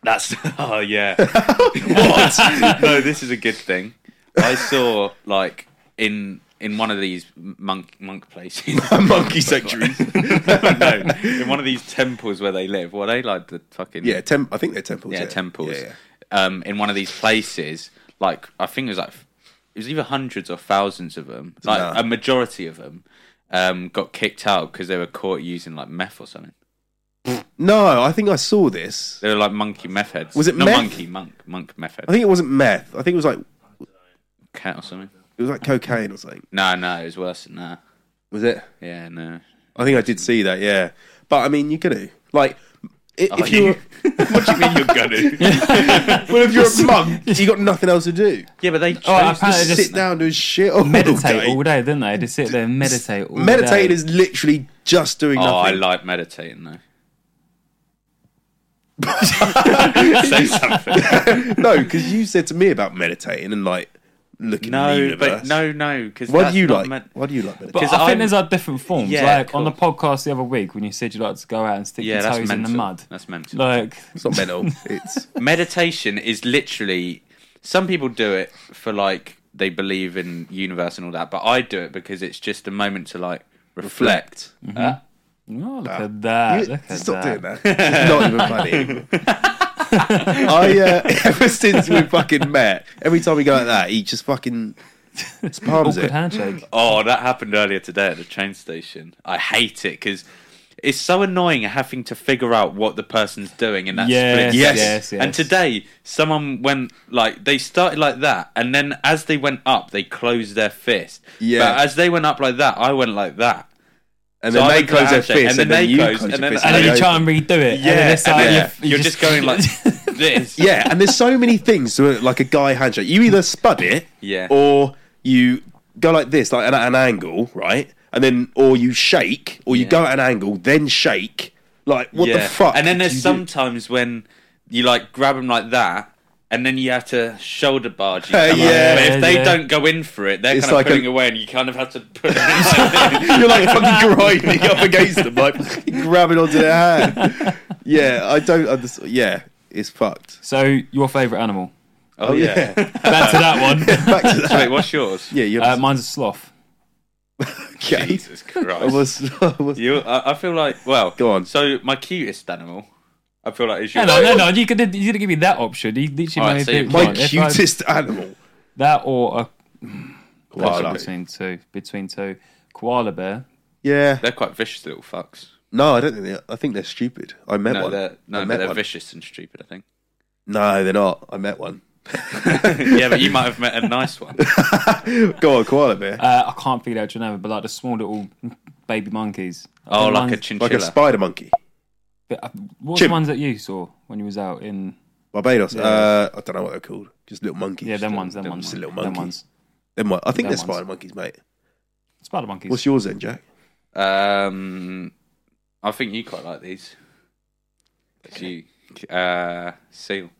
Speaker 3: That's oh yeah. what? no, this is a good thing. I saw like in in one of these monk monk places.
Speaker 2: Monkey sanctuaries.
Speaker 3: no, in one of these temples where they live. What they like the fucking
Speaker 2: yeah, tem- I think they're temples.
Speaker 3: yeah, temples
Speaker 2: Yeah, yeah.
Speaker 3: Um, in one of these places like i think it was like it was either hundreds or thousands of them like
Speaker 2: Nah.
Speaker 3: a majority of them um, got kicked out because they were caught using like meth or something
Speaker 2: No, I think I saw this.
Speaker 3: they were like monkey meth heads
Speaker 2: Was it
Speaker 3: not
Speaker 2: meth?
Speaker 3: monkey monk monk meth head
Speaker 2: I think it wasn't meth. I think it was like it
Speaker 3: cat or something
Speaker 2: was like cocaine or something.
Speaker 3: no no it was worse than that
Speaker 2: Was it?
Speaker 3: yeah no
Speaker 2: I think I did see that. Yeah, but I mean, you're gonna like i-
Speaker 3: Are
Speaker 2: if you are
Speaker 3: what do you mean you're gonna
Speaker 2: well, if you're a monk, you got nothing else to do.
Speaker 3: yeah but they chose
Speaker 4: Oh,
Speaker 3: to
Speaker 4: apparently
Speaker 2: Just
Speaker 4: just
Speaker 2: sit down and shit. All
Speaker 4: meditate
Speaker 2: day.
Speaker 4: all day, didn't they? Just sit there and meditate all
Speaker 2: Meditating
Speaker 4: day.
Speaker 2: is literally just doing
Speaker 3: Oh, I
Speaker 2: nothing.
Speaker 3: like meditating though. Say something.
Speaker 2: no, because you said to me about meditating and like looking. at the
Speaker 3: No,
Speaker 2: universe.
Speaker 3: but no, no. Because
Speaker 2: What do you like? what do you like? Meditating?
Speaker 4: But
Speaker 3: 'Cause
Speaker 4: I think
Speaker 3: I'm-
Speaker 4: there's like different forms.
Speaker 3: Yeah,
Speaker 4: like on the podcast the other week when you said you like to go out and stick
Speaker 3: Yeah,
Speaker 4: your
Speaker 3: that's
Speaker 4: toes
Speaker 3: mental.
Speaker 4: in the mud.
Speaker 3: That's mental.
Speaker 4: Like, oh,
Speaker 2: It's not mental. It's
Speaker 3: Meditation is literally. Some people do it for like they believe in universe and all that, but I do it because it's just a moment to like reflect. Uh,
Speaker 4: oh, look at that.
Speaker 2: You-
Speaker 4: look at
Speaker 2: stop doing
Speaker 4: that.
Speaker 2: that. It's not even funny. anymore. I uh, ever since we fucking met, every time we go like that, he just fucking just palms
Speaker 4: Awkward
Speaker 2: it.
Speaker 4: handshake.
Speaker 3: oh, that happened earlier today at the train station. I hate it because. It's so annoying having to figure out what the person's doing in that
Speaker 4: Yes,
Speaker 3: split
Speaker 4: yes,
Speaker 3: second.
Speaker 4: yes, yes.
Speaker 3: And today, someone went like they started like that, and then as they went up, they closed their fist.
Speaker 2: Yeah.
Speaker 3: But as they went up like that, I went like that.
Speaker 2: And
Speaker 3: So
Speaker 2: then
Speaker 3: I
Speaker 2: they
Speaker 3: went to
Speaker 2: close their
Speaker 3: handshake,
Speaker 2: fist, and, then,
Speaker 3: they
Speaker 2: you
Speaker 3: close,
Speaker 2: close your
Speaker 3: and then-
Speaker 2: fist.
Speaker 4: And then
Speaker 2: they
Speaker 4: you try and redo it. Yeah, and then it's
Speaker 3: and
Speaker 4: like
Speaker 3: then
Speaker 4: you're,
Speaker 3: you're just going like this.
Speaker 2: Yeah, and there's so many things to it, like a guy handshake. You either spud it,
Speaker 3: Yeah.
Speaker 2: or you go like this, like at an angle, right? And then, or you shake, or you
Speaker 3: Yeah.
Speaker 2: go at an angle, then shake. Like what
Speaker 3: Yeah.
Speaker 2: the fuck?
Speaker 3: And then
Speaker 2: do
Speaker 3: there's
Speaker 2: you do?
Speaker 3: sometimes when you like grab them like that, and then you have to shoulder barge. each
Speaker 2: Uh,
Speaker 3: other.
Speaker 2: yeah,
Speaker 3: But
Speaker 4: yeah.
Speaker 3: if they don't go in for it, they're
Speaker 2: It's
Speaker 3: kind of
Speaker 2: like
Speaker 3: pulling
Speaker 2: a-
Speaker 3: away, and you kind of have to put them like this.
Speaker 2: You're like fucking grinding up against them, like fucking grabbing onto their hand. Yeah, I don't understand. Yeah, it's fucked.
Speaker 4: So, your favourite animal?
Speaker 3: Oh yeah.
Speaker 4: Back to that one.
Speaker 2: Back to that.
Speaker 3: Wait, what's yours?
Speaker 2: Yeah, you're
Speaker 4: Uh, mine's a sloth.
Speaker 2: okay.
Speaker 3: Jesus
Speaker 2: I
Speaker 3: Christ.
Speaker 2: was, I was-
Speaker 3: You, I, I feel like well,
Speaker 2: Go on.
Speaker 3: So my cutest animal, I feel like is
Speaker 4: No,
Speaker 3: yours.
Speaker 4: no, no, no. You, could, you didn't give me that option. You literally
Speaker 3: Alright,
Speaker 4: made
Speaker 3: so
Speaker 4: me
Speaker 3: you-
Speaker 4: pick
Speaker 2: my
Speaker 4: one. If I-
Speaker 2: cutest animal.
Speaker 4: That or a
Speaker 2: Koala.
Speaker 4: between two. Between two. Koala bear.
Speaker 2: Yeah.
Speaker 3: They're quite vicious little fucks.
Speaker 2: No, I don't think they. I think they're stupid. I met
Speaker 3: No,
Speaker 2: one.
Speaker 3: they're
Speaker 2: I
Speaker 3: no,
Speaker 2: met
Speaker 3: but they're
Speaker 2: one.
Speaker 3: vicious and stupid. I think.
Speaker 2: No, they're not. I met one.
Speaker 3: yeah, but you might have met a nice one.
Speaker 2: Go on, koala bear.
Speaker 4: Uh, I can't figure out your name, but like the small little baby monkeys.
Speaker 3: Oh, like a
Speaker 4: The ones-
Speaker 2: like a
Speaker 3: chinchilla.
Speaker 2: spider monkey.
Speaker 4: But, uh, what were the
Speaker 2: Chimp.
Speaker 4: ones that you saw when you was out in?
Speaker 2: Barbados. Uh, I don't know what they're called. Just little monkeys.
Speaker 4: Yeah, them ones, them ones,
Speaker 2: just a little
Speaker 4: them
Speaker 2: monkey.
Speaker 4: ones.
Speaker 2: Them one. I think they're
Speaker 4: Them ones.
Speaker 2: spider monkeys, mate.
Speaker 4: Spider monkeys.
Speaker 2: What's yours then, Jack?
Speaker 3: Um, I think you quite like these. G, uh, seal.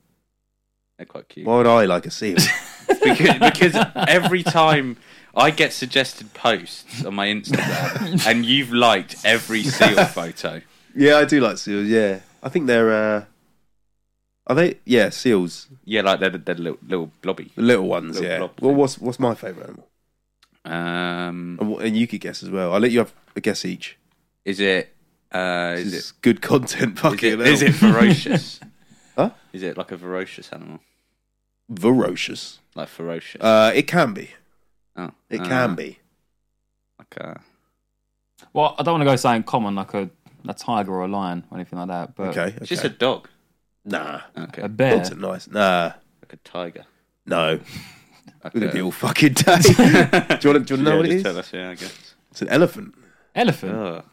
Speaker 3: They're quite cute.
Speaker 2: Why would I like a seal?
Speaker 3: because, because every time I get suggested posts on my Instagram, and you've liked every seal photo.
Speaker 2: yeah, I do like seals. Yeah, I think they're. uh Are they? Yeah, seals.
Speaker 3: Yeah, like they're they're little, little blobby.
Speaker 2: The little ones.
Speaker 3: Little
Speaker 2: yeah.
Speaker 3: blob
Speaker 2: well,
Speaker 3: thing.
Speaker 2: what's what's my favorite animal?
Speaker 3: Um,
Speaker 2: And, what- and you could guess as well. I'll let you have a guess each.
Speaker 3: is it? Uh,
Speaker 2: This
Speaker 3: is
Speaker 2: is
Speaker 3: it?
Speaker 2: good content.
Speaker 3: Is
Speaker 2: Fucking
Speaker 3: it, is it
Speaker 2: hell.
Speaker 3: ferocious?
Speaker 2: Huh?
Speaker 3: Is it like a ferocious animal?
Speaker 2: ferocious?
Speaker 3: Like ferocious?
Speaker 2: Uh, it can be.
Speaker 3: oh,
Speaker 2: It
Speaker 3: uh,
Speaker 2: can be.
Speaker 3: Like a,
Speaker 4: Well, I don't want to go saying common like a, a tiger or a lion or anything like that,
Speaker 3: Oh.
Speaker 4: but
Speaker 2: Okay. Uh, okay.
Speaker 3: It's just a dog.
Speaker 2: nah.
Speaker 3: Okay.
Speaker 4: a bear.
Speaker 2: Dogs are nice. Nah.
Speaker 3: like a tiger.
Speaker 2: No.
Speaker 3: Like
Speaker 2: We're gonna
Speaker 3: a-
Speaker 2: be all fucking day. do you want to, do you want to know
Speaker 3: yeah,
Speaker 2: what it
Speaker 3: just
Speaker 2: is?
Speaker 3: Tell us, yeah, I guess.
Speaker 2: It's an elephant.
Speaker 4: Elephant.
Speaker 3: Ugh.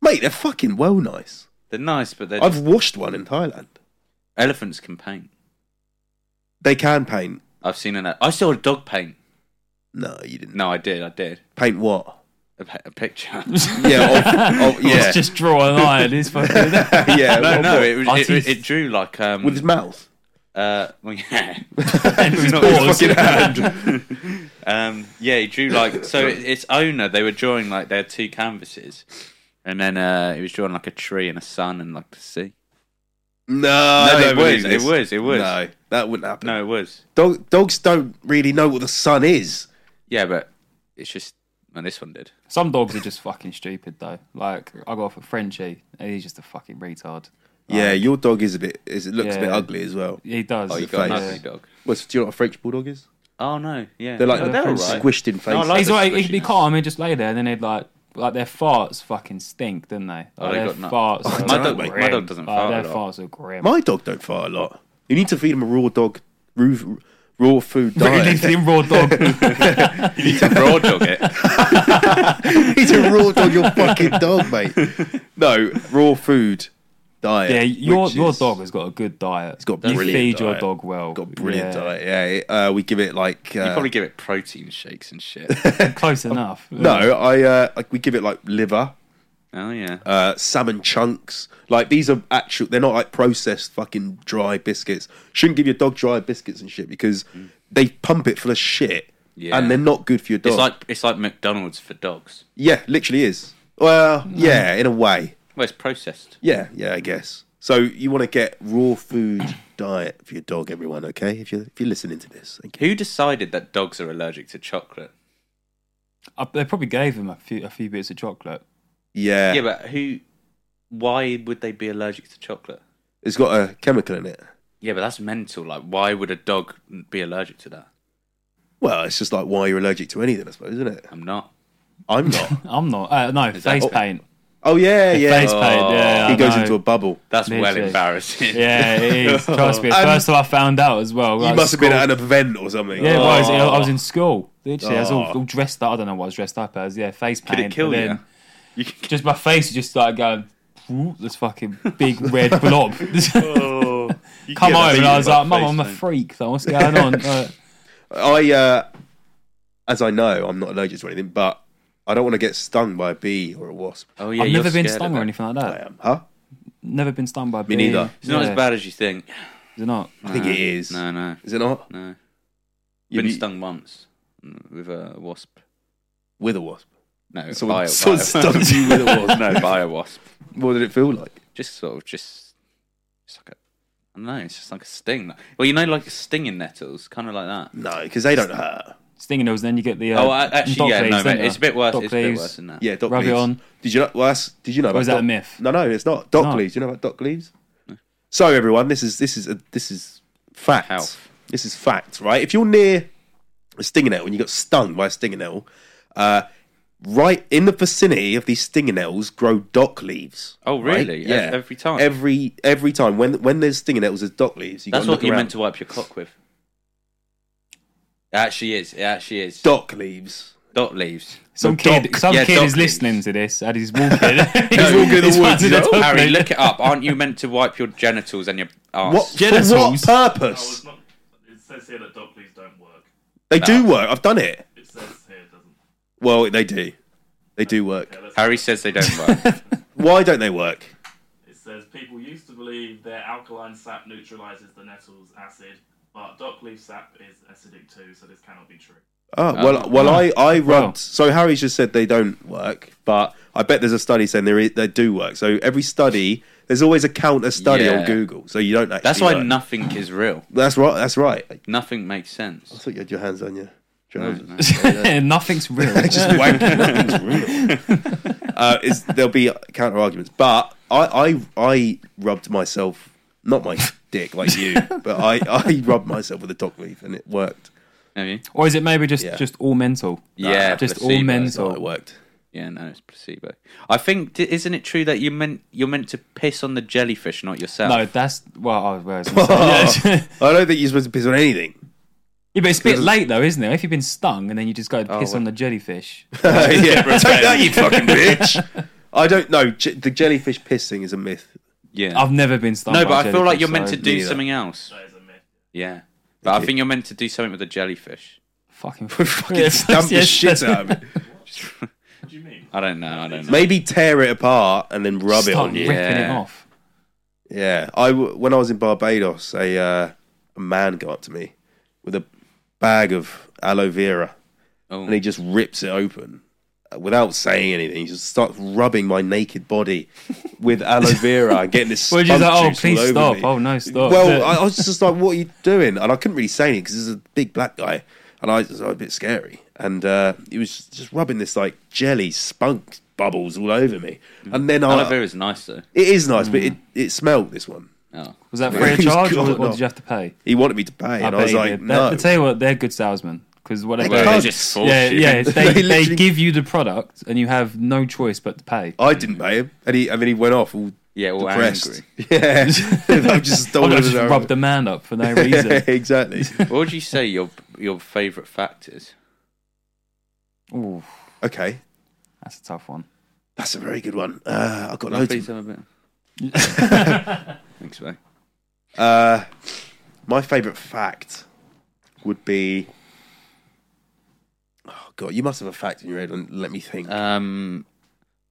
Speaker 2: Mate, they're fucking well nice.
Speaker 3: They're nice, but they're
Speaker 2: I've washed one in Thailand.
Speaker 3: elephants can paint.
Speaker 2: They can paint.
Speaker 3: I've seen an. I saw a dog paint.
Speaker 2: No, you didn't.
Speaker 3: No, I did. I did
Speaker 2: Paint what?
Speaker 3: a, pa- a picture.
Speaker 2: Yeah, of, of, yeah,
Speaker 4: Let's just draw a lion. It's fucking.
Speaker 2: yeah.
Speaker 3: no,
Speaker 2: of
Speaker 3: no,
Speaker 2: what?
Speaker 3: it, was- it,
Speaker 4: Artist.
Speaker 3: it drew like um.
Speaker 2: with his mouth.
Speaker 3: uh, well, yeah.
Speaker 4: his
Speaker 3: Not
Speaker 4: paws.
Speaker 3: his fucking hand. um, yeah, he drew like so. It, its owner, they were drawing like their two canvases, and then uh, he was drawing like a tree and a sun and like the sea.
Speaker 2: No,
Speaker 3: No,
Speaker 2: I
Speaker 3: it
Speaker 2: don't believe
Speaker 3: was,
Speaker 2: this.
Speaker 3: it was, it was.
Speaker 2: No, that wouldn't happen.
Speaker 3: No, it was.
Speaker 2: Dog, dogs don't really know what the sun is.
Speaker 3: Yeah, but it's just. Well, this one did.
Speaker 4: Some dogs are just fucking stupid though. Like I got off a Frenchie, and he's just a fucking retard.
Speaker 2: yeah, your dog is a bit. Is, it looks a bit
Speaker 4: Yeah.
Speaker 2: ugly as well.
Speaker 4: He does.
Speaker 3: Oh, you
Speaker 2: your
Speaker 3: got an
Speaker 2: face.
Speaker 3: ugly dog.
Speaker 2: What's, do you know what a French bulldog is?
Speaker 3: Oh no, yeah.
Speaker 2: They're like
Speaker 3: No, they're all right.
Speaker 2: squished in face.
Speaker 3: No, I like
Speaker 4: He's
Speaker 3: the
Speaker 4: like, he'd be
Speaker 3: squishiness.
Speaker 4: calm and just lay there, and then he'd like, like their farts fucking stink, don't they? Like,
Speaker 3: Oh, they
Speaker 4: their
Speaker 3: got nut-
Speaker 4: farts. are
Speaker 3: My dog-
Speaker 4: grim.
Speaker 3: my dog doesn't
Speaker 4: Like,
Speaker 3: fart
Speaker 4: Their
Speaker 3: a lot.
Speaker 4: farts are grim.
Speaker 2: My dog don't fart a lot. You need to feed him a raw dog, raw, raw food
Speaker 4: Really
Speaker 2: diet.
Speaker 4: thin raw dog.
Speaker 3: You need to broad dog it.
Speaker 2: He's a raw dog, your fucking dog, mate. No, raw food diet.
Speaker 4: yeah, your
Speaker 2: which
Speaker 4: your
Speaker 2: is-
Speaker 4: dog has got a good diet. It's
Speaker 2: got
Speaker 4: you
Speaker 2: brilliant
Speaker 4: feed your
Speaker 2: diet.
Speaker 4: dog well.
Speaker 2: got brilliant
Speaker 4: Yeah,
Speaker 2: diet. Yeah, uh, we give it like uh,
Speaker 3: You probably give it protein shakes and shit.
Speaker 4: Close enough.
Speaker 2: no. I uh, like we give it like liver,
Speaker 3: oh yeah.
Speaker 2: uh, salmon chunks. Like these are actual. They're not like processed fucking dry biscuits. Shouldn't give your dog dry biscuits and shit because they pump it full of shit.
Speaker 3: Mm. Yeah.
Speaker 2: And they're not good for your dog.
Speaker 3: It's like it's like McDonald's for dogs.
Speaker 2: yeah, literally is. Well, yeah, in a way.
Speaker 3: Well, it's processed.
Speaker 2: Yeah, yeah, I guess. So you want to get raw food diet for your dog, everyone, okay? If you're if you're listening to this, thank you.
Speaker 3: Who decided that dogs are allergic to chocolate?
Speaker 4: I, they probably gave him a few a few bits of chocolate.
Speaker 2: Yeah,
Speaker 3: Yeah, but who? Why would they be allergic to chocolate?
Speaker 2: it's got a chemical in it.
Speaker 3: Yeah, but that's mental. Like, why would a dog be allergic to that?
Speaker 2: Well, it's just like why you're allergic to anything, I suppose, isn't it?
Speaker 3: I'm not.
Speaker 2: I'm not.
Speaker 4: I'm not. Uh, no,
Speaker 3: Is that-
Speaker 4: face
Speaker 3: oh,
Speaker 4: paint.
Speaker 2: oh yeah, yeah.
Speaker 4: Face paint. Yeah,
Speaker 2: he
Speaker 4: I
Speaker 2: goes
Speaker 4: know.
Speaker 2: into a bubble.
Speaker 3: That's well
Speaker 4: Literally.
Speaker 3: embarrassing.
Speaker 4: Yeah, it is. Trust me. It's the
Speaker 2: Um,
Speaker 4: first time I found out as well.
Speaker 2: You must have been at an event or something.
Speaker 4: Yeah, it
Speaker 2: Oh.
Speaker 4: was. I I was in school. Literally, I was all,
Speaker 2: Oh.
Speaker 4: all dressed up. I don't know what I was dressed up as. Yeah, face paint.
Speaker 3: Could it kill
Speaker 4: and
Speaker 3: you?
Speaker 4: then
Speaker 3: You can
Speaker 4: Just my face just started going. "Whoop," This fucking big red blob.
Speaker 3: Oh,
Speaker 4: Come home, and I was like, "Mum, I'm a freak. Though. What's going on?" Uh,
Speaker 2: I, uh, as I know, I'm not allergic to anything, but I don't want to get stung by a bee or a wasp.
Speaker 3: Oh yeah,
Speaker 4: I've
Speaker 3: you're
Speaker 4: never
Speaker 3: scared
Speaker 4: been
Speaker 3: of
Speaker 4: stung or
Speaker 3: that.
Speaker 4: anything like
Speaker 2: I
Speaker 4: that.
Speaker 2: am, huh?
Speaker 4: Never been stung by a bee.
Speaker 2: neither.
Speaker 3: It's not
Speaker 4: Yeah,
Speaker 3: as bad as you think.
Speaker 4: It's not.
Speaker 2: I think
Speaker 3: No.
Speaker 2: it is.
Speaker 3: No, no,
Speaker 2: Is it not?
Speaker 3: no.
Speaker 2: You'd
Speaker 3: been
Speaker 2: be-
Speaker 3: stung once mm, with a wasp.
Speaker 2: with a wasp.
Speaker 3: No,
Speaker 2: Someone,
Speaker 3: by a
Speaker 2: someone
Speaker 3: by a-
Speaker 2: stung you with a wasp.
Speaker 3: no, by a wasp.
Speaker 2: What did it feel like?
Speaker 3: Just sort of just, it's like a, I don't know, it's just like a sting. Well, you know, like stinging nettles, kind of like that.
Speaker 2: No, because they don't hurt.
Speaker 4: Stinging needles, then you get the. Uh,
Speaker 3: oh, I- actually,
Speaker 4: dock
Speaker 3: yeah, no,
Speaker 4: leaves, don't
Speaker 3: mate, it's
Speaker 4: you?
Speaker 3: a bit worse.
Speaker 4: Dock
Speaker 3: it's a bit
Speaker 4: leaves.
Speaker 3: worse than that.
Speaker 2: Yeah, dock
Speaker 4: Rub it
Speaker 2: leaves.
Speaker 4: on.
Speaker 2: Did you know? Well, that's did you know?
Speaker 4: Or is
Speaker 2: about
Speaker 4: that a
Speaker 2: dock-
Speaker 4: myth?
Speaker 2: No, no, it's not dock
Speaker 4: No.
Speaker 2: leaves. Do you know about dock leaves? So everyone, this is this is a, this is fact.
Speaker 3: Health.
Speaker 2: This is fact, right? If you're near a stinging nettle and you got stung by a stinging nettle, uh, right in the vicinity of these stinging nettles grow dock leaves.
Speaker 3: Oh,
Speaker 2: right?
Speaker 3: really? Ev- every time?
Speaker 2: Every every time when when there's stinging nettles, there's dock leaves. You
Speaker 3: That's
Speaker 2: gotta
Speaker 3: what
Speaker 2: look
Speaker 3: you
Speaker 2: around.
Speaker 3: meant to wipe your cock with. It actually is. It actually is.
Speaker 2: Dock leaves.
Speaker 3: Dot leaves.
Speaker 4: Some
Speaker 2: The dock-
Speaker 4: kid, some
Speaker 3: yeah,
Speaker 4: kid
Speaker 3: dock
Speaker 4: is listening
Speaker 3: leaves.
Speaker 4: to this and he's walking. he's
Speaker 2: walking in the woods,
Speaker 4: finding
Speaker 2: you
Speaker 4: a
Speaker 2: know?
Speaker 4: dock
Speaker 3: Harry,
Speaker 4: leaf.
Speaker 3: look it up. Aren't you meant to wipe your genitals and your arse?
Speaker 2: What for what
Speaker 4: Genitals.
Speaker 5: I
Speaker 2: purpose?
Speaker 5: was not. It says here that dog please don't work.
Speaker 2: They do work. I've done it.
Speaker 5: It says here it doesn't.
Speaker 2: Well, they do. They do work.
Speaker 5: Yeah, that's-
Speaker 3: Harry says they don't work.
Speaker 2: Why don't they work?
Speaker 5: It says people use used to believe their alkaline sap neutralizes the nettle's acid, but dock leaf sap is acidic too, so this cannot be true.
Speaker 2: Oh well, well, I I rubbed. So Harry's just said they don't work, but I bet there's a study saying they they do work. So every study, there's always a counter study on
Speaker 3: Yeah.
Speaker 2: Google. So you don't. Actually
Speaker 3: That's why
Speaker 2: know.
Speaker 3: nothing is real.
Speaker 2: That's right. That's right. I
Speaker 3: Nothing makes sense.
Speaker 2: thought you had your hands on your trousers.
Speaker 4: Nothing's real.
Speaker 2: uh, is there'll be counter arguments. But I, I I rubbed myself, not my dick like you, but I, I rubbed myself with a dock leaf and it worked.
Speaker 3: Have you?
Speaker 4: or is it maybe just
Speaker 2: Yeah.
Speaker 4: just all mental?
Speaker 3: Yeah,
Speaker 4: just all
Speaker 3: placebo.
Speaker 2: So it
Speaker 4: mental.
Speaker 2: worked.
Speaker 3: Yeah, no, it's placebo. I think d- isn't it true that you meant you're meant to piss on the jellyfish, not yourself?
Speaker 4: No, that's well. I was, well, I was gonna say- yeah,
Speaker 2: I don't think you're supposed to piss on anything.
Speaker 4: but it's a bit late though, isn't it? If you've been stung and then you just go piss
Speaker 3: Oh,
Speaker 4: on
Speaker 3: well.
Speaker 4: the jellyfish,
Speaker 2: yeah, take that, you fucking bitch. I don't know. J- the jellyfish pissing is a myth.
Speaker 3: yeah.
Speaker 4: I've never been stung.
Speaker 3: no,
Speaker 4: by
Speaker 3: but
Speaker 4: a
Speaker 3: I feel like
Speaker 4: jellyfish,
Speaker 3: you're meant
Speaker 4: so-
Speaker 3: to do
Speaker 2: neither.
Speaker 3: something else.
Speaker 5: That is a myth.
Speaker 3: Yeah, but I think you're meant to do something with the jellyfish.
Speaker 4: fucking
Speaker 2: Fucking stamp the shit out of it.
Speaker 5: What do you mean?
Speaker 3: I don't know. I don't know.
Speaker 2: Maybe tear it apart and then rub it on you.
Speaker 4: ripping it
Speaker 3: Yeah.
Speaker 4: off.
Speaker 2: Yeah, I w- when I was in Barbados, a uh, a man got up to me with a bag of aloe vera,
Speaker 3: Oh.
Speaker 2: and he just rips it open uh, without saying anything. He just starts rubbing my naked body with aloe vera, and getting this.
Speaker 4: Well,
Speaker 2: Well,
Speaker 4: just like, oh, please stop. Oh, no, stop.
Speaker 2: Well, I, I was just like, "What are you doing?" And I couldn't really say anything because he's a big black guy, and I was a bit scary. And uh, he was just rubbing this like jelly spunk bubbles all over me,
Speaker 4: Mm.
Speaker 2: and then I,
Speaker 3: Aloe vera is nice though.
Speaker 2: it is nice, but it it smelled this one.
Speaker 3: Oh.
Speaker 4: was that
Speaker 2: Yeah.
Speaker 4: free of
Speaker 2: He's
Speaker 4: charge,
Speaker 2: got
Speaker 4: or, or
Speaker 2: off.
Speaker 4: did you have to pay?
Speaker 2: He wanted me to pay, and I,
Speaker 4: bet
Speaker 2: was
Speaker 4: you
Speaker 2: like,
Speaker 4: did.
Speaker 2: no.
Speaker 4: They, I tell you what, they're good salesmen because whatever.
Speaker 2: They
Speaker 3: Well, they
Speaker 2: can't-
Speaker 3: just force
Speaker 4: yeah,
Speaker 3: you.
Speaker 4: yeah. They,
Speaker 2: They
Speaker 4: they
Speaker 2: literally-
Speaker 4: give you the product and you have no choice but to pay.
Speaker 2: I didn't pay him, and he and then he went off all
Speaker 3: Yeah, all
Speaker 2: depressed.
Speaker 3: angry.
Speaker 2: Yeah, I've just
Speaker 4: Oh,
Speaker 2: stolen
Speaker 4: no, I
Speaker 2: his
Speaker 4: just rubbed the man up for no reason.
Speaker 2: exactly.
Speaker 3: What would you say your your favourite fact is?
Speaker 4: Ooh,
Speaker 2: Okay,
Speaker 4: that's a tough one.
Speaker 2: that's a very good one. Uh, I've got loads.
Speaker 3: Please
Speaker 2: Of,
Speaker 3: have a bit. Thanks, mate.
Speaker 2: uh, my favourite fact would be. Oh God, you must have a fact in your head, and let me think.
Speaker 3: Um,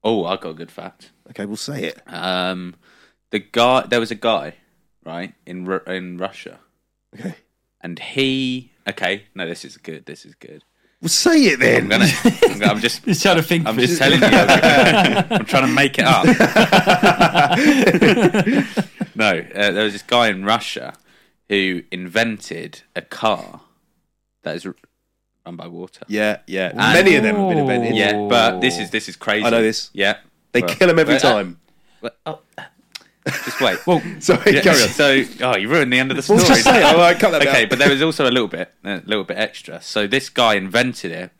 Speaker 3: oh, I got a good fact.
Speaker 2: okay, we'll say it.
Speaker 3: Um, the guy, there was a guy, right in Ru- in Russia,
Speaker 2: Okay,
Speaker 3: and he. Okay, no, this is good. This is good.
Speaker 2: we'll say it then.
Speaker 3: I'm gonna. I'm, gonna- I'm just.
Speaker 4: Just trying to think.
Speaker 3: I'm
Speaker 4: of it.
Speaker 3: just telling you. I'm, trying to make it up. no, uh, there was this guy in Russia who invented a car that is r- run by water.
Speaker 2: Yeah, yeah.
Speaker 3: And-
Speaker 2: Many of them have been invented.
Speaker 3: Ah. Yeah, but this is this is crazy.
Speaker 2: I know this.
Speaker 3: Yeah,
Speaker 2: They
Speaker 3: Well,
Speaker 2: kill him every
Speaker 3: well, uh,
Speaker 2: time.
Speaker 3: well, oh, just wait.
Speaker 4: Well,
Speaker 2: Sorry,
Speaker 3: uh, Yeah,
Speaker 2: carry on.
Speaker 3: So, oh, you ruined the end of the story.
Speaker 2: Well, just say it. All right, cut that bit
Speaker 3: okay,
Speaker 2: out.
Speaker 3: but there was also a little bit, a little bit extra. So this guy invented it,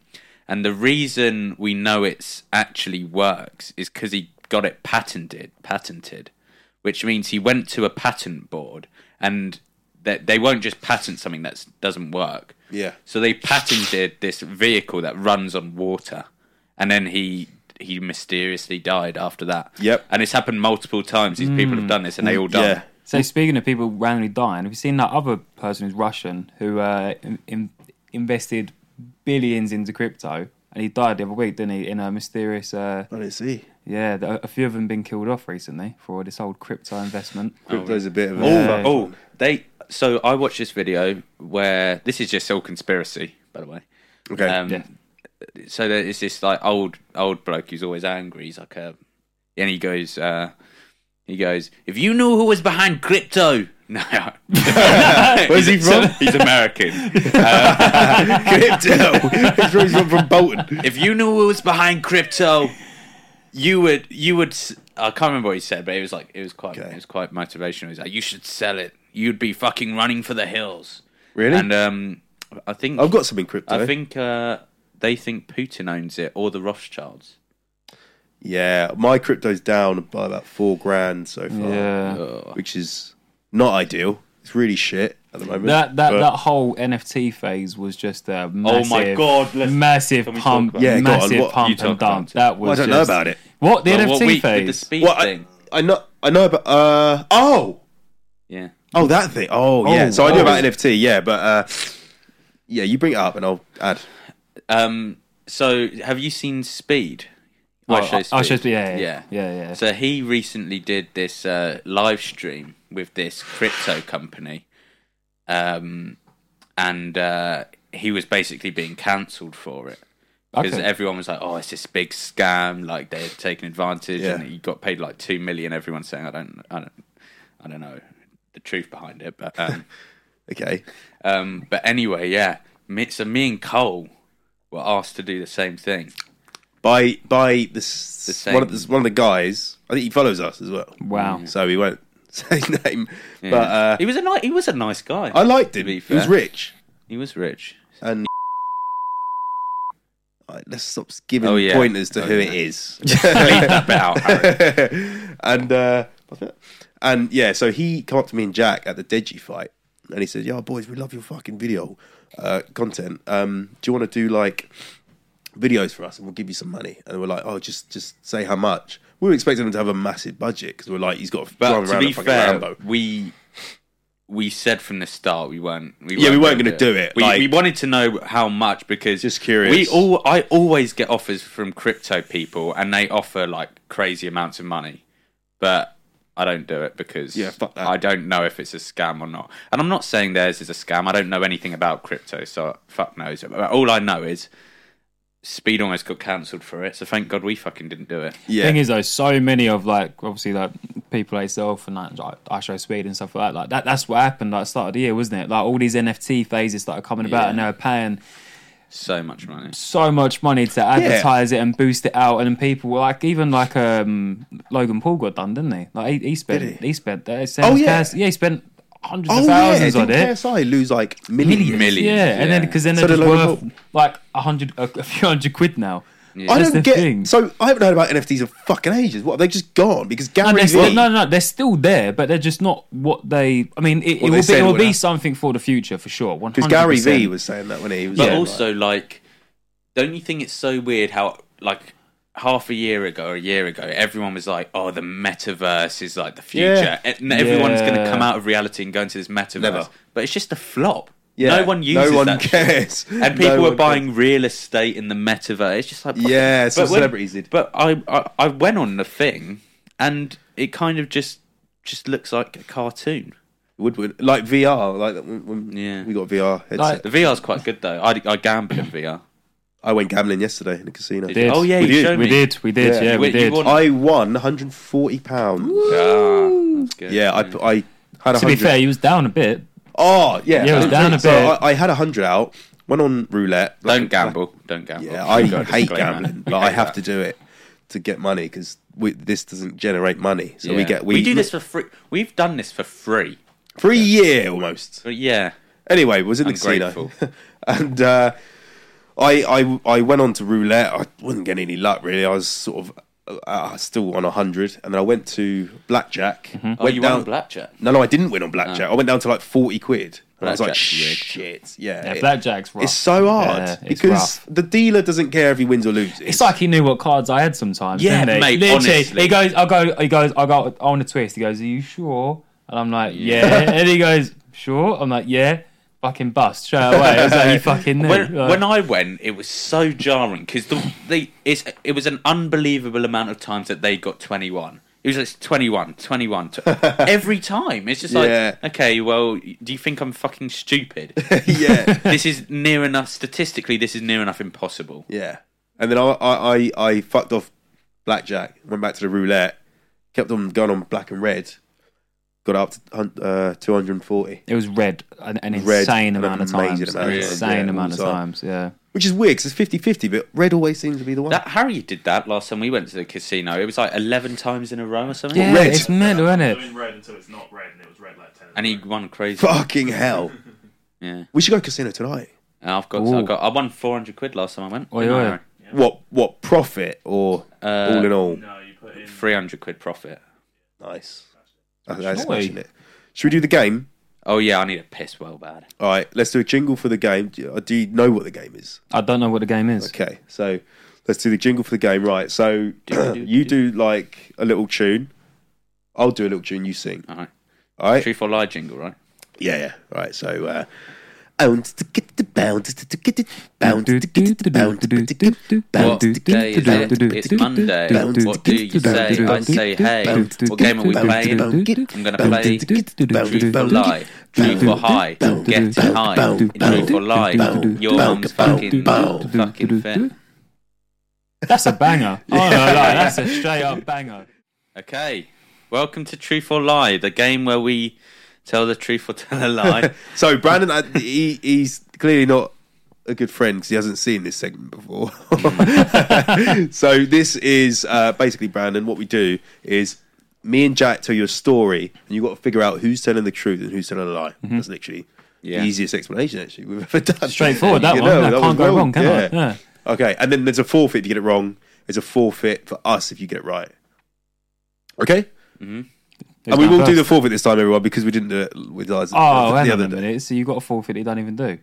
Speaker 3: and the reason we know it's actually works is because he got it patented, patented, which means he went to a patent board, and that they won't just patent something that doesn't work.
Speaker 2: Yeah.
Speaker 3: So they patented this vehicle that runs on water, and then he he mysteriously died after that.
Speaker 2: Yep.
Speaker 3: And it's happened multiple times. These people have done this, and they all die.
Speaker 2: Yeah.
Speaker 4: So speaking of people randomly dying, have you seen that other person who's Russian who uh, in, in- invested billions into crypto and he died the other week, didn't he? In a mysterious, uh,
Speaker 2: I didn't see.
Speaker 4: yeah, th- a few of them been killed off recently for this old crypto investment.
Speaker 2: Crypto's a bit of a.
Speaker 4: Yeah.
Speaker 3: Oh, oh, they. So I watched this video where this is just all conspiracy, by the way.
Speaker 2: okay.
Speaker 3: Um,
Speaker 4: Yeah.
Speaker 3: So there is this like old old bloke who's always angry. He's like a, and he goes, uh, he goes, if you knew who was behind crypto. No,
Speaker 2: Where's he from?
Speaker 3: he's American.
Speaker 2: Crypto. He's really from, from Bolton.
Speaker 3: if you knew who was behind crypto, you would you would. s- I can't remember what he said, but it was like it was quite
Speaker 2: Okay.
Speaker 3: it was quite motivational. He's like, you should sell it. You'd be fucking running for the hills.
Speaker 2: Really?
Speaker 3: And um, I think
Speaker 2: I've got some in crypto.
Speaker 3: I think uh, they think Putin owns it or the Rothschilds.
Speaker 2: Yeah, my crypto's down by about four grand so far,
Speaker 4: Yeah.
Speaker 2: which is not ideal. It's really shit at the moment.
Speaker 4: That that,
Speaker 2: but-
Speaker 4: that whole NFT phase was just a massive,
Speaker 3: God, let's-
Speaker 4: massive pump,
Speaker 2: about it? Yeah, go on,
Speaker 4: massive
Speaker 2: what-
Speaker 4: pump
Speaker 3: you talk
Speaker 4: and
Speaker 3: about
Speaker 4: dump.
Speaker 3: it.
Speaker 4: That was
Speaker 2: Well, I don't know
Speaker 4: just-
Speaker 2: about it.
Speaker 4: What the
Speaker 3: Well,
Speaker 4: NFT
Speaker 3: what week with
Speaker 4: phase?
Speaker 3: the speed
Speaker 2: Well, I,
Speaker 3: thing?
Speaker 2: I know. I know about. Uh, oh,
Speaker 3: Yeah,
Speaker 2: oh, that thing. Oh, yeah. So I knew about NFT. Yeah, but uh, yeah, you bring it up and I'll add.
Speaker 3: Um, so, have you seen Speed?
Speaker 4: Well,
Speaker 3: Show
Speaker 4: Oh, I, I
Speaker 3: Speed.
Speaker 4: should be.
Speaker 3: Yeah.
Speaker 4: Yeah, yeah, yeah, yeah.
Speaker 3: So he recently did this uh, live stream with this crypto company, um, and uh, he was basically being cancelled for it because
Speaker 4: Okay.
Speaker 3: everyone was like, "Oh, it's this big scam! Like they're taking advantage,
Speaker 2: Yeah.
Speaker 3: and he got paid like two million. Everyone's saying, "I don't, I don't, I don't know the truth behind it," but um,
Speaker 2: Okay.
Speaker 3: um, but anyway, yeah. Me, so me and Cole were asked to do the same thing.
Speaker 2: By by this
Speaker 3: The
Speaker 2: one of
Speaker 3: same-
Speaker 2: the, one of the guys. I think he follows us as well.
Speaker 4: Wow.
Speaker 2: So we won't say his name,
Speaker 3: Yeah.
Speaker 2: but uh,
Speaker 3: he was a nice, he was a nice guy.
Speaker 2: I liked him.
Speaker 3: To be
Speaker 2: He was
Speaker 3: fair.
Speaker 2: rich
Speaker 3: he was rich.
Speaker 2: and. Alright, let's stop giving
Speaker 3: Oh, yeah.
Speaker 2: pointers to
Speaker 3: Oh,
Speaker 2: who
Speaker 3: yeah.
Speaker 2: it is.
Speaker 3: Leave that bit out. Harry.
Speaker 2: and uh, what's that? and yeah, so he came up to me and Jack at the Deji fight, and he said, "Yo, boys, we love your fucking video uh, content. Um, do you want to do like videos for us, and we'll give you some money?" And we're like, "Oh, just just say how much." We were expecting him to have a massive budget because we're like, he's got to
Speaker 3: But
Speaker 2: drive
Speaker 3: to
Speaker 2: around
Speaker 3: be
Speaker 2: a fucking
Speaker 3: fair,
Speaker 2: Lambo.
Speaker 3: we we said from the start we weren't. We
Speaker 2: Yeah, we weren't
Speaker 3: gonna
Speaker 2: gonna do it,
Speaker 3: We,
Speaker 2: like-
Speaker 3: we wanted to know how much because
Speaker 2: Just curious.
Speaker 3: We all I always get offers from crypto people, and they offer like crazy amounts of money, but I don't do it because
Speaker 2: Yeah, fuck that.
Speaker 3: I don't know if it's a scam or not. And I'm not saying theirs is a scam. I don't know anything about crypto, so fuck knows. But all I know is. Speed almost got cancelled for it, so thank God we fucking didn't do it.
Speaker 2: Yeah,
Speaker 4: Thing is though, so many of like obviously like people like yourself and like, like I show speed and stuff like that. Like that that's what happened like start of the year, wasn't it? Like all these NFT phases started coming about and they were paying
Speaker 3: So much money.
Speaker 4: so much money to advertise it and boost it out, and then people were like, even like um, Logan Paul got done, didn't he? Like he, he spent, he? spent, uh,
Speaker 2: Oh, yeah.
Speaker 4: yeah, he spent hundreds
Speaker 2: oh
Speaker 4: of
Speaker 2: yeah,
Speaker 4: thousands
Speaker 2: didn't
Speaker 4: on it.
Speaker 2: KSI lose like millions?
Speaker 3: Millions,
Speaker 4: Yeah, and then because then
Speaker 2: So
Speaker 4: they're just
Speaker 2: did Logan
Speaker 4: worth
Speaker 2: Paul.
Speaker 4: like a hundred, a, a few hundred quid now.
Speaker 2: I
Speaker 4: That's
Speaker 2: don't
Speaker 4: the
Speaker 2: get.
Speaker 4: thing.
Speaker 2: So I haven't heard about NFTs in fucking ages. What have they just gone? Because Gary
Speaker 4: No, they're
Speaker 2: Vee,
Speaker 4: still, no, no, they're still there, but they're just not what they. I mean, it,
Speaker 2: What they
Speaker 4: it will be,
Speaker 2: said
Speaker 4: it will
Speaker 2: would
Speaker 4: be
Speaker 2: happen.
Speaker 4: something for the future for sure. One
Speaker 2: because Gary
Speaker 4: hundred
Speaker 2: Vee was saying that when he was
Speaker 3: But
Speaker 2: on, like- "Oh,
Speaker 3: also, like, don't you think it's so weird how, like, half a year ago or a year ago, everyone was like, oh, the metaverse is like the future.
Speaker 2: Yeah.
Speaker 3: And everyone's going to
Speaker 4: Yeah.
Speaker 3: come out of reality and go into this metaverse.
Speaker 2: Never.
Speaker 3: But it's just a flop.
Speaker 2: Yeah.
Speaker 3: No one uses
Speaker 2: No one
Speaker 3: that shit.
Speaker 2: cares.
Speaker 3: And people
Speaker 2: No
Speaker 3: were
Speaker 2: one
Speaker 3: buying real estate in the metaverse. It's just like,
Speaker 2: Yeah, some
Speaker 3: But when-
Speaker 2: celebrities did.
Speaker 3: But I, I, I went on the thing and it kind of just just looks like a cartoon.
Speaker 2: Would, would like VR, like that when, when
Speaker 3: Yeah.
Speaker 2: we got VR headset.
Speaker 4: Like-
Speaker 3: The VR's quite good though. I, I gamble in VR.
Speaker 2: I went gambling yesterday in a casino.
Speaker 4: did.
Speaker 3: Oh yeah, you,
Speaker 2: did.
Speaker 3: showed
Speaker 4: We
Speaker 3: me.
Speaker 4: did, we did,
Speaker 2: Yeah.
Speaker 4: yeah, we
Speaker 3: Wait, you
Speaker 4: did.
Speaker 3: want-
Speaker 2: I won 140 pounds.
Speaker 3: Ah, that's good.
Speaker 2: Yeah, I, put- I had 100.
Speaker 4: To be fair, he was down a bit.
Speaker 2: oh yeah,
Speaker 4: Yeah, it was down a
Speaker 2: So
Speaker 4: bit.
Speaker 2: I, I had 100 out. Went on roulette.
Speaker 3: Don't gamble. Don't gamble.
Speaker 2: Yeah, I
Speaker 3: We've got a
Speaker 2: hate
Speaker 3: disclaimer.
Speaker 2: gambling,
Speaker 3: We
Speaker 2: but I
Speaker 3: hate
Speaker 2: have
Speaker 3: that.
Speaker 2: to do it to get money because this doesn't generate money. So we
Speaker 3: Yeah.
Speaker 2: get we,
Speaker 3: do this for free. We've done this for free.
Speaker 2: for a year almost.
Speaker 3: But yeah,
Speaker 2: Anyway, was in the casino,
Speaker 3: grateful.
Speaker 2: and uh, I, I I went on to roulette. I wasn't getting any luck really. I was sort of uh, uh, still on hundred, and then I went to blackjack.
Speaker 4: Mm-hmm.
Speaker 2: Went
Speaker 3: oh, you
Speaker 2: down,
Speaker 3: won on blackjack.
Speaker 2: No, no, I didn't win on blackjack.
Speaker 4: Ah.
Speaker 2: I went down to like forty quid. And I was like,
Speaker 3: Blackjack's rigged.
Speaker 2: shit, yeah.
Speaker 4: Yeah,
Speaker 2: it-
Speaker 4: blackjack's rough.
Speaker 2: It's so hard
Speaker 4: Yeah, it's
Speaker 2: because
Speaker 4: rough.
Speaker 2: the dealer doesn't care if he wins or loses.
Speaker 4: It's like he knew what cards I had sometimes.
Speaker 3: Yeah,
Speaker 4: didn't he?
Speaker 3: mate,
Speaker 4: Literally,
Speaker 3: honestly.
Speaker 4: he goes, I go, he goes, I go on a twist. He goes, "Are you sure?" And I'm like, "Yeah." and he goes, "Sure." I'm like, "Yeah." Fucking bust straight away. I was like, "You fucking knew."
Speaker 3: When,
Speaker 4: Like,
Speaker 3: when I went, it was so jarring because the, the it's, it was an unbelievable amount of times that they got 21. It was like 21, 21. tw- every time. It's just like,
Speaker 2: Yeah.
Speaker 3: okay, well, do you think I'm fucking stupid?
Speaker 2: yeah,
Speaker 3: this is near enough, statistically, this is near enough impossible.
Speaker 2: yeah. And then I, I, I, I fucked off blackjack. Went back to the roulette. Kept on going on black and red. Got up to hun- uh, two hundred and forty.
Speaker 4: it was red, an, an
Speaker 2: Red,
Speaker 4: insane
Speaker 2: an
Speaker 4: amount of
Speaker 2: amazing
Speaker 4: times.
Speaker 2: amount
Speaker 4: an
Speaker 2: of
Speaker 4: insane
Speaker 2: times, yeah,
Speaker 4: amount of
Speaker 2: all the time.
Speaker 4: times. Yeah.
Speaker 2: Which is weird because it's 50 50, but red always seems to be the one.
Speaker 3: That Harry did that last time we went to the casino. It was like eleven times in a row or something.
Speaker 4: Yeah,
Speaker 2: red.
Speaker 4: it's mental, isn't it?
Speaker 5: Doing red until it's not red, and it was red like ten.
Speaker 3: And he won crazy.
Speaker 2: Fucking hell.
Speaker 3: Yeah.
Speaker 2: We should go casino tonight.
Speaker 3: And I've got,
Speaker 4: Ooh.
Speaker 3: I've got, I won four hundred quid last time I went.
Speaker 4: Oi, oi.
Speaker 2: What what profit or all in all?
Speaker 5: No, you put in.
Speaker 3: Three hundred quid profit.
Speaker 2: Nice. I think that's
Speaker 4: Shall we?
Speaker 2: smashing it. Should we do the game?
Speaker 3: Oh yeah, I need a piss well bad.
Speaker 2: All right, let's do a jingle for the game. Do you- do you know what the game is?
Speaker 4: I don't know what the game is.
Speaker 2: Okay, so let's do the jingle for the game. Right, so you do like a little tune. I'll do a little tune, you sing.
Speaker 3: All right.
Speaker 2: All right?
Speaker 3: Truth or lie jingle, right?
Speaker 2: Yeah, yeah. All right, so. Uh, bounce to get the bounce to get the bounce to get the bounce to get the
Speaker 3: What
Speaker 2: bounce to
Speaker 3: day
Speaker 2: get
Speaker 3: is
Speaker 2: the
Speaker 3: it? It's Monday. What do you say? I say, hey, what game are we playing? I'm going to play Truth or Lie. Truth or High. Get high. Truth or Lie. Your mum's fucking, fucking fin.
Speaker 4: That's a banger. Oh, no, no, that's a straight up banger.
Speaker 3: Okay. Welcome to Truth or Lie, the game where we tell the truth or tell a lie.
Speaker 2: So Brandon, uh, he, he's clearly not a good friend because he hasn't seen this segment before. so this is uh, basically Brandon. What we do is me and Jack tell you a story, and you've got to figure out who's telling the truth and who's telling a lie. That's literally
Speaker 3: Yeah.
Speaker 2: the easiest explanation actually we've ever done.
Speaker 4: Straightforward, that
Speaker 2: You
Speaker 4: one.
Speaker 2: know,
Speaker 4: I
Speaker 2: that
Speaker 4: can't
Speaker 2: was
Speaker 4: go wrong, can I?
Speaker 2: yeah.
Speaker 4: Yeah.
Speaker 2: Okay, and then there's a forfeit if you get it wrong. There's a forfeit for us if you get it right. Okay,
Speaker 3: Mm-hmm.
Speaker 2: and we will do the forfeit this time, everyone, because we didn't do it with ours
Speaker 4: Oh, hang
Speaker 2: the
Speaker 4: on
Speaker 2: other
Speaker 4: a
Speaker 2: day.
Speaker 4: minute. So you got a forfeit you don't even do.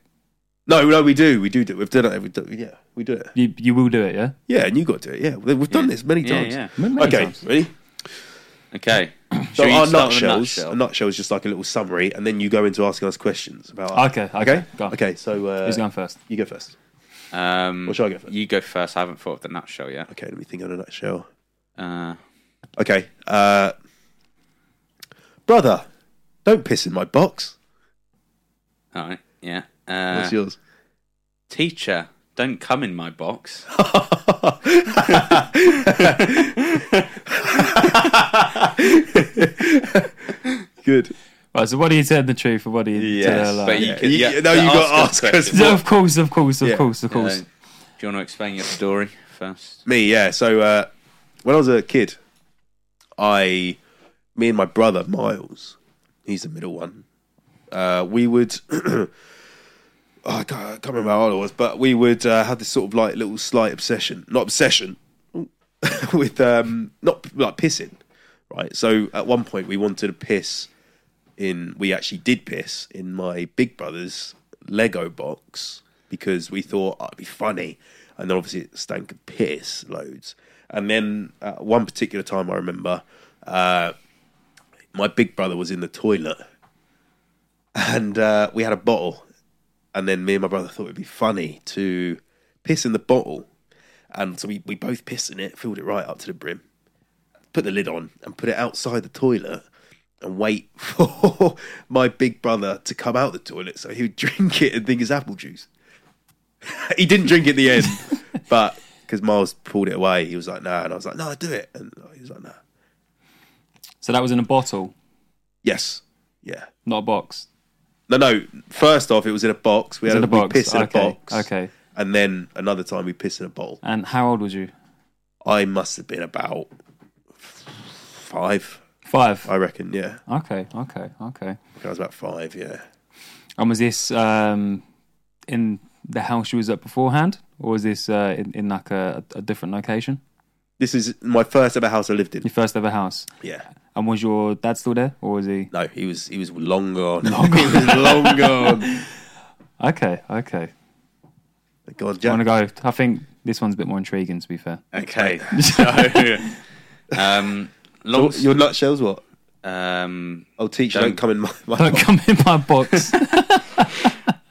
Speaker 2: No, no, we do, we do do it. We've done it. We do, yeah, we do it.
Speaker 4: You, you will do it, yeah?
Speaker 2: Yeah, and you got to do it. Yeah, We- we've done this many
Speaker 3: Yeah,
Speaker 2: times.
Speaker 3: yeah.
Speaker 4: Many
Speaker 2: okay,
Speaker 4: times.
Speaker 2: ready?
Speaker 3: Okay.
Speaker 2: So
Speaker 3: Shall we start
Speaker 2: our
Speaker 3: with a
Speaker 2: nutshells,
Speaker 3: nutshell?
Speaker 2: a nutshell is just like a little summary, and then you go into asking us questions about.
Speaker 4: Okay, okay,
Speaker 2: okay,
Speaker 4: go on.
Speaker 2: okay. So uh,
Speaker 4: Who's going first?
Speaker 2: You go first.
Speaker 3: Um,
Speaker 2: Or shall I go first?
Speaker 3: You go first. I haven't thought of the nutshell yet.
Speaker 2: Okay, let me think on a nutshell.
Speaker 3: Uh,
Speaker 2: Okay, uh, brother, don't piss in my box.
Speaker 3: all right. Yeah. Uh,
Speaker 2: What's yours?
Speaker 3: Teacher, don't come in my box.
Speaker 2: Good.
Speaker 4: Right, so what are you telling the truth and what are you telling a lie?
Speaker 3: but you can.
Speaker 2: You-
Speaker 3: Yeah,
Speaker 2: no, you gotta ask us.
Speaker 4: Yeah, of course, of course, of
Speaker 2: Yeah.
Speaker 4: course, of course.
Speaker 3: Uh, do you want to explain your story first?
Speaker 2: Me, yeah. So uh, when I was a kid, I, me and my brother Miles, he's the middle one. Uh, we would, oh, I, can't, I can't remember how old I was, but we would uh, have this sort of like little slight obsession, not obsession, with um, not like pissing, right? So at one point we wanted to piss in. We actually did piss in my big brother's Lego box because we thought oh, it'd be funny, and then obviously it stank of piss loads. And then at one particular time, I remember uh, my big brother was in the toilet, and uh, we had a bottle, and then me and my brother thought it'd be funny to piss in the bottle. And so we, we both pissed in it, filled it right up to the brim, put the lid on, and put it outside the toilet and wait for my big brother to come out the toilet so he would drink it and think it's apple juice. he didn't drink it at the end, but because Miles pulled it away, he was like, no. And I was like, no, do it. And he was like, no.
Speaker 4: So that was in a bottle,
Speaker 2: Yes. Yeah.
Speaker 4: not a box.
Speaker 2: No, no. First off, it was in a box. We
Speaker 4: It was
Speaker 2: had
Speaker 4: in
Speaker 2: a,
Speaker 4: a box.
Speaker 2: We pissed in
Speaker 4: okay.
Speaker 2: a box.
Speaker 4: Okay.
Speaker 2: And then another time we pissed in a bottle.
Speaker 4: And how old was you?
Speaker 2: I must have been about five,
Speaker 4: Five.
Speaker 2: I reckon. Yeah.
Speaker 4: Okay. Okay. Okay.
Speaker 2: I was about five. Yeah.
Speaker 4: And was this um, in the house you was at beforehand, or was this uh, in, in like a, a different location?
Speaker 2: This is my first ever house I lived in.
Speaker 4: Your first ever house.
Speaker 2: Yeah.
Speaker 4: And was your dad still there, or was he?
Speaker 2: No, he was he was long gone. he was long gone.
Speaker 4: Okay. Okay.
Speaker 2: Go on,
Speaker 4: I want to
Speaker 2: Jack.
Speaker 4: go. I think this one's a bit more intriguing. To be fair.
Speaker 3: Okay. So, um, long.
Speaker 2: Your nutshells what?
Speaker 3: Um,
Speaker 2: Oh, teacher, don't,
Speaker 3: Don't-
Speaker 2: come in my. my
Speaker 4: Don't come in my box.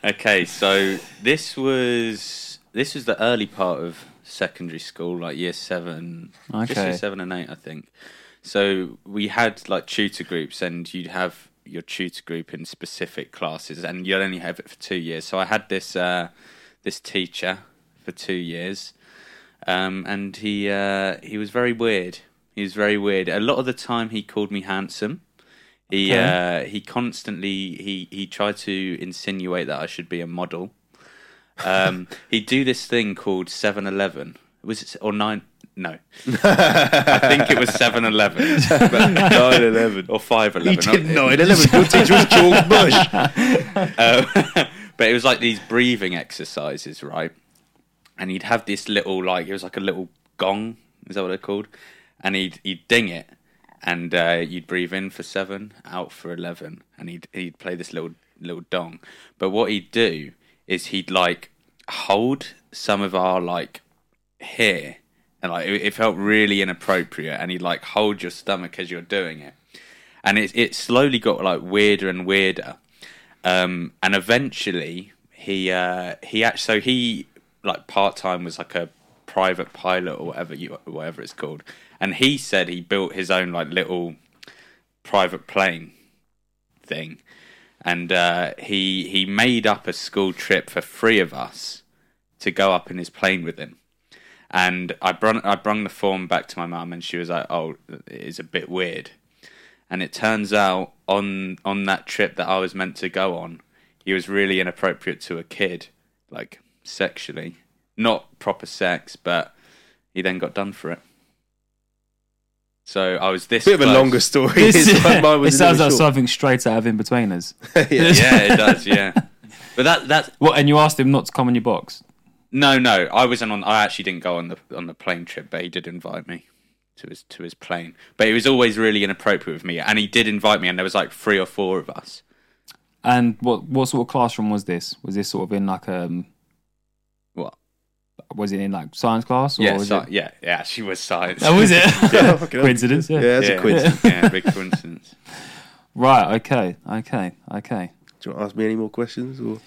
Speaker 3: okay. So this was this was the early part of secondary school, like year seven, just year
Speaker 4: Okay.
Speaker 3: seven and eight, I think. So we had like tutor groups, and you'd have your tutor group in specific classes, and you'd only have it for two years. So I had this uh, this teacher for two years, um, and he uh, he was very weird. He was very weird. A lot of the time, he called me handsome. He uh, he constantly he he tried to insinuate that I should be a model. Um, he'd do this thing called Seven Eleven. Was it s- or nine? No, I think it was Seven Eleven
Speaker 2: nine eleven.
Speaker 3: or Five Eleven.
Speaker 2: He did nine eleven. Your teacher was George Bush.
Speaker 3: Um, but it was like these breathing exercises, right? And he'd have this little like it was like a little gong, is that what they're called? And he'd he'd ding it, and uh, you'd breathe in for seven, out for eleven, and he'd he'd play this little little dong. But what he'd do is he'd like hold some of our like here, and like it, it felt really inappropriate, and he'd like hold your stomach as you're doing it, and it it slowly got like weirder and weirder. Um, and eventually, he uh, he actually so he like part time was like a private pilot or whatever you whatever it's called, and he said he built his own like little private plane thing, and uh, he he made up a school trip for three of us to go up in his plane with him. And I brung, I brung the form back to my mum, and she was like, "Oh, it's a bit weird." And it turns out on on that trip that I was meant to go on, he was really inappropriate to a kid, like sexually, not proper sex, but he then got done for it. So I was this
Speaker 2: Bit of a
Speaker 3: close.
Speaker 2: longer story.
Speaker 4: This-
Speaker 2: It's like mine
Speaker 4: it
Speaker 2: was a
Speaker 4: sounds
Speaker 2: little
Speaker 4: like
Speaker 2: short.
Speaker 4: something straight out of In Between Us.
Speaker 2: Yeah.
Speaker 3: yeah, it does. Yeah, but that that's
Speaker 4: What? And you asked him not to come on your box.
Speaker 3: no, no. I wasn't on. I actually didn't go on the on the plane trip, but he did invite me to his to his plane. But it was always really inappropriate with me, and he did invite me, and there was like three or four of us.
Speaker 4: And what what sort of classroom was this? Was this sort of in like um
Speaker 3: What?
Speaker 4: was it in like science class or
Speaker 3: Yeah,
Speaker 4: was
Speaker 3: si-
Speaker 4: it?
Speaker 3: yeah, yeah. She was science.
Speaker 4: Oh, was it?
Speaker 2: Yeah, fucking hell.
Speaker 4: Coincidence. Yeah.
Speaker 2: Yeah, that's a
Speaker 3: yeah,
Speaker 2: coincidence.
Speaker 3: yeah, big coincidence.
Speaker 4: Right. Okay. Okay. Okay.
Speaker 2: Do you want to ask me any more questions? Or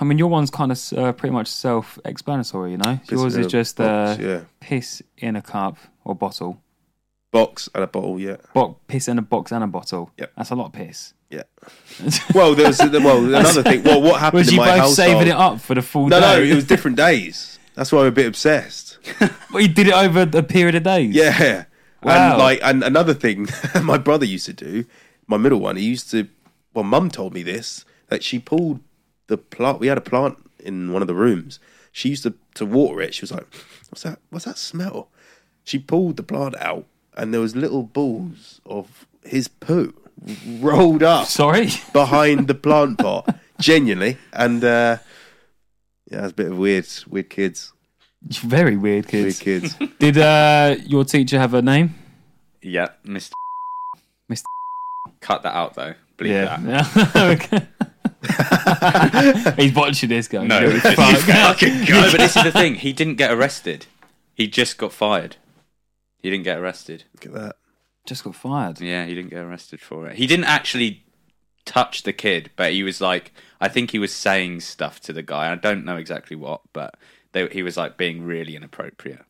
Speaker 4: I mean, your one's kind of uh, pretty much self-explanatory, you know. Yours
Speaker 2: in
Speaker 4: is
Speaker 2: a
Speaker 4: just
Speaker 2: box,
Speaker 4: uh,
Speaker 2: yeah,
Speaker 4: piss in a cup or bottle.
Speaker 2: box and a bottle. Yeah,
Speaker 4: Bo- piss in a box and a bottle.
Speaker 2: Yep.
Speaker 4: That's a lot of piss.
Speaker 2: yeah. Well, there was well another thing. Well, what happened
Speaker 4: Was
Speaker 2: in
Speaker 4: you
Speaker 2: my
Speaker 4: both
Speaker 2: household?
Speaker 4: saving it up for the full
Speaker 2: No,
Speaker 4: day?
Speaker 2: no, it was different days. That's why I'm a bit obsessed.
Speaker 4: Well, you did it over a period of days.
Speaker 2: Yeah.
Speaker 4: Wow.
Speaker 2: And like and another thing my brother used to do, my middle one, he used to well, mum told me this, that she pulled the plant we had a plant in one of the rooms. She used to to water it. She was like, What's that what's that smell? She pulled the plant out and there was little balls of his poo rolled up
Speaker 4: Sorry.
Speaker 2: behind the plant pot. Genuinely. And uh yeah, it's a bit of weird weird kids.
Speaker 4: Very weird
Speaker 2: Weird
Speaker 4: kids.
Speaker 2: kids.
Speaker 4: Did uh, your teacher have a name?
Speaker 3: Yeah, Mr.
Speaker 4: Mr.
Speaker 3: Cut that out though. Believe that.
Speaker 4: yeah. Okay. He's watching this guy.
Speaker 3: No, it's just- No, but this is the thing. He didn't get arrested. He just got fired. He didn't get arrested.
Speaker 2: Look at that.
Speaker 4: Just got fired.
Speaker 3: Yeah, he didn't get arrested for it. He didn't actually touch the kid, but he was like, I think he was saying stuff to the guy. I don't know exactly what, but they, he was like being really inappropriate.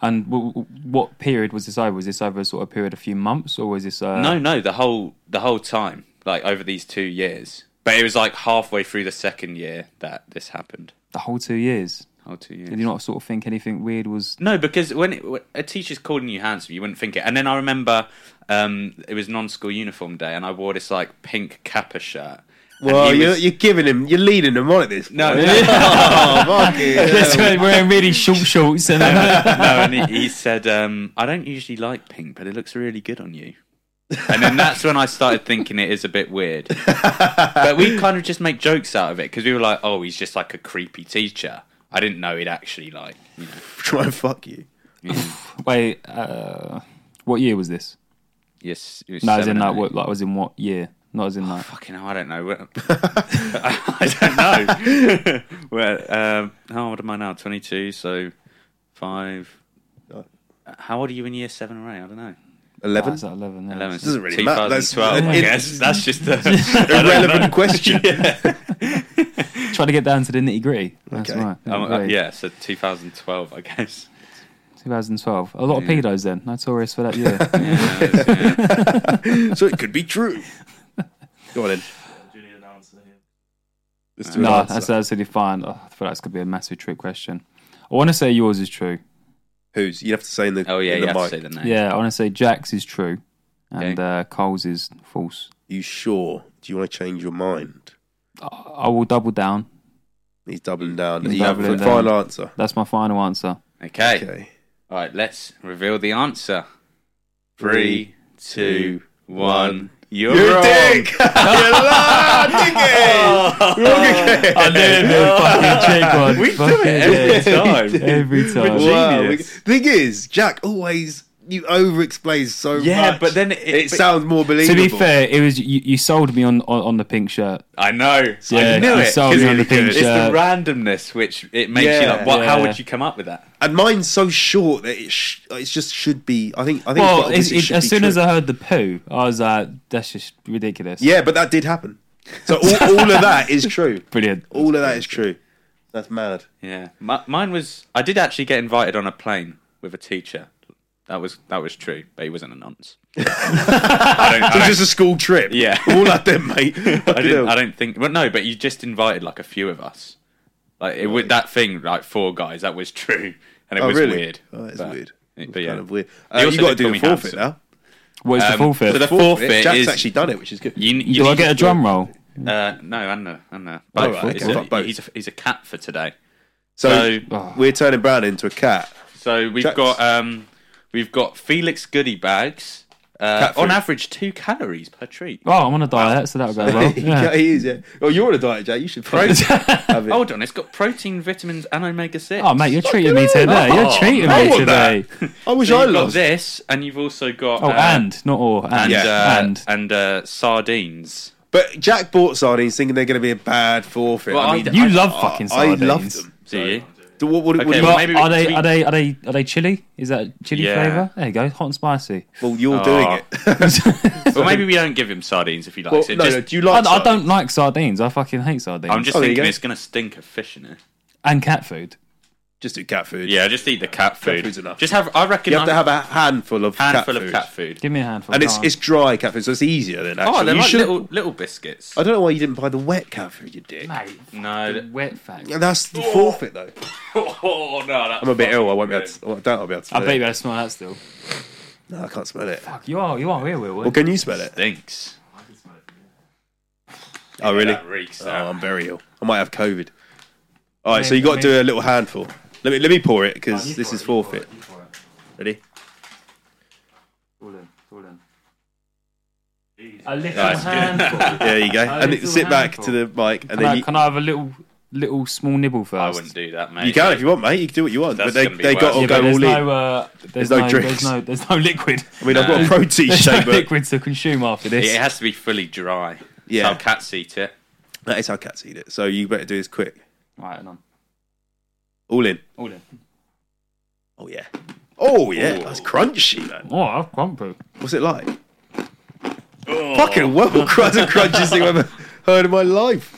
Speaker 4: And w- w- what period was this over? Was this over a sort of period, a few months, or was this? Uh,
Speaker 3: no, no, the whole the whole time, like over these two years. But it was like halfway through the second year that this happened.
Speaker 4: the whole two years.
Speaker 3: Whole two years.
Speaker 4: Did you not sort of think anything weird was?
Speaker 3: No, because when, it, when a teacher's calling you handsome, you wouldn't think it. And then I remember um, it was non-school uniform day, and I wore this like pink kappa shirt. And
Speaker 2: Well,
Speaker 3: he
Speaker 2: you're,
Speaker 3: was-
Speaker 2: you're giving him, you're leading him on at this.
Speaker 3: no,
Speaker 2: point.
Speaker 3: no,
Speaker 2: oh, fuck
Speaker 4: That's
Speaker 2: it.
Speaker 4: right, wearing really short shorts and then
Speaker 3: no, and he, he said, um, "I don't usually like pink, but it looks really good on you." And then that's when I started thinking it is a bit weird. But we kind of just make jokes out of it because we were like, "Oh, he's just like a creepy teacher." I didn't know he'd actually like. You know.
Speaker 2: Try and fuck you.
Speaker 4: wait. Uh, what year was this?
Speaker 3: Yes. it was
Speaker 4: No, as in
Speaker 3: seven and
Speaker 4: like
Speaker 3: eight.
Speaker 4: what? Like was in what year? Not as in like.
Speaker 3: Fucking hell, I don't know. I don't know. well, um, how old am I now? 22, so five. How old are you in year seven or eight? I don't know.
Speaker 2: 11?
Speaker 4: That's at eleven. yeah.
Speaker 3: 11.
Speaker 2: doesn't really matter. That's-
Speaker 3: 2012, I
Speaker 2: it-
Speaker 3: guess. That's just a,
Speaker 2: Irrelevant question.
Speaker 4: Try to get down to the nitty gritty. That's
Speaker 2: Okay.
Speaker 4: right.
Speaker 3: Um, uh,
Speaker 4: Nitty-gritty.
Speaker 3: yeah, so 2012, I guess.
Speaker 4: 2012. A lot of pedos then. Notorious for that year.
Speaker 2: So it could be true. Go on then.
Speaker 5: Julian answer here.
Speaker 2: Let's do an
Speaker 4: no,
Speaker 2: answer.
Speaker 4: that's absolutely fine. Oh, I feel like it's gonna be a massive trick question. I want to say yours is true.
Speaker 2: Who's? You have to say in the,
Speaker 3: Oh, yeah,
Speaker 2: in
Speaker 3: you
Speaker 2: the
Speaker 3: have
Speaker 2: mic.
Speaker 3: to say the name.
Speaker 4: Yeah, I want to say Jack's is true, and uh, Cole's is false.
Speaker 2: You sure? Do you want to change your mind?
Speaker 4: I, I will double down.
Speaker 2: He's doubling down.
Speaker 4: He's
Speaker 2: you have
Speaker 4: doubling
Speaker 2: a
Speaker 4: down.
Speaker 2: final answer.
Speaker 4: That's my final answer.
Speaker 3: Okay.
Speaker 2: Okay.
Speaker 3: All right, let's reveal the answer. Three,
Speaker 2: Three,
Speaker 3: two,
Speaker 2: one.
Speaker 3: one. You're,
Speaker 2: You're
Speaker 3: wrong.
Speaker 2: a dick! You're a dickhead! Wrong again.
Speaker 4: I knew it'd be a fucking trick one.
Speaker 3: We do it every time.
Speaker 4: Every time.
Speaker 2: Wow, we-
Speaker 3: Genius.
Speaker 2: Thing is, Jack always, you over explain so much.
Speaker 3: Yeah, but then it-
Speaker 2: it
Speaker 3: but-
Speaker 2: sounds more
Speaker 4: To
Speaker 2: believable.
Speaker 4: be fair, it was you, you sold me on, on, on the pink shirt.
Speaker 3: I know.
Speaker 4: Yeah,
Speaker 3: I knew
Speaker 4: you
Speaker 3: it.
Speaker 4: sold
Speaker 3: 'cause
Speaker 4: me on the pink
Speaker 3: it's the
Speaker 4: shirt.
Speaker 3: randomness which it makes you
Speaker 2: Yeah.
Speaker 3: like. What? How
Speaker 4: Yeah.
Speaker 3: would you come up with that?
Speaker 2: And mine's so short that it sh- it's just should be. I think. I think. it's
Speaker 4: Well,
Speaker 2: quite obvious
Speaker 4: it,
Speaker 2: it
Speaker 4: it,
Speaker 2: should
Speaker 4: as
Speaker 2: be
Speaker 4: soon
Speaker 2: true.
Speaker 4: as I heard the poo, I was like, that's just ridiculous.
Speaker 2: Yeah, but that did happen. So all, all of that is true.
Speaker 4: Brilliant.
Speaker 2: All of that is true. That's mad.
Speaker 3: Yeah, Mi- mine was. I did actually get invited on a plane with a teacher. That was that was true, but he wasn't a nonce. I don't,
Speaker 2: It was
Speaker 3: I, don't,
Speaker 2: just a school trip.
Speaker 3: Yeah.
Speaker 2: All I did, mate. Oh,
Speaker 3: I, didn't, I don't think. Well, no, but you just invited like a few of us. Like it would that thing like four guys. That was true, and it
Speaker 2: Oh,
Speaker 3: was
Speaker 2: really?
Speaker 3: weird.
Speaker 2: Oh, that's
Speaker 3: but-
Speaker 2: weird.
Speaker 3: But
Speaker 2: It's
Speaker 3: yeah,
Speaker 2: kind of weird.
Speaker 3: He
Speaker 2: Uh,
Speaker 3: also
Speaker 2: you got to
Speaker 3: did
Speaker 2: do
Speaker 3: call
Speaker 2: the
Speaker 3: me handsome.
Speaker 2: forfeit now.
Speaker 4: What is the
Speaker 3: Um,
Speaker 4: forfeit?
Speaker 3: so the forfeit
Speaker 2: Jack's
Speaker 3: is
Speaker 2: actually done it, which is good.
Speaker 3: You, you
Speaker 4: Do I
Speaker 3: need
Speaker 4: get
Speaker 3: to
Speaker 4: a drum roll?
Speaker 3: Uh, no, Anna, Anna.
Speaker 2: Oh,
Speaker 3: Both.
Speaker 2: right,
Speaker 3: It's
Speaker 2: okay.
Speaker 3: a-
Speaker 2: Fuck both.
Speaker 3: He's a, he's a cat for today.
Speaker 2: So,
Speaker 3: so-
Speaker 4: Oh.
Speaker 2: we're turning Brown into a cat.
Speaker 3: So we've
Speaker 2: Jack's-
Speaker 3: got um, we've got Felix Goody bags. Uh,
Speaker 2: Cat food.
Speaker 3: on average, two calories per treat.
Speaker 4: Oh, I'm on a diet, so that'll go well.
Speaker 2: yeah,
Speaker 4: Yeah.
Speaker 2: he is. Yeah. Oh, you're on a diet, Jack. You should probably have it.
Speaker 3: Hold on, it's got protein, vitamins, and omega six.
Speaker 4: Oh, mate, you're treating me today. You're treating
Speaker 2: I
Speaker 4: me
Speaker 3: Oh,
Speaker 2: want that.
Speaker 4: today.
Speaker 2: I wish
Speaker 3: So
Speaker 2: I
Speaker 3: you've got
Speaker 2: lost.
Speaker 3: this, and you've also got
Speaker 4: Oh,
Speaker 3: uh,
Speaker 4: and not all. And
Speaker 3: and
Speaker 2: Yeah.
Speaker 3: uh,
Speaker 4: and.
Speaker 3: and, uh, sardines.
Speaker 2: But Jack bought sardines thinking they're going to be a bad forfeit.
Speaker 3: Well,
Speaker 2: I
Speaker 3: I-
Speaker 2: mean,
Speaker 4: You
Speaker 2: I-
Speaker 4: love
Speaker 2: I-
Speaker 4: fucking
Speaker 2: I love
Speaker 4: sardines.
Speaker 2: them.
Speaker 3: Do you?
Speaker 2: Do- What, what, what
Speaker 3: Okay,
Speaker 2: do you-
Speaker 3: well,
Speaker 2: well,
Speaker 4: Well,
Speaker 3: maybe we
Speaker 4: are they
Speaker 3: tweet-
Speaker 4: are they are they are they chili? Is that chili
Speaker 3: Yeah.
Speaker 4: flavor? There you go, hot and spicy.
Speaker 2: you're
Speaker 3: Oh.
Speaker 2: doing it.
Speaker 3: Well, maybe we don't give him sardines if he likes
Speaker 2: Well,
Speaker 3: it.
Speaker 2: no,
Speaker 3: Just-
Speaker 2: no, do you
Speaker 4: I,
Speaker 2: like
Speaker 4: I
Speaker 2: sardines?
Speaker 4: don't like sardines. I fucking hate sardines.
Speaker 3: uh, I'm just
Speaker 2: Oh, there you
Speaker 3: thinking
Speaker 2: go.
Speaker 3: it's gonna stink of fish in it.
Speaker 4: and cat food.
Speaker 2: Just do cat food.
Speaker 3: Yeah, just eat the cat food.
Speaker 2: food's enough.
Speaker 3: Just have. I reckon
Speaker 2: You have to
Speaker 3: I-
Speaker 2: have a handful of
Speaker 3: handful
Speaker 2: cat
Speaker 3: of
Speaker 2: food.
Speaker 3: cat food.
Speaker 4: Give me a handful.
Speaker 2: And it's
Speaker 4: come on.
Speaker 2: it's dry cat food, so it's easier than actually.
Speaker 3: Oh, they're
Speaker 2: you
Speaker 3: like
Speaker 2: should-
Speaker 3: little little biscuits.
Speaker 2: I don't know why you didn't buy the wet cat food, you dick.
Speaker 4: mate
Speaker 3: No.
Speaker 4: fucking wet fact.
Speaker 2: And That's the forfeit, though.
Speaker 3: Oh no, that's
Speaker 2: I'm a bit ill. I won't be
Speaker 3: fucking
Speaker 2: able to. I doubt I'll be able to.
Speaker 4: I
Speaker 2: Smell
Speaker 4: bet
Speaker 2: it.
Speaker 4: you better smell that still.
Speaker 2: No, I can't smell it.
Speaker 4: Fuck, you are you are here, Will.
Speaker 2: Well, can you smell it?
Speaker 3: good. Stinks.
Speaker 5: I can smell it from here.
Speaker 2: Oh, really?
Speaker 3: That reeks.
Speaker 2: Oh,
Speaker 3: that.
Speaker 2: I'm very ill. I might have COVID. All right, so
Speaker 4: Maybe-
Speaker 2: you got to do a little handful. Let me let me pour it
Speaker 5: Oh,
Speaker 2: because
Speaker 5: you
Speaker 2: this
Speaker 5: pour
Speaker 2: is
Speaker 5: it, you pour
Speaker 2: forfeit.
Speaker 5: it, you pour it.
Speaker 2: Ready?
Speaker 4: All in, all in.
Speaker 5: Easy.
Speaker 4: A little
Speaker 3: Nice.
Speaker 4: handful.
Speaker 2: There you go.
Speaker 4: Oh,
Speaker 2: and
Speaker 4: it's
Speaker 2: it-
Speaker 4: all
Speaker 2: sit back to
Speaker 4: handful.
Speaker 2: the mic, and
Speaker 4: can, I,
Speaker 2: then you,
Speaker 4: can I have a little little small nibble first?
Speaker 3: I wouldn't do that, mate.
Speaker 2: you can if you want, mate. You can do what you want.
Speaker 3: That's
Speaker 2: but they
Speaker 3: gonna be
Speaker 2: they got
Speaker 3: worse.
Speaker 2: to
Speaker 4: Yeah,
Speaker 2: go all
Speaker 4: but there's
Speaker 2: in.
Speaker 4: no, uh, there's,
Speaker 2: There's no
Speaker 4: no,
Speaker 2: drinks.
Speaker 4: there's no there's no liquid.
Speaker 2: I mean, I've got a protein
Speaker 4: There's
Speaker 2: shake,
Speaker 4: no
Speaker 2: but
Speaker 4: liquids to consume after this.
Speaker 3: It has to be fully dry.
Speaker 2: Yeah.
Speaker 3: How cats eat it.
Speaker 2: that is how cats eat it. So you better do this quick.
Speaker 4: Right, and on.
Speaker 2: All in.
Speaker 4: All in.
Speaker 2: Oh yeah. Oh yeah. That's crunchy, man.
Speaker 4: Oh, I've crumpy.
Speaker 2: What's it like? Fucking well,
Speaker 3: Oh.
Speaker 2: that's the crunchiest thing I've ever heard in my life.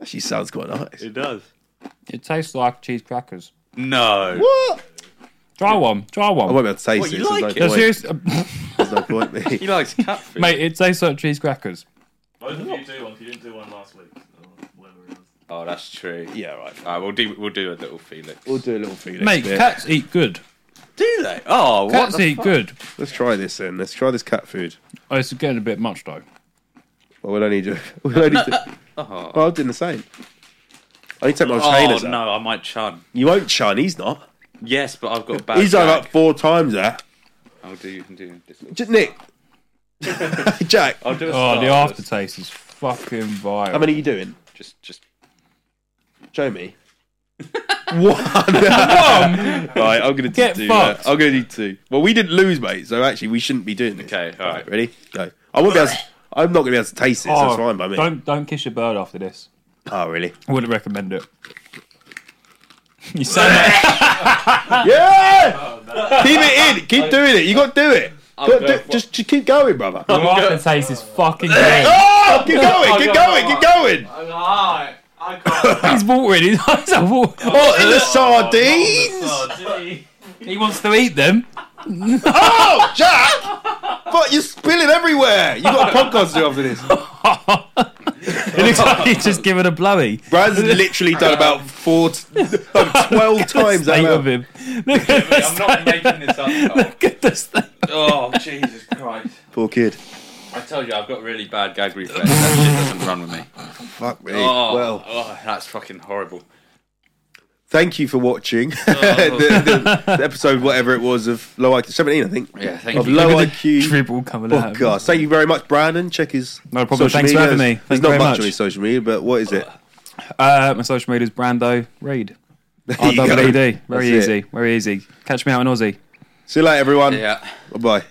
Speaker 2: Actually, sounds quite nice.
Speaker 3: does.
Speaker 4: It tastes like cheese crackers.
Speaker 3: No.
Speaker 2: What?
Speaker 4: Try one. Try
Speaker 2: I
Speaker 4: one.
Speaker 2: won't be able to taste
Speaker 3: What,
Speaker 2: it.
Speaker 3: you
Speaker 2: so there's
Speaker 3: like
Speaker 2: no
Speaker 3: it?
Speaker 2: point.
Speaker 4: Serious-
Speaker 2: There's no point.
Speaker 3: He
Speaker 2: mate.
Speaker 3: likes cat food.
Speaker 4: Mate, it tastes like cheese crackers.
Speaker 5: Both of you do one. 'cause You didn't do one last week. Or whatever it was.
Speaker 3: Oh, that's true.
Speaker 2: yeah, right.
Speaker 3: Alright, we'll do we'll do a little Felix.
Speaker 2: We'll do a little Felix.
Speaker 4: Mate,
Speaker 2: bit.
Speaker 4: cats eat good.
Speaker 3: do they? Oh, what
Speaker 4: Cats
Speaker 3: the
Speaker 4: eat
Speaker 3: fuck?
Speaker 4: good.
Speaker 2: let's try this then. Let's try this cat food.
Speaker 4: Oh, it's getting a bit much though.
Speaker 2: Well, we'll only do. We'll only do.
Speaker 3: Oh,
Speaker 2: Well, I'm doing the same. I need to take my
Speaker 3: oh
Speaker 2: trainers
Speaker 3: no,
Speaker 2: out.
Speaker 3: I might chun.
Speaker 2: You won't chun. He's not.
Speaker 3: Yes, but I've got a bad
Speaker 2: he's done
Speaker 3: back.
Speaker 2: like four times that.
Speaker 3: I'll do you can do this little-
Speaker 2: J- Nick, Jack,
Speaker 3: I'll do a
Speaker 4: Oh, the
Speaker 3: start.
Speaker 4: aftertaste is fucking vile.
Speaker 2: how many are you doing?
Speaker 3: Just just
Speaker 2: Show me. One. right, I'm gonna
Speaker 4: Get
Speaker 2: do
Speaker 4: fucked.
Speaker 2: that. I'm gonna do two. Well, we didn't lose, mate. So actually, we shouldn't be doing this.
Speaker 3: Okay, all right.
Speaker 2: Ready? Go. I won't be able. To, I'm not gonna be able to taste it. so it's fine by me.
Speaker 4: Oh, Don't don't kiss your bird after this.
Speaker 2: Oh, really?
Speaker 4: I wouldn't recommend it. You sound like
Speaker 2: Yeah! Keep it in. Keep doing it. You got to do it. Got to
Speaker 3: going
Speaker 2: do- just, just keep going, brother.
Speaker 4: the aftertaste is fucking good.
Speaker 2: Oh, keep going. Keep going. Keep going.
Speaker 5: Alright, I got
Speaker 4: He's watering his eyes are wa-
Speaker 2: Oh, and the sardines.
Speaker 5: sardine.
Speaker 4: He wants to eat them.
Speaker 2: Oh, Jack. But you're spilling everywhere. You got a podcast to do after this.
Speaker 4: It looks like he's just given a blowy.
Speaker 2: Brad's literally done about four, t- about twelve times that
Speaker 4: State of
Speaker 2: amount.
Speaker 4: him. Look at the
Speaker 3: I'm not making this up.
Speaker 4: Look at the state.
Speaker 3: Oh, Jesus Christ.
Speaker 2: Poor kid.
Speaker 3: I tell you, I've got really bad gag reflex. That shit doesn't run with me.
Speaker 2: Fuck me.
Speaker 3: Oh,
Speaker 2: Well,
Speaker 3: oh, that's fucking horrible.
Speaker 2: thank you for watching
Speaker 3: Oh.
Speaker 2: the, the, the episode, whatever it was of Low IQ seventeen, I think.
Speaker 3: Yeah, thank
Speaker 2: Of
Speaker 3: you.
Speaker 2: Low
Speaker 4: Look at the
Speaker 2: IQ
Speaker 4: Dribble coming
Speaker 2: Oh
Speaker 4: out.
Speaker 2: God! Thank you very much, Brandon. Check his
Speaker 4: No problem.
Speaker 2: social
Speaker 4: Thanks for
Speaker 2: media.
Speaker 4: having me.
Speaker 2: There's
Speaker 4: Thank you
Speaker 2: not
Speaker 4: very
Speaker 2: much,
Speaker 4: much.
Speaker 2: on his social media, but what is it?
Speaker 4: Uh, my social media is Brando Reed.
Speaker 2: There you go.
Speaker 4: R-double-E-D. E Very
Speaker 2: That's
Speaker 4: easy.
Speaker 2: it.
Speaker 4: Very easy. Catch me out in Aussie.
Speaker 2: See you later, everyone.
Speaker 3: Yeah.
Speaker 2: Bye bye.